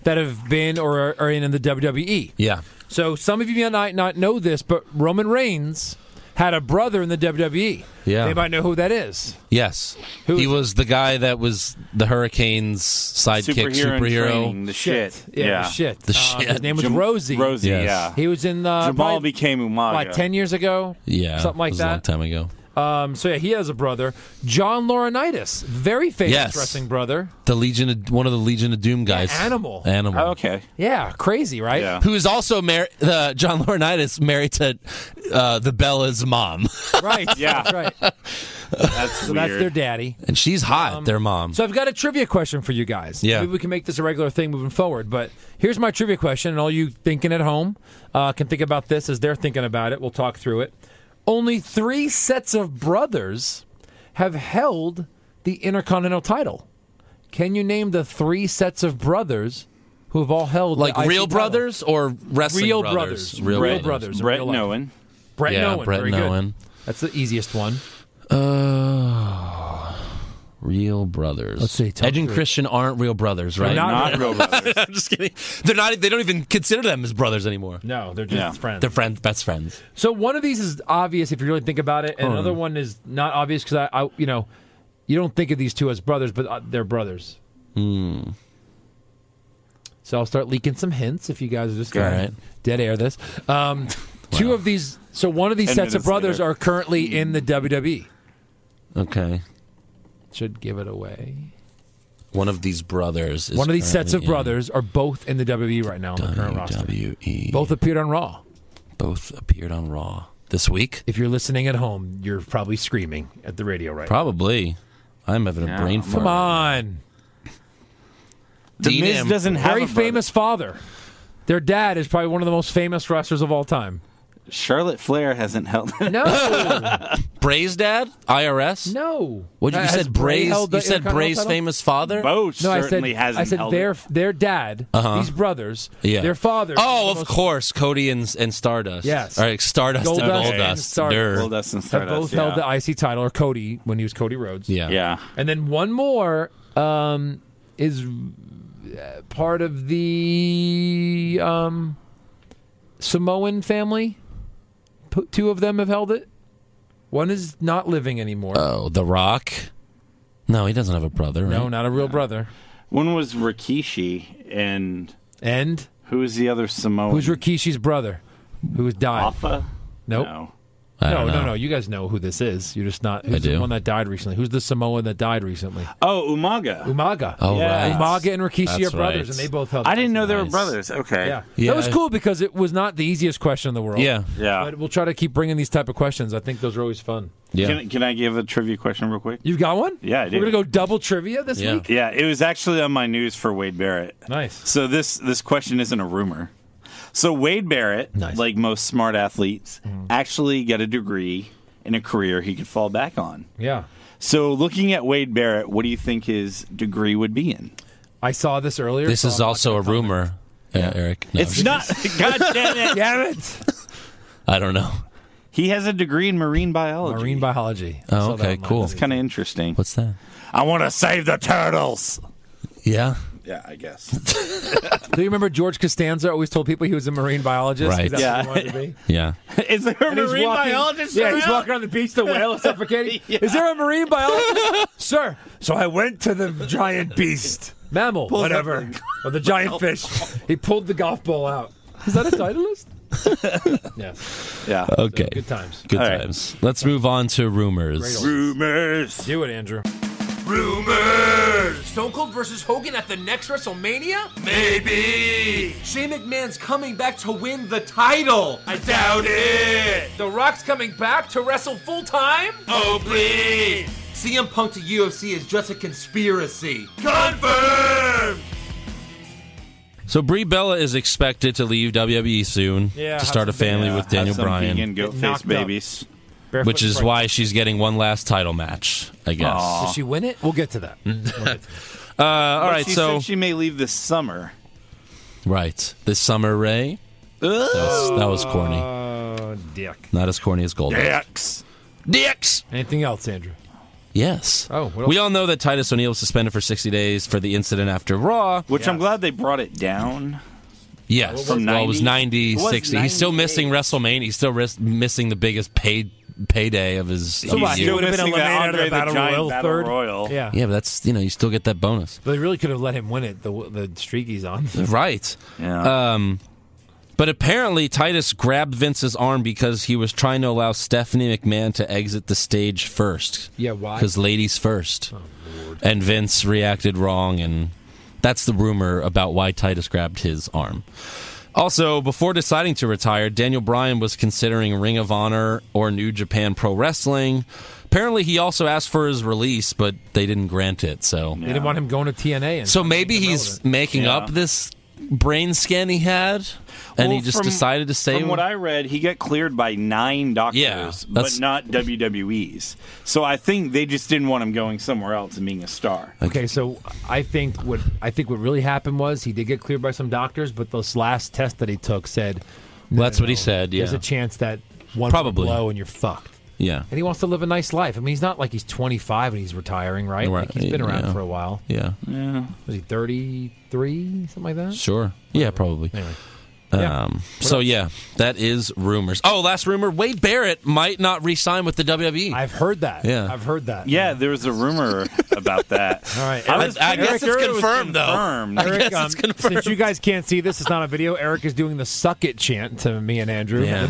[SPEAKER 4] that have been or are, are in the WWE.
[SPEAKER 1] Yeah.
[SPEAKER 4] So some of you might not know this, but Roman Reigns had a brother in the WWE.
[SPEAKER 1] Yeah.
[SPEAKER 4] They might know who that is.
[SPEAKER 1] Yes.
[SPEAKER 4] Who
[SPEAKER 1] he
[SPEAKER 4] is-
[SPEAKER 1] was the guy that was the Hurricane's sidekick
[SPEAKER 5] Superhero, in
[SPEAKER 1] superhero.
[SPEAKER 5] training, the shit.
[SPEAKER 4] Yeah, the shit.
[SPEAKER 1] The
[SPEAKER 4] Uh,
[SPEAKER 1] shit.
[SPEAKER 4] His name was
[SPEAKER 5] Jam-
[SPEAKER 4] Rosie.
[SPEAKER 5] Rosie,
[SPEAKER 1] Yes.
[SPEAKER 5] yeah.
[SPEAKER 4] He was in the
[SPEAKER 5] Jamal
[SPEAKER 4] probably,
[SPEAKER 5] became Umaga.
[SPEAKER 4] like ten years ago.
[SPEAKER 1] Yeah.
[SPEAKER 4] something like
[SPEAKER 1] it was A long
[SPEAKER 4] that.
[SPEAKER 1] time ago.
[SPEAKER 4] Um, so yeah, he has a brother, John Laurinaitis, very famous
[SPEAKER 1] Yes.
[SPEAKER 4] wrestling brother.
[SPEAKER 1] The Legion of, one of the Legion of Doom guys.
[SPEAKER 4] Animal.
[SPEAKER 1] Animal.
[SPEAKER 5] Oh, okay.
[SPEAKER 4] Yeah, crazy, right?
[SPEAKER 5] Yeah.
[SPEAKER 1] Who is also married? Uh, John Laurinaitis married to uh, the Bella's mom,
[SPEAKER 4] Right.
[SPEAKER 5] Yeah.
[SPEAKER 4] That's right. So
[SPEAKER 5] That's so
[SPEAKER 4] that's their daddy.
[SPEAKER 1] and she's hot. their mom.
[SPEAKER 4] Um, So I've got a trivia question for you guys.
[SPEAKER 1] Yeah.
[SPEAKER 4] Maybe we can make this a regular thing moving forward. But here's my trivia question, and all you thinking at home uh, can think about this as they're thinking about it. We'll talk through it. Only three sets of brothers have held the Intercontinental title. Can you name the three sets of brothers who have all held the
[SPEAKER 1] like
[SPEAKER 4] IC
[SPEAKER 1] real
[SPEAKER 4] title?
[SPEAKER 1] brothers or wrestling
[SPEAKER 4] Real
[SPEAKER 1] brothers?
[SPEAKER 4] brothers. Real
[SPEAKER 5] Brett,
[SPEAKER 4] brothers. in
[SPEAKER 5] Brett
[SPEAKER 4] real life.
[SPEAKER 5] Nolan.
[SPEAKER 4] Brett
[SPEAKER 1] Yeah,
[SPEAKER 4] Nolan.
[SPEAKER 1] Brett
[SPEAKER 4] very
[SPEAKER 1] Nolan.
[SPEAKER 4] Good. That's the easiest one.
[SPEAKER 1] Uh, Real brothers. Let's
[SPEAKER 4] see, tell
[SPEAKER 1] Edge and
[SPEAKER 4] me.
[SPEAKER 1] Christian aren't real brothers, right?
[SPEAKER 4] not-
[SPEAKER 5] Not real brothers.
[SPEAKER 1] I'm just kidding. They're not. They don't even consider them as brothers anymore.
[SPEAKER 4] No, they're just
[SPEAKER 5] Yeah.
[SPEAKER 4] friends.
[SPEAKER 1] They're friends, best friends.
[SPEAKER 4] So one of these is obvious if you really think about it, and another one is not obvious because I, I, you know, you don't think of these two as brothers, but uh, they're brothers. So I'll start leaking some hints if you guys are just gonna
[SPEAKER 1] All right.
[SPEAKER 4] dead air this. Um, Two of these, so one of these
[SPEAKER 5] Ten
[SPEAKER 4] sets of
[SPEAKER 5] minutes
[SPEAKER 4] brothers
[SPEAKER 5] later.
[SPEAKER 4] are currently in the WWE.
[SPEAKER 1] Okay.
[SPEAKER 4] Should give it away.
[SPEAKER 1] One of these brothers. Is
[SPEAKER 4] One of these sets of
[SPEAKER 1] currently
[SPEAKER 4] brothers are both in the WWE right now on the current
[SPEAKER 1] in
[SPEAKER 4] roster.
[SPEAKER 1] WWE. Both
[SPEAKER 4] E. Both appeared on Raw.
[SPEAKER 1] both appeared on Raw this week.
[SPEAKER 4] If you're listening at home, you're probably screaming at the radio right. now.
[SPEAKER 1] Probably. I'm having a brain fart.
[SPEAKER 4] Come on.
[SPEAKER 5] The
[SPEAKER 1] Dean
[SPEAKER 5] Miz
[SPEAKER 1] Am-
[SPEAKER 5] doesn't have
[SPEAKER 4] very
[SPEAKER 5] a brother.
[SPEAKER 4] famous father. Their dad is probably one of the most famous wrestlers of all time.
[SPEAKER 5] Charlotte Flair hasn't held.
[SPEAKER 4] No,
[SPEAKER 1] Bray's dad, IRS.
[SPEAKER 4] no. Uh,
[SPEAKER 1] What you
[SPEAKER 4] Has
[SPEAKER 1] said?
[SPEAKER 4] Bray
[SPEAKER 1] Bray's.
[SPEAKER 4] held the
[SPEAKER 1] You said
[SPEAKER 4] Intercontinental
[SPEAKER 1] Bray's
[SPEAKER 4] title?
[SPEAKER 1] famous father.
[SPEAKER 5] Bo
[SPEAKER 4] No, I said.
[SPEAKER 5] certainly hasn't
[SPEAKER 4] I said
[SPEAKER 5] held
[SPEAKER 4] their
[SPEAKER 5] it.
[SPEAKER 4] their dad.
[SPEAKER 1] Uh-huh.
[SPEAKER 4] These brothers.
[SPEAKER 1] Yeah.
[SPEAKER 4] Their father.
[SPEAKER 1] Oh,
[SPEAKER 4] is the
[SPEAKER 1] of
[SPEAKER 4] most-
[SPEAKER 1] course, Cody and, and Stardust.
[SPEAKER 4] Yes.
[SPEAKER 1] All right, Stardust and
[SPEAKER 4] Goldust and
[SPEAKER 1] Goldust.
[SPEAKER 4] Stardust.
[SPEAKER 1] Durr.
[SPEAKER 5] Well, that's and
[SPEAKER 4] Have
[SPEAKER 5] Stardust,
[SPEAKER 4] both
[SPEAKER 5] yeah.
[SPEAKER 4] held the IC title, or Cody when he was Cody Rhodes.
[SPEAKER 1] Yeah.
[SPEAKER 5] Yeah.
[SPEAKER 4] And then one more um, is uh, part of the um, Samoan family. P- two of them have held it. One is not living anymore.
[SPEAKER 1] Oh, The Rock. No, he doesn't have a brother. Right?
[SPEAKER 4] no, not a real brother.
[SPEAKER 5] One was Rikishi, and
[SPEAKER 4] And
[SPEAKER 5] who was the other Samoan?
[SPEAKER 4] who's Rikishi's brother? Who has died?
[SPEAKER 5] Alpha?
[SPEAKER 4] Nope.
[SPEAKER 5] No.
[SPEAKER 1] I
[SPEAKER 4] No,
[SPEAKER 1] don't know.
[SPEAKER 4] no, no. You guys know who this is. You're just not. Who's the
[SPEAKER 1] do.
[SPEAKER 4] one that died recently? Who's the Samoan that died recently?
[SPEAKER 5] Oh, Umaga.
[SPEAKER 4] Umaga.
[SPEAKER 1] Oh,
[SPEAKER 5] Yeah.
[SPEAKER 1] right.
[SPEAKER 4] Umaga and Rikishi
[SPEAKER 1] That's
[SPEAKER 4] are brothers,
[SPEAKER 1] right.
[SPEAKER 4] and they both held.
[SPEAKER 5] I didn't know they were
[SPEAKER 1] Nice.
[SPEAKER 5] brothers. Okay.
[SPEAKER 4] Yeah.
[SPEAKER 1] Yeah,
[SPEAKER 4] that was
[SPEAKER 1] I-
[SPEAKER 4] cool because it was not the easiest question in the world.
[SPEAKER 1] Yeah.
[SPEAKER 5] Yeah.
[SPEAKER 4] But we'll try to keep bringing these type of questions. I think those are always fun.
[SPEAKER 1] Yeah.
[SPEAKER 5] Can, can I give a trivia question real quick?
[SPEAKER 4] You've got one?
[SPEAKER 5] Yeah, I do.
[SPEAKER 4] We're gonna go double trivia this
[SPEAKER 1] Yeah.
[SPEAKER 4] week.
[SPEAKER 5] Yeah, it was actually on my news for Wade Barrett.
[SPEAKER 4] Nice.
[SPEAKER 5] So this this question isn't a rumor. So Wade Barrett,
[SPEAKER 4] Nice. Mm-hmm.
[SPEAKER 5] like most smart athletes, actually got a degree in a career he could fall back on.
[SPEAKER 4] Yeah.
[SPEAKER 5] So looking at Wade Barrett, what do you think his degree would be in?
[SPEAKER 4] I saw this earlier.
[SPEAKER 1] This
[SPEAKER 4] so
[SPEAKER 1] is
[SPEAKER 4] I'm not
[SPEAKER 1] also a
[SPEAKER 4] gonna comment.
[SPEAKER 1] rumor, yeah, Eric. No,
[SPEAKER 5] It's not. God damn it!
[SPEAKER 4] Damn it!
[SPEAKER 1] I don't know.
[SPEAKER 5] He has a degree in marine biology.
[SPEAKER 4] Marine biology. I
[SPEAKER 1] Oh,
[SPEAKER 4] saw that
[SPEAKER 1] okay,
[SPEAKER 4] online.
[SPEAKER 1] cool.
[SPEAKER 5] It's kind of interesting.
[SPEAKER 1] What's that?
[SPEAKER 5] I want to save the turtles.
[SPEAKER 1] Yeah.
[SPEAKER 5] Yeah, I guess.
[SPEAKER 4] Do you remember George Costanza always told people he was a marine biologist?
[SPEAKER 1] Right.
[SPEAKER 4] 'Cause That's
[SPEAKER 5] Yeah.
[SPEAKER 4] What he wanted to be.
[SPEAKER 1] Yeah.
[SPEAKER 5] Is there a
[SPEAKER 4] And he's
[SPEAKER 5] marine
[SPEAKER 4] walking-
[SPEAKER 5] biologist?
[SPEAKER 4] Yeah, he's
[SPEAKER 5] around?
[SPEAKER 4] walking on the beach. The whale is suffocating. Is there a marine biologist, sir?
[SPEAKER 8] So I went to the giant beast,
[SPEAKER 4] Mammal,
[SPEAKER 8] whatever, or the giant fish.
[SPEAKER 4] He pulled the golf ball out. Is that a Titleist? yeah.
[SPEAKER 5] Yeah.
[SPEAKER 1] Okay.
[SPEAKER 4] Good times.
[SPEAKER 1] Good
[SPEAKER 5] All right.
[SPEAKER 1] times. Let's move on to rumors.
[SPEAKER 4] Great old-
[SPEAKER 5] Rumors.
[SPEAKER 4] Do it, Andrew.
[SPEAKER 2] Stone Cold versus Hogan at the next WrestleMania?
[SPEAKER 5] Maybe.
[SPEAKER 2] Shane McMahon's coming back to win the title.
[SPEAKER 5] I doubt it.
[SPEAKER 2] The Rock's coming back to wrestle full time?
[SPEAKER 5] Oh, please.
[SPEAKER 2] CM Punk to UFC is just a conspiracy.
[SPEAKER 5] Confirm.
[SPEAKER 1] So Brie Bella is expected to leave WWE soon
[SPEAKER 4] Yeah,
[SPEAKER 1] to
[SPEAKER 4] have
[SPEAKER 1] start a
[SPEAKER 4] some-
[SPEAKER 1] family with Daniel Bryan,
[SPEAKER 5] Vegan goat face
[SPEAKER 4] knocked up.
[SPEAKER 5] babies.
[SPEAKER 4] Barefoot
[SPEAKER 1] which is
[SPEAKER 4] Frank.
[SPEAKER 1] why she's getting one last title match, I guess.
[SPEAKER 5] Aw.
[SPEAKER 4] Does she win it? Mm. We'll get to that. We'll get to that.
[SPEAKER 1] Uh, all right,
[SPEAKER 5] she
[SPEAKER 1] so
[SPEAKER 5] said she may leave this summer.
[SPEAKER 1] right this summer, Ray. That's- That was corny.
[SPEAKER 4] Oh, dick.
[SPEAKER 1] Not as corny as Goldberg.
[SPEAKER 5] X.
[SPEAKER 1] Dicks.
[SPEAKER 4] Anything else, Andrew?
[SPEAKER 1] Yes.
[SPEAKER 4] Oh, what
[SPEAKER 1] we
[SPEAKER 4] else?
[SPEAKER 1] all know that Titus O'Neil was suspended for 60 days for the incident after Raw.
[SPEAKER 5] Which I'm glad they brought it down.
[SPEAKER 1] Yes,
[SPEAKER 5] From
[SPEAKER 1] well, it was
[SPEAKER 5] 90?
[SPEAKER 1] 90,
[SPEAKER 5] It was
[SPEAKER 1] 60. He's still
[SPEAKER 5] 98.
[SPEAKER 1] missing WrestleMania. He's still ris- missing the biggest paid payday of his. of
[SPEAKER 5] He's
[SPEAKER 1] his
[SPEAKER 5] still
[SPEAKER 1] year.
[SPEAKER 4] would've been
[SPEAKER 5] missing that
[SPEAKER 4] eliminated out of
[SPEAKER 5] Andre
[SPEAKER 4] the Battle
[SPEAKER 5] Giant
[SPEAKER 4] Royal
[SPEAKER 5] Battle
[SPEAKER 4] third.
[SPEAKER 5] Royal.
[SPEAKER 4] Yeah.
[SPEAKER 1] Yeah, but that's you know you still get that bonus,
[SPEAKER 4] They really could have let him win it. The the streak he's on.
[SPEAKER 1] right?
[SPEAKER 5] Yeah.
[SPEAKER 1] But apparently, Titus grabbed Vince's arm because he was trying to allow Stephanie McMahon to exit the stage first.
[SPEAKER 4] Yeah, why? Oh,
[SPEAKER 1] Because ladies first. and Vince reacted wrong, and that's the rumor about why Titus grabbed his arm. Also, before deciding to retire, Daniel Bryan was considering Ring of Honor or New Japan Pro Wrestling. Apparently, he also asked for his release, but they didn't grant it. So,
[SPEAKER 4] They didn't want him going to TNA. And
[SPEAKER 1] so maybe he's making up this brain scan he had, and he
[SPEAKER 5] Well,
[SPEAKER 1] just
[SPEAKER 5] from-
[SPEAKER 1] decided to stay.
[SPEAKER 5] From what I read, he got cleared by nine doctors,
[SPEAKER 1] Yeah,
[SPEAKER 5] but
[SPEAKER 1] that's-
[SPEAKER 5] not WWE's. So I think they just didn't want him going somewhere else and being a star.
[SPEAKER 4] Okay, so I think what I think what really happened was he did get cleared by some doctors, but this last test that he took said
[SPEAKER 1] Well, that's what he said. Yeah,
[SPEAKER 4] there's a chance that one
[SPEAKER 1] Probably.
[SPEAKER 4] blow and you're fucked.
[SPEAKER 1] yeah,
[SPEAKER 4] And he wants to live a nice life. I mean, he's not like he's 25 and he's retiring, right?
[SPEAKER 1] Right,
[SPEAKER 4] Like he's been around
[SPEAKER 1] yeah.
[SPEAKER 4] for a while.
[SPEAKER 1] yeah.
[SPEAKER 4] Was he 33, something like that?
[SPEAKER 1] Sure. Yeah, probably.
[SPEAKER 4] Anyway, Yeah.
[SPEAKER 1] Um, so yeah, that is rumors. Oh, last rumor: Wade Barrett might not re-sign with the E. WWE.
[SPEAKER 4] I've heard that.
[SPEAKER 1] Yeah.
[SPEAKER 4] I've heard that.
[SPEAKER 5] Yeah, there was a rumor about that.
[SPEAKER 4] All right.
[SPEAKER 1] I,
[SPEAKER 4] Eric,
[SPEAKER 1] was- I guess it's
[SPEAKER 5] Sure, it was
[SPEAKER 1] confirmed, though.
[SPEAKER 5] confirmed.
[SPEAKER 4] Eric,
[SPEAKER 1] guess
[SPEAKER 4] um,
[SPEAKER 1] it's confirmed.
[SPEAKER 4] since you guys can't see this, it's not a video. Eric is doing the "suck it" chant to me and Andrew.
[SPEAKER 1] Yeah,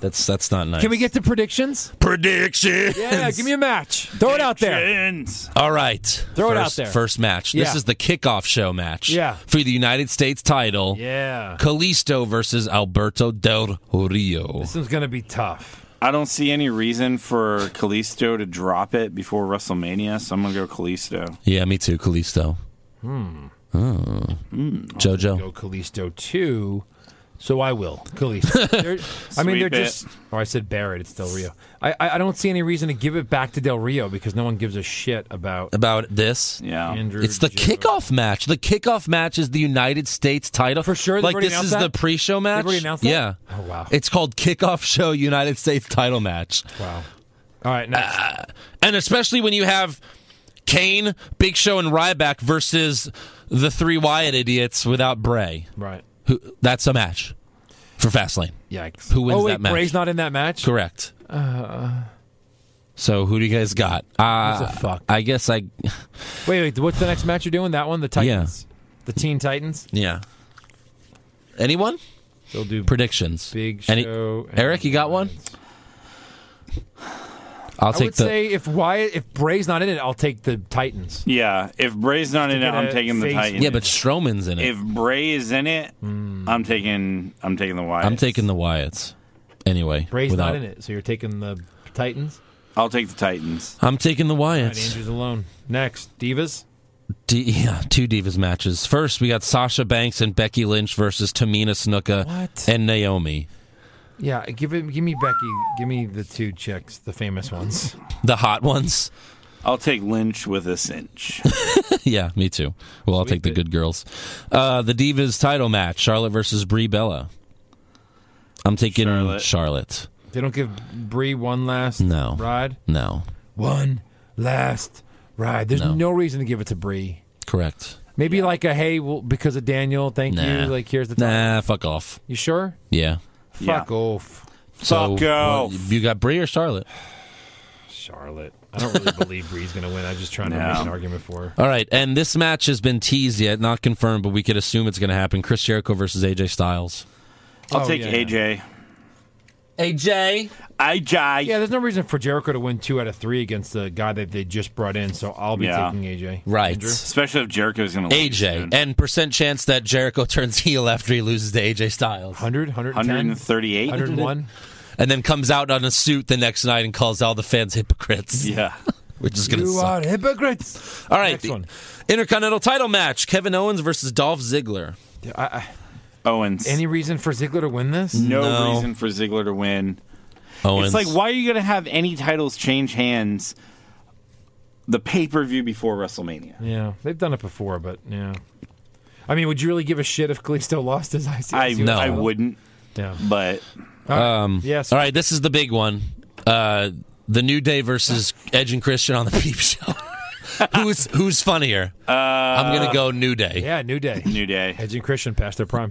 [SPEAKER 1] that's that's not nice.
[SPEAKER 4] Can we get to predictions?
[SPEAKER 1] prediction?
[SPEAKER 4] Yeah, give me a match. Throw it out there.
[SPEAKER 5] Predictions.
[SPEAKER 1] All right,
[SPEAKER 4] Throw it
[SPEAKER 1] first,
[SPEAKER 4] out there.
[SPEAKER 1] First match. This
[SPEAKER 4] Yeah.
[SPEAKER 1] is the kickoff show match.
[SPEAKER 4] Yeah.
[SPEAKER 1] for the United States title.
[SPEAKER 4] Yeah.
[SPEAKER 1] Kalisto versus Alberto Del Rio.
[SPEAKER 4] This one's going to be tough.
[SPEAKER 5] I don't see any reason for Kalisto to drop it before WrestleMania, so I'm gonna go Kalisto.
[SPEAKER 1] Yeah, me too. Kalisto. Hmm. Oh. Jojo.
[SPEAKER 4] Go Kalisto 2. So I will. Kalisto. They're- I mean, they're
[SPEAKER 5] Sweep it.
[SPEAKER 4] just. Or I said Barrett. It's Del Rio. I, I, I don't see any reason to give it back to Del Rio because no one gives a shit about
[SPEAKER 1] About this.
[SPEAKER 5] Yeah.
[SPEAKER 4] Andrew.
[SPEAKER 1] It's the
[SPEAKER 4] Joe.
[SPEAKER 1] kickoff match. The kickoff match is the United States title.
[SPEAKER 4] For sure, they've
[SPEAKER 1] Like
[SPEAKER 4] already
[SPEAKER 1] this
[SPEAKER 4] announced
[SPEAKER 1] is
[SPEAKER 4] that?
[SPEAKER 1] the pre-show match.
[SPEAKER 4] already announced that?
[SPEAKER 1] Yeah.
[SPEAKER 4] Oh, wow.
[SPEAKER 1] It's called kickoff show United States title match.
[SPEAKER 4] Wow. All right, next.
[SPEAKER 1] Ah. And especially when you have Kane, Big Show, and Ryback versus the three Wyatt idiots without Bray.
[SPEAKER 4] right.
[SPEAKER 1] Who that's a match for Fastlane.
[SPEAKER 4] Yikes.
[SPEAKER 1] Who wins
[SPEAKER 4] oh, wait,
[SPEAKER 1] that match?
[SPEAKER 4] Bray's not in that match?
[SPEAKER 1] Correct. so who do you guys got? Uh,
[SPEAKER 4] Who's the fuck?
[SPEAKER 1] I guess I
[SPEAKER 4] Wait, wait. What's the next match you're doing? That one? The Titans? The Teen Titans?
[SPEAKER 1] yeah. Anyone?
[SPEAKER 4] They'll do
[SPEAKER 1] predictions.
[SPEAKER 4] Big
[SPEAKER 1] Any-
[SPEAKER 4] Show and
[SPEAKER 1] Eric, you got one? I'll
[SPEAKER 4] I
[SPEAKER 1] take
[SPEAKER 4] would
[SPEAKER 1] the.
[SPEAKER 4] say if Wyatt, if Bray's not in it, I'll take the Titans.
[SPEAKER 5] Yeah. If Bray's not in it,
[SPEAKER 4] get a
[SPEAKER 5] I'm taking the
[SPEAKER 4] face-
[SPEAKER 5] Titans.
[SPEAKER 1] yeah, but Strowman's in it.
[SPEAKER 5] if Bray is in it,
[SPEAKER 4] Hmm.
[SPEAKER 5] I'm taking I'm taking the Wyatt.
[SPEAKER 1] I'm taking the Wyatts. Anyway,
[SPEAKER 4] Bray's
[SPEAKER 1] without-
[SPEAKER 4] not in it, so you're taking the Titans.
[SPEAKER 5] I'll take the Titans.
[SPEAKER 1] I'm taking the
[SPEAKER 4] And
[SPEAKER 1] Wyatts.
[SPEAKER 4] Andrew's alone. Next, Divas.
[SPEAKER 1] D- yeah, two divas matches. First, we got Sasha Banks and Becky Lynch versus Tamina Snuka
[SPEAKER 4] What?
[SPEAKER 1] and Naomi,
[SPEAKER 4] Yeah, give it. Give me Becky. Give me the two chicks, the famous ones.
[SPEAKER 1] the hot ones.
[SPEAKER 5] I'll take Lynch with a cinch.
[SPEAKER 1] yeah, me too. Well, I'll take the good girls. Uh, the divas title match: Charlotte versus Brie Bella. I'm taking Charlotte.
[SPEAKER 5] Charlotte.
[SPEAKER 4] They don't give Bree one last
[SPEAKER 1] No.
[SPEAKER 4] ride.
[SPEAKER 1] No.
[SPEAKER 4] One last ride. There's no, reason to give it to Bree.
[SPEAKER 1] Correct.
[SPEAKER 4] Maybe like a hey, well, because of Daniel, thank
[SPEAKER 1] Nah.
[SPEAKER 4] you. Like here's the time.
[SPEAKER 1] Nah, fuck off.
[SPEAKER 4] You sure?
[SPEAKER 1] Yeah.
[SPEAKER 5] Yeah.
[SPEAKER 4] Fuck off,
[SPEAKER 1] So,
[SPEAKER 5] Fuck off.
[SPEAKER 1] what- you got Brie or Charlotte?
[SPEAKER 8] Charlotte. I don't really believe Bree's going to win. I'm just trying to
[SPEAKER 5] No.
[SPEAKER 8] make an argument for her.
[SPEAKER 1] All right, and this match has been teased yet, not confirmed, but we could assume it's going to happen. Chris Jericho versus AJ Styles.
[SPEAKER 5] I'll
[SPEAKER 4] Oh,
[SPEAKER 5] take
[SPEAKER 4] yeah.
[SPEAKER 5] AJ.
[SPEAKER 1] AJ.
[SPEAKER 5] AJ.
[SPEAKER 4] Yeah, there's no reason for Jericho to win two out of three against the guy that they just brought in. So I'll be
[SPEAKER 5] Yeah.
[SPEAKER 4] taking AJ.
[SPEAKER 1] Right.
[SPEAKER 4] Andrew?
[SPEAKER 5] Especially if Jericho's going to
[SPEAKER 1] AJ. And percent chance that Jericho turns heel after he loses to AJ Styles.
[SPEAKER 4] 100, 110,
[SPEAKER 5] 138.
[SPEAKER 4] 101.
[SPEAKER 1] And then comes out on a suit the next night and calls all the fans hypocrites.
[SPEAKER 5] Yeah.
[SPEAKER 1] Which is going to
[SPEAKER 4] You
[SPEAKER 1] suck.
[SPEAKER 4] are hypocrites.
[SPEAKER 1] All right.
[SPEAKER 4] Next
[SPEAKER 1] the
[SPEAKER 4] one.
[SPEAKER 1] Intercontinental title match Kevin Owens versus Dolph Ziggler.
[SPEAKER 4] I, I,
[SPEAKER 5] Owens.
[SPEAKER 4] any reason for Ziggler to win this?
[SPEAKER 5] no,
[SPEAKER 1] No.
[SPEAKER 5] reason for Ziggler to win.
[SPEAKER 1] Owens.
[SPEAKER 5] It's like, why are you going to have any titles change hands the pay per view before WrestleMania?
[SPEAKER 4] Yeah, they've done it before, but yeah. I mean, would you really give a shit if Kalisto lost his IC?
[SPEAKER 5] I,
[SPEAKER 1] No.
[SPEAKER 5] I wouldn't,
[SPEAKER 4] Yeah.
[SPEAKER 5] but
[SPEAKER 4] Yes.
[SPEAKER 1] All right, this is the big one. Uh, the New Day versus Edge and Christian on the Peep Show. who's who's funnier? I'm gonna go New Day.
[SPEAKER 4] Uh, Yeah, New Day.
[SPEAKER 5] New Day.
[SPEAKER 4] Edge and Christian past their prime.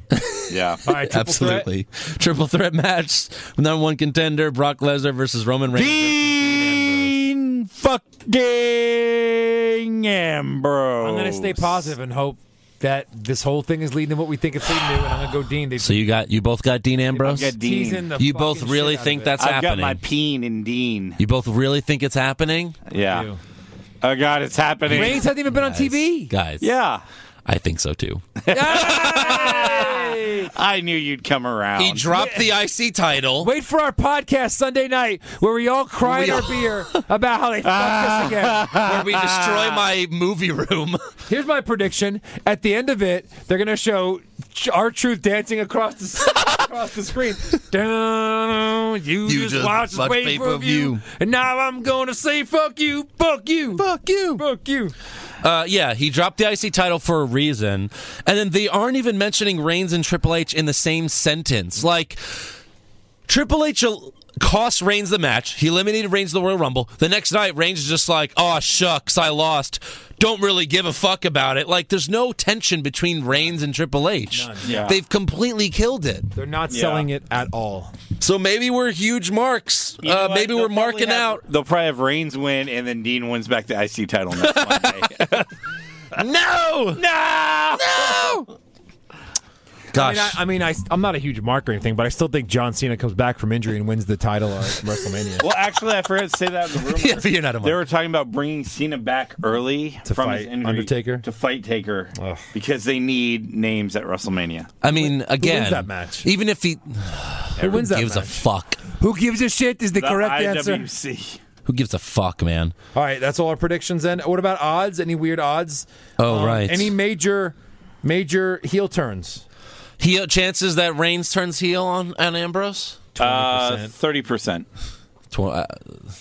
[SPEAKER 5] Yeah.
[SPEAKER 4] All right, triple threat.
[SPEAKER 1] Absolutely. Triple threat match. Number one contender, Brock Lesnar versus Roman Reigns.
[SPEAKER 5] Dean fucking Ambrose.
[SPEAKER 4] I'm going to stay positive and hope that this whole thing is leading to what we think it's leading to, and I'm going to go Dean. They
[SPEAKER 1] So you got you both got Dean Ambrose?
[SPEAKER 5] I've got Dean.
[SPEAKER 4] teasing the
[SPEAKER 1] You
[SPEAKER 4] fucking
[SPEAKER 1] both really
[SPEAKER 4] shit out
[SPEAKER 1] think
[SPEAKER 4] of it.
[SPEAKER 1] that's
[SPEAKER 5] I've got
[SPEAKER 1] happening.
[SPEAKER 5] my peen in Dean.
[SPEAKER 1] you both really think it's happening?
[SPEAKER 5] Yeah. Oh, God, it's happening.
[SPEAKER 4] Reigns hasn't even been on TV.
[SPEAKER 1] Guys.
[SPEAKER 5] Yeah.
[SPEAKER 1] I think so too.
[SPEAKER 4] Oh,
[SPEAKER 5] I knew you'd come around.
[SPEAKER 1] He dropped the IC title.
[SPEAKER 4] Wait for our podcast Sunday night where we all cry
[SPEAKER 1] We
[SPEAKER 4] our
[SPEAKER 1] all-
[SPEAKER 4] beer about how they fucked us again.
[SPEAKER 1] Where we destroy my movie room.
[SPEAKER 4] Here's my prediction. At the end of it, they're going to show our truth dancing across the across the screen. Down, you,
[SPEAKER 1] You
[SPEAKER 4] just,
[SPEAKER 1] just
[SPEAKER 4] watched this
[SPEAKER 1] watched
[SPEAKER 4] pay per view,
[SPEAKER 1] pay-per-view.
[SPEAKER 4] and now I'm going to say fuck you, fuck you,
[SPEAKER 1] Fuck you.
[SPEAKER 4] fuck you.
[SPEAKER 1] Uh, yeah, he dropped the IC title for a reason. And then they aren't even mentioning Reigns and Triple H in the same sentence. Like, Triple H el- cost Reigns the match. He eliminated Reigns in the Royal Rumble. The next night, Reigns is just like, oh, shucks, I lost. Don't really give a fuck about it. Like, there's no tension between Reigns and Triple H.
[SPEAKER 5] Yeah.
[SPEAKER 1] They've completely killed it.
[SPEAKER 4] They're not selling it at all.
[SPEAKER 1] So maybe we're huge marks.
[SPEAKER 5] You know
[SPEAKER 1] Uh,
[SPEAKER 5] what?
[SPEAKER 1] maybe
[SPEAKER 5] They'll
[SPEAKER 1] we're
[SPEAKER 5] probably
[SPEAKER 1] marking
[SPEAKER 5] have-
[SPEAKER 1] out.
[SPEAKER 5] They'll probably have Reigns win, and then Dean wins back the IC title next Monday.
[SPEAKER 1] No!
[SPEAKER 5] no!
[SPEAKER 4] I
[SPEAKER 1] Gosh.
[SPEAKER 4] mean, I, I mean, I, am not a huge mark or anything, but I still think John Cena comes back from injury and wins the title at WrestleMania.
[SPEAKER 5] Well, actually, I forgot to say that in the room.
[SPEAKER 1] yeah, but you're not a
[SPEAKER 5] They
[SPEAKER 1] mark.
[SPEAKER 5] were talking about bringing Cena back early
[SPEAKER 4] To
[SPEAKER 5] from his
[SPEAKER 4] fight
[SPEAKER 5] injury
[SPEAKER 4] Undertaker?
[SPEAKER 5] to fight Taker because they need names at WrestleMania.
[SPEAKER 1] I mean, again,
[SPEAKER 4] that match?
[SPEAKER 1] even if he
[SPEAKER 4] Who wins that
[SPEAKER 1] gives a
[SPEAKER 4] match?
[SPEAKER 1] fuck.
[SPEAKER 4] Who gives a shit is the,
[SPEAKER 5] The
[SPEAKER 4] correct answer.
[SPEAKER 5] IWC.
[SPEAKER 1] Who gives a fuck, man?
[SPEAKER 4] All right, that's all our predictions then. What about odds? Any weird odds?
[SPEAKER 1] Oh, right.
[SPEAKER 4] Um, Any major major heel turns?
[SPEAKER 1] heel chances that Reigns turns heel on, on Ambrose?
[SPEAKER 5] Uh, thirty percent,
[SPEAKER 1] Tw- uh,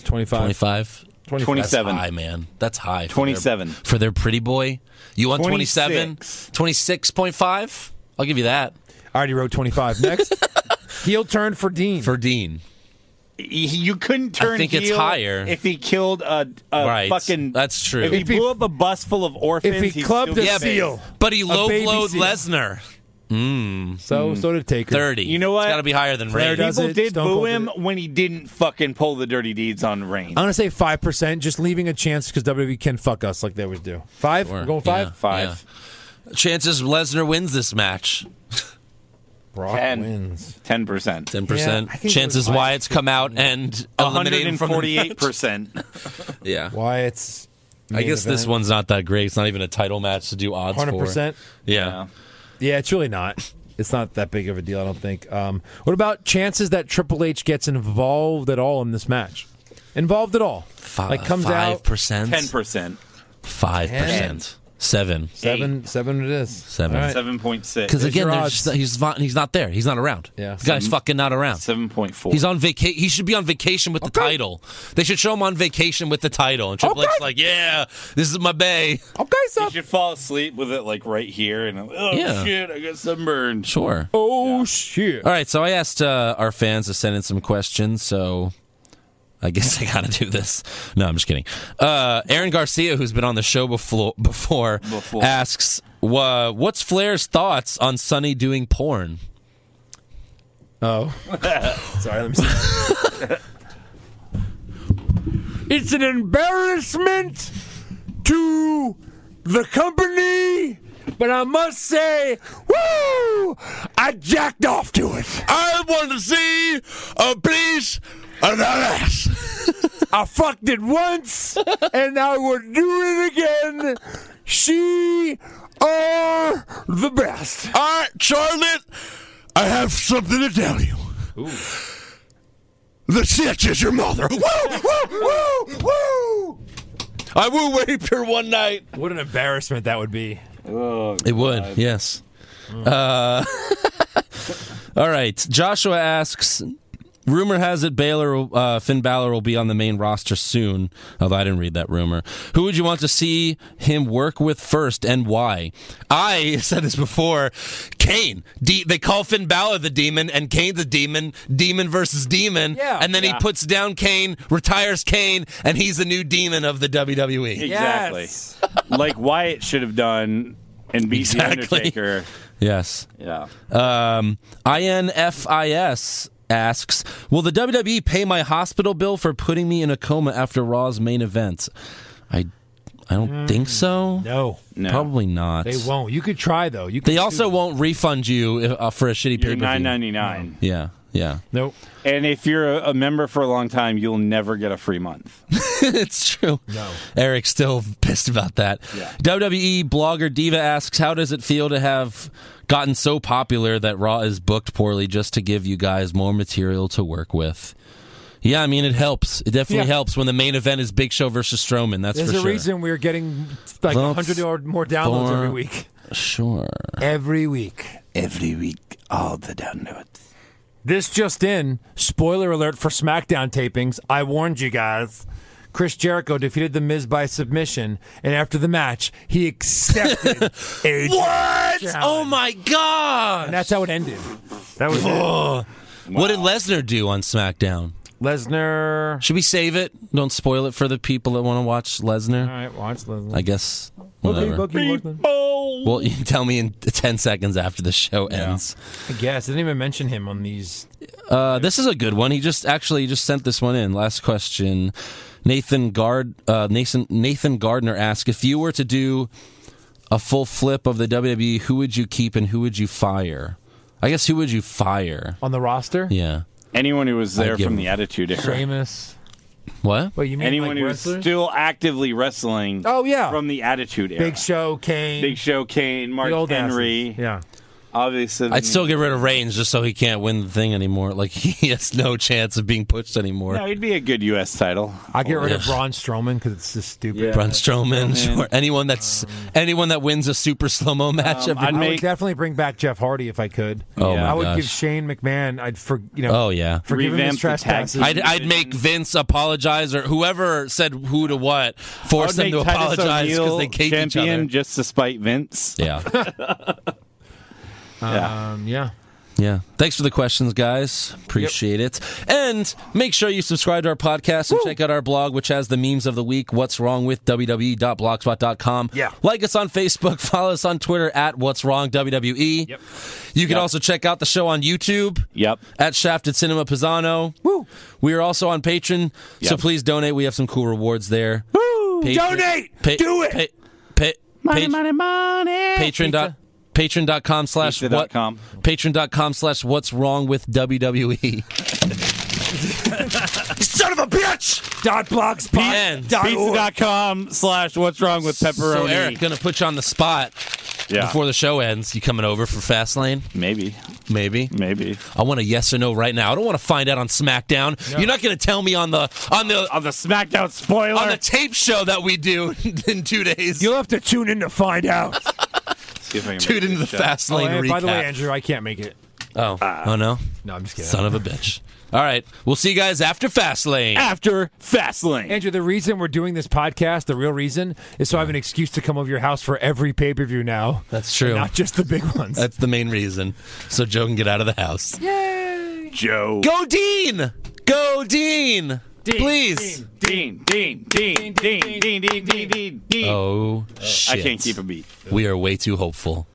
[SPEAKER 4] 25.
[SPEAKER 1] 25? That's high,
[SPEAKER 5] twenty-seven.
[SPEAKER 1] man. That's high. for their-
[SPEAKER 5] 27.
[SPEAKER 1] For their pretty boy. You want 27?
[SPEAKER 5] 26.
[SPEAKER 1] 26.5? I'll give you that.
[SPEAKER 4] I already wrote 25. Next. heel turn for Dean.
[SPEAKER 1] For Dean.
[SPEAKER 5] Y- You couldn't turn.
[SPEAKER 1] I think it's
[SPEAKER 5] heel
[SPEAKER 1] higher.
[SPEAKER 5] If he killed a, a
[SPEAKER 1] Right.
[SPEAKER 5] fucking.
[SPEAKER 1] That's true.
[SPEAKER 5] If he
[SPEAKER 4] If he-
[SPEAKER 5] blew up a bus full of orphans,
[SPEAKER 4] if he
[SPEAKER 5] he'd
[SPEAKER 4] clubbed
[SPEAKER 5] still
[SPEAKER 4] a
[SPEAKER 5] be
[SPEAKER 1] Yeah,
[SPEAKER 5] safe.
[SPEAKER 4] seal.
[SPEAKER 1] But he
[SPEAKER 4] A
[SPEAKER 1] low
[SPEAKER 4] baby
[SPEAKER 1] blowed
[SPEAKER 4] seal.
[SPEAKER 1] Lesnar.
[SPEAKER 4] So so did Taker.
[SPEAKER 1] 30.
[SPEAKER 5] You know what?
[SPEAKER 1] It's got to be higher than
[SPEAKER 4] Flair
[SPEAKER 1] Reigns.
[SPEAKER 4] does
[SPEAKER 5] People
[SPEAKER 4] it,
[SPEAKER 5] did
[SPEAKER 4] Stone
[SPEAKER 5] boo
[SPEAKER 4] Cold
[SPEAKER 5] him
[SPEAKER 4] did
[SPEAKER 5] when he didn't fucking pull the dirty deeds on Reigns.
[SPEAKER 4] I'm going to say 5%, just leaving a chance because WWE can fuck us like they always do. Five?
[SPEAKER 1] Sure.
[SPEAKER 4] We're going five?
[SPEAKER 1] Yeah.
[SPEAKER 5] Five,
[SPEAKER 1] Chances Lesnar wins this match.
[SPEAKER 4] Brock
[SPEAKER 5] Ten.
[SPEAKER 4] wins.
[SPEAKER 5] ten percent,
[SPEAKER 1] 10%.
[SPEAKER 4] Yeah, I think
[SPEAKER 1] Chances
[SPEAKER 4] it was
[SPEAKER 1] Wyatt's come out and
[SPEAKER 5] hundred
[SPEAKER 1] eliminate him
[SPEAKER 5] and
[SPEAKER 1] from the
[SPEAKER 5] forty-eight
[SPEAKER 1] match.
[SPEAKER 5] percent.
[SPEAKER 1] Yeah.
[SPEAKER 4] Wyatt's.
[SPEAKER 1] I guess this one's not that great. It's not even a title match to do odds for.
[SPEAKER 4] 100%.
[SPEAKER 1] Yeah.
[SPEAKER 4] Yeah, it's really not. It's not that big of a deal, I don't think. Um, what about chances that Triple H gets involved at all in this match? Involved at all?
[SPEAKER 1] Fi-
[SPEAKER 4] like comes
[SPEAKER 1] five
[SPEAKER 4] out.
[SPEAKER 1] percent,
[SPEAKER 5] Ten percent.
[SPEAKER 1] five percent, Seven.
[SPEAKER 8] Seven, seven it is.
[SPEAKER 1] Seven.
[SPEAKER 8] All right.
[SPEAKER 5] Seven point six.
[SPEAKER 1] Because again,
[SPEAKER 8] your
[SPEAKER 1] they're
[SPEAKER 8] odds.
[SPEAKER 1] just, he's not, he's not there. He's not around.
[SPEAKER 8] Yeah.
[SPEAKER 1] The guy's fucking not around.
[SPEAKER 5] seven point four.
[SPEAKER 1] He's on vacation. He should be on vacation with the title. They should show him on vacation with the title. And Triple H's
[SPEAKER 8] Okay.
[SPEAKER 1] like, "Yeah, this is my bay."
[SPEAKER 8] Okay, so
[SPEAKER 5] You should fall asleep with it like right here, and oh
[SPEAKER 1] Yeah.
[SPEAKER 5] shit, I got sunburned.
[SPEAKER 1] Sure.
[SPEAKER 8] oh shit.
[SPEAKER 1] All right. So I asked uh, our fans to send in some questions. So I guess I got to do this. No, I'm just kidding. Uh, Aaron Garcia, who's been on the show before, before,
[SPEAKER 5] Before.
[SPEAKER 1] asks, "Wha- "What's Flair's thoughts on Sonny doing porn?"
[SPEAKER 8] Oh, sorry. Let me see.
[SPEAKER 4] It's an embarrassment to the company, but I must say, woo! I jacked off to it.
[SPEAKER 1] I want to see a piece of that ass.
[SPEAKER 4] I fucked it once, and I would do it again. She are the best.
[SPEAKER 8] Uh,
[SPEAKER 1] All right, Charlotte, I have something to tell you. The sitch is your mother. Woo, woo, woo, woo. I will rape her one night.
[SPEAKER 8] What an embarrassment that would be.
[SPEAKER 1] It would, yes. Uh, all right. Joshua asks. Rumor has it Baylor, uh, Finn Balor will be on the main roster soon. Although I didn't read that rumor. Who would you want to see him work with first, and why? I said this before. Kane. De- they call Finn Balor the demon, and Kane's a demon. Demon versus demon.
[SPEAKER 8] Yeah.
[SPEAKER 1] and then he puts down Kane, retires Kane, and he's the new demon of the E. WWE.
[SPEAKER 5] Exactly. like Wyatt should have done and beat
[SPEAKER 1] Exactly.
[SPEAKER 5] the Undertaker.
[SPEAKER 1] Yes.
[SPEAKER 5] Yeah.
[SPEAKER 1] Um, INFIS asks, "Will the WWE pay my hospital bill for putting me in a coma after Raw's main event?" I, I don't think so.
[SPEAKER 8] No,
[SPEAKER 5] Mm. No.
[SPEAKER 1] Probably not.
[SPEAKER 8] they won't. You could try though. You could
[SPEAKER 1] They also won't refund you if, uh, for a shitty
[SPEAKER 5] You're
[SPEAKER 1] pay per
[SPEAKER 5] nine
[SPEAKER 1] view.
[SPEAKER 5] ninety nine,
[SPEAKER 1] Yeah, yeah,
[SPEAKER 8] nope.
[SPEAKER 5] and if you're a, a member for a long time, you'll never get a free month.
[SPEAKER 1] it's true. No. Eric's still pissed about that.
[SPEAKER 5] Yeah.
[SPEAKER 1] WWE blogger Diva asks, "How does it feel to have?" Gotten so popular that Raw is booked poorly just to give you guys more material to work with. Yeah, I mean it helps. It definitely
[SPEAKER 8] Yeah.
[SPEAKER 1] helps when the main event is Big Show versus Strowman. That's
[SPEAKER 8] There's
[SPEAKER 1] for
[SPEAKER 8] a
[SPEAKER 1] sure.
[SPEAKER 8] reason we're getting like
[SPEAKER 1] Votes
[SPEAKER 8] hundred or more downloads
[SPEAKER 1] for-
[SPEAKER 8] every week.
[SPEAKER 1] Sure.
[SPEAKER 8] Every week.
[SPEAKER 5] Every week, all the downloads.
[SPEAKER 8] This just in, spoiler alert for SmackDown tapings. I warned you guys. Chris Jericho defeated The Miz by submission, and after the match, he accepted a.
[SPEAKER 1] What?
[SPEAKER 8] Challenge.
[SPEAKER 1] Oh my god!
[SPEAKER 8] And that's how it ended. That was it.
[SPEAKER 1] What did Lesnar do on SmackDown?
[SPEAKER 8] Lesnar.
[SPEAKER 1] Should we save it? Don't spoil it for the people that want to watch Lesnar.
[SPEAKER 8] All right, watch Lesnar.
[SPEAKER 1] I guess whatever.
[SPEAKER 5] Oh,
[SPEAKER 1] Well, you can tell me in ten seconds after the show ends.
[SPEAKER 8] I guess. I didn't even mention him on these.
[SPEAKER 1] Uh, this is a good one. He just actually he just sent this one in. Last question. Nathan Gard uh, Nathan Nathan Gardner asks if you were to do a full flip of the WWE, who would you keep and who would you fire? I guess who would you fire?
[SPEAKER 8] On the roster?
[SPEAKER 1] Yeah.
[SPEAKER 5] anyone who was there
[SPEAKER 1] give
[SPEAKER 5] from
[SPEAKER 1] him-
[SPEAKER 5] the Attitude Era,
[SPEAKER 8] Sheamus.
[SPEAKER 1] What?
[SPEAKER 8] Wait, you mean
[SPEAKER 5] anyone
[SPEAKER 8] like
[SPEAKER 5] who was
[SPEAKER 8] wrestlers?
[SPEAKER 5] still actively wrestling.
[SPEAKER 8] Oh, yeah.
[SPEAKER 5] from the Attitude Era.
[SPEAKER 8] Big Show, Kane.
[SPEAKER 5] Big Show, Kane,
[SPEAKER 8] the
[SPEAKER 5] Mark
[SPEAKER 8] old
[SPEAKER 5] Henry.
[SPEAKER 8] asses. Yeah.
[SPEAKER 5] Obviously,
[SPEAKER 1] I'd still get rid of Reigns just so he can't win the thing anymore. Like he has no chance of being pushed anymore.
[SPEAKER 5] No, he'd be a good U.S. title.
[SPEAKER 8] I get rid of Braun Strowman because it's just stupid.
[SPEAKER 1] Braun Strowman, sure. Anyone that's anyone that wins a super slow mo match. every-
[SPEAKER 5] I'd
[SPEAKER 8] Um, I
[SPEAKER 5] make
[SPEAKER 8] would definitely bring back Jeff Hardy if I could.
[SPEAKER 1] Oh, my
[SPEAKER 8] I would
[SPEAKER 1] gosh.
[SPEAKER 8] give Shane McMahon. I'd for you know.
[SPEAKER 1] oh yeah.
[SPEAKER 8] forgive him
[SPEAKER 5] Revamp
[SPEAKER 8] his
[SPEAKER 5] the tag
[SPEAKER 8] trespasses.
[SPEAKER 5] team.
[SPEAKER 1] I'd, I'd make Vince apologize or whoever said who to what,
[SPEAKER 5] I
[SPEAKER 1] force
[SPEAKER 5] would
[SPEAKER 1] them
[SPEAKER 5] make
[SPEAKER 1] to
[SPEAKER 5] Titus
[SPEAKER 1] apologize because
[SPEAKER 5] O'Neil
[SPEAKER 1] they cake each
[SPEAKER 5] champion
[SPEAKER 1] other.
[SPEAKER 5] just to spite Vince.
[SPEAKER 1] Yeah,
[SPEAKER 4] Oh.
[SPEAKER 5] yeah.
[SPEAKER 8] um, yeah.
[SPEAKER 1] yeah. Thanks for the questions, guys. Appreciate it. And make sure you subscribe to our podcast and check out our blog, which has the memes of the week. What's wrong with E www.blogspot.com?
[SPEAKER 8] Yeah.
[SPEAKER 1] Like us on Facebook. Follow us on Twitter at What's Wrong WWE. Yep. You can also check out the show on YouTube.
[SPEAKER 5] Yep.
[SPEAKER 1] at Shafted Cinema Pisano. Woo! We are also on Patreon, so
[SPEAKER 5] Yep.
[SPEAKER 1] please donate. We have some cool rewards there. Woo!
[SPEAKER 4] Donate! Do it!
[SPEAKER 1] Pa- pa-
[SPEAKER 5] Money,
[SPEAKER 1] pa-
[SPEAKER 5] money, money.
[SPEAKER 1] patron dot patron.com slash
[SPEAKER 5] Pizza dot
[SPEAKER 1] what
[SPEAKER 5] com.
[SPEAKER 1] patron.com slash what's wrong with E. WWE son of a bitch
[SPEAKER 4] Dot blogspot.
[SPEAKER 1] And
[SPEAKER 4] Dot org.
[SPEAKER 5] Pizza.com slash what's wrong with pepperoni.
[SPEAKER 1] so Eric gonna put you on the spot
[SPEAKER 5] yeah.
[SPEAKER 1] before the show ends you coming over for Fastlane
[SPEAKER 5] Maybe.
[SPEAKER 1] Maybe.
[SPEAKER 5] Maybe.
[SPEAKER 1] I want a yes or no right now. I don't want to find out on SmackDown. You're not going to tell me on the on the
[SPEAKER 5] On the SmackDown spoiler.
[SPEAKER 1] on the tape show that we do in two days.
[SPEAKER 4] You'll have to tune in to find out.
[SPEAKER 5] See if I can make
[SPEAKER 1] Tune into
[SPEAKER 5] it
[SPEAKER 1] the
[SPEAKER 5] shut.
[SPEAKER 1] fast
[SPEAKER 4] Oh,
[SPEAKER 1] lane
[SPEAKER 4] and
[SPEAKER 1] recap.
[SPEAKER 4] by the way, Andrew, I can't make it.
[SPEAKER 1] oh,
[SPEAKER 5] Ah.
[SPEAKER 1] oh no,
[SPEAKER 4] No, I'm just kidding.
[SPEAKER 1] son of a bitch. All right, we'll see you guys after fast lane.
[SPEAKER 5] After fast lane.
[SPEAKER 4] Andrew, the reason we're doing this podcast, the real reason, is so I have an excuse to come over your house for every pay per view now,
[SPEAKER 1] That's true.
[SPEAKER 4] not just the big ones.
[SPEAKER 1] That's the main reason. So Joe can get out of the house.
[SPEAKER 5] Joe.
[SPEAKER 1] Go Dean! Go Dean! Please.
[SPEAKER 5] Dean, Dean, Dean, Dean, Dean, Dean, Dean, Dean, Dean.
[SPEAKER 1] Oh shit.
[SPEAKER 5] I can't keep a beat.
[SPEAKER 1] We are way too hopeful.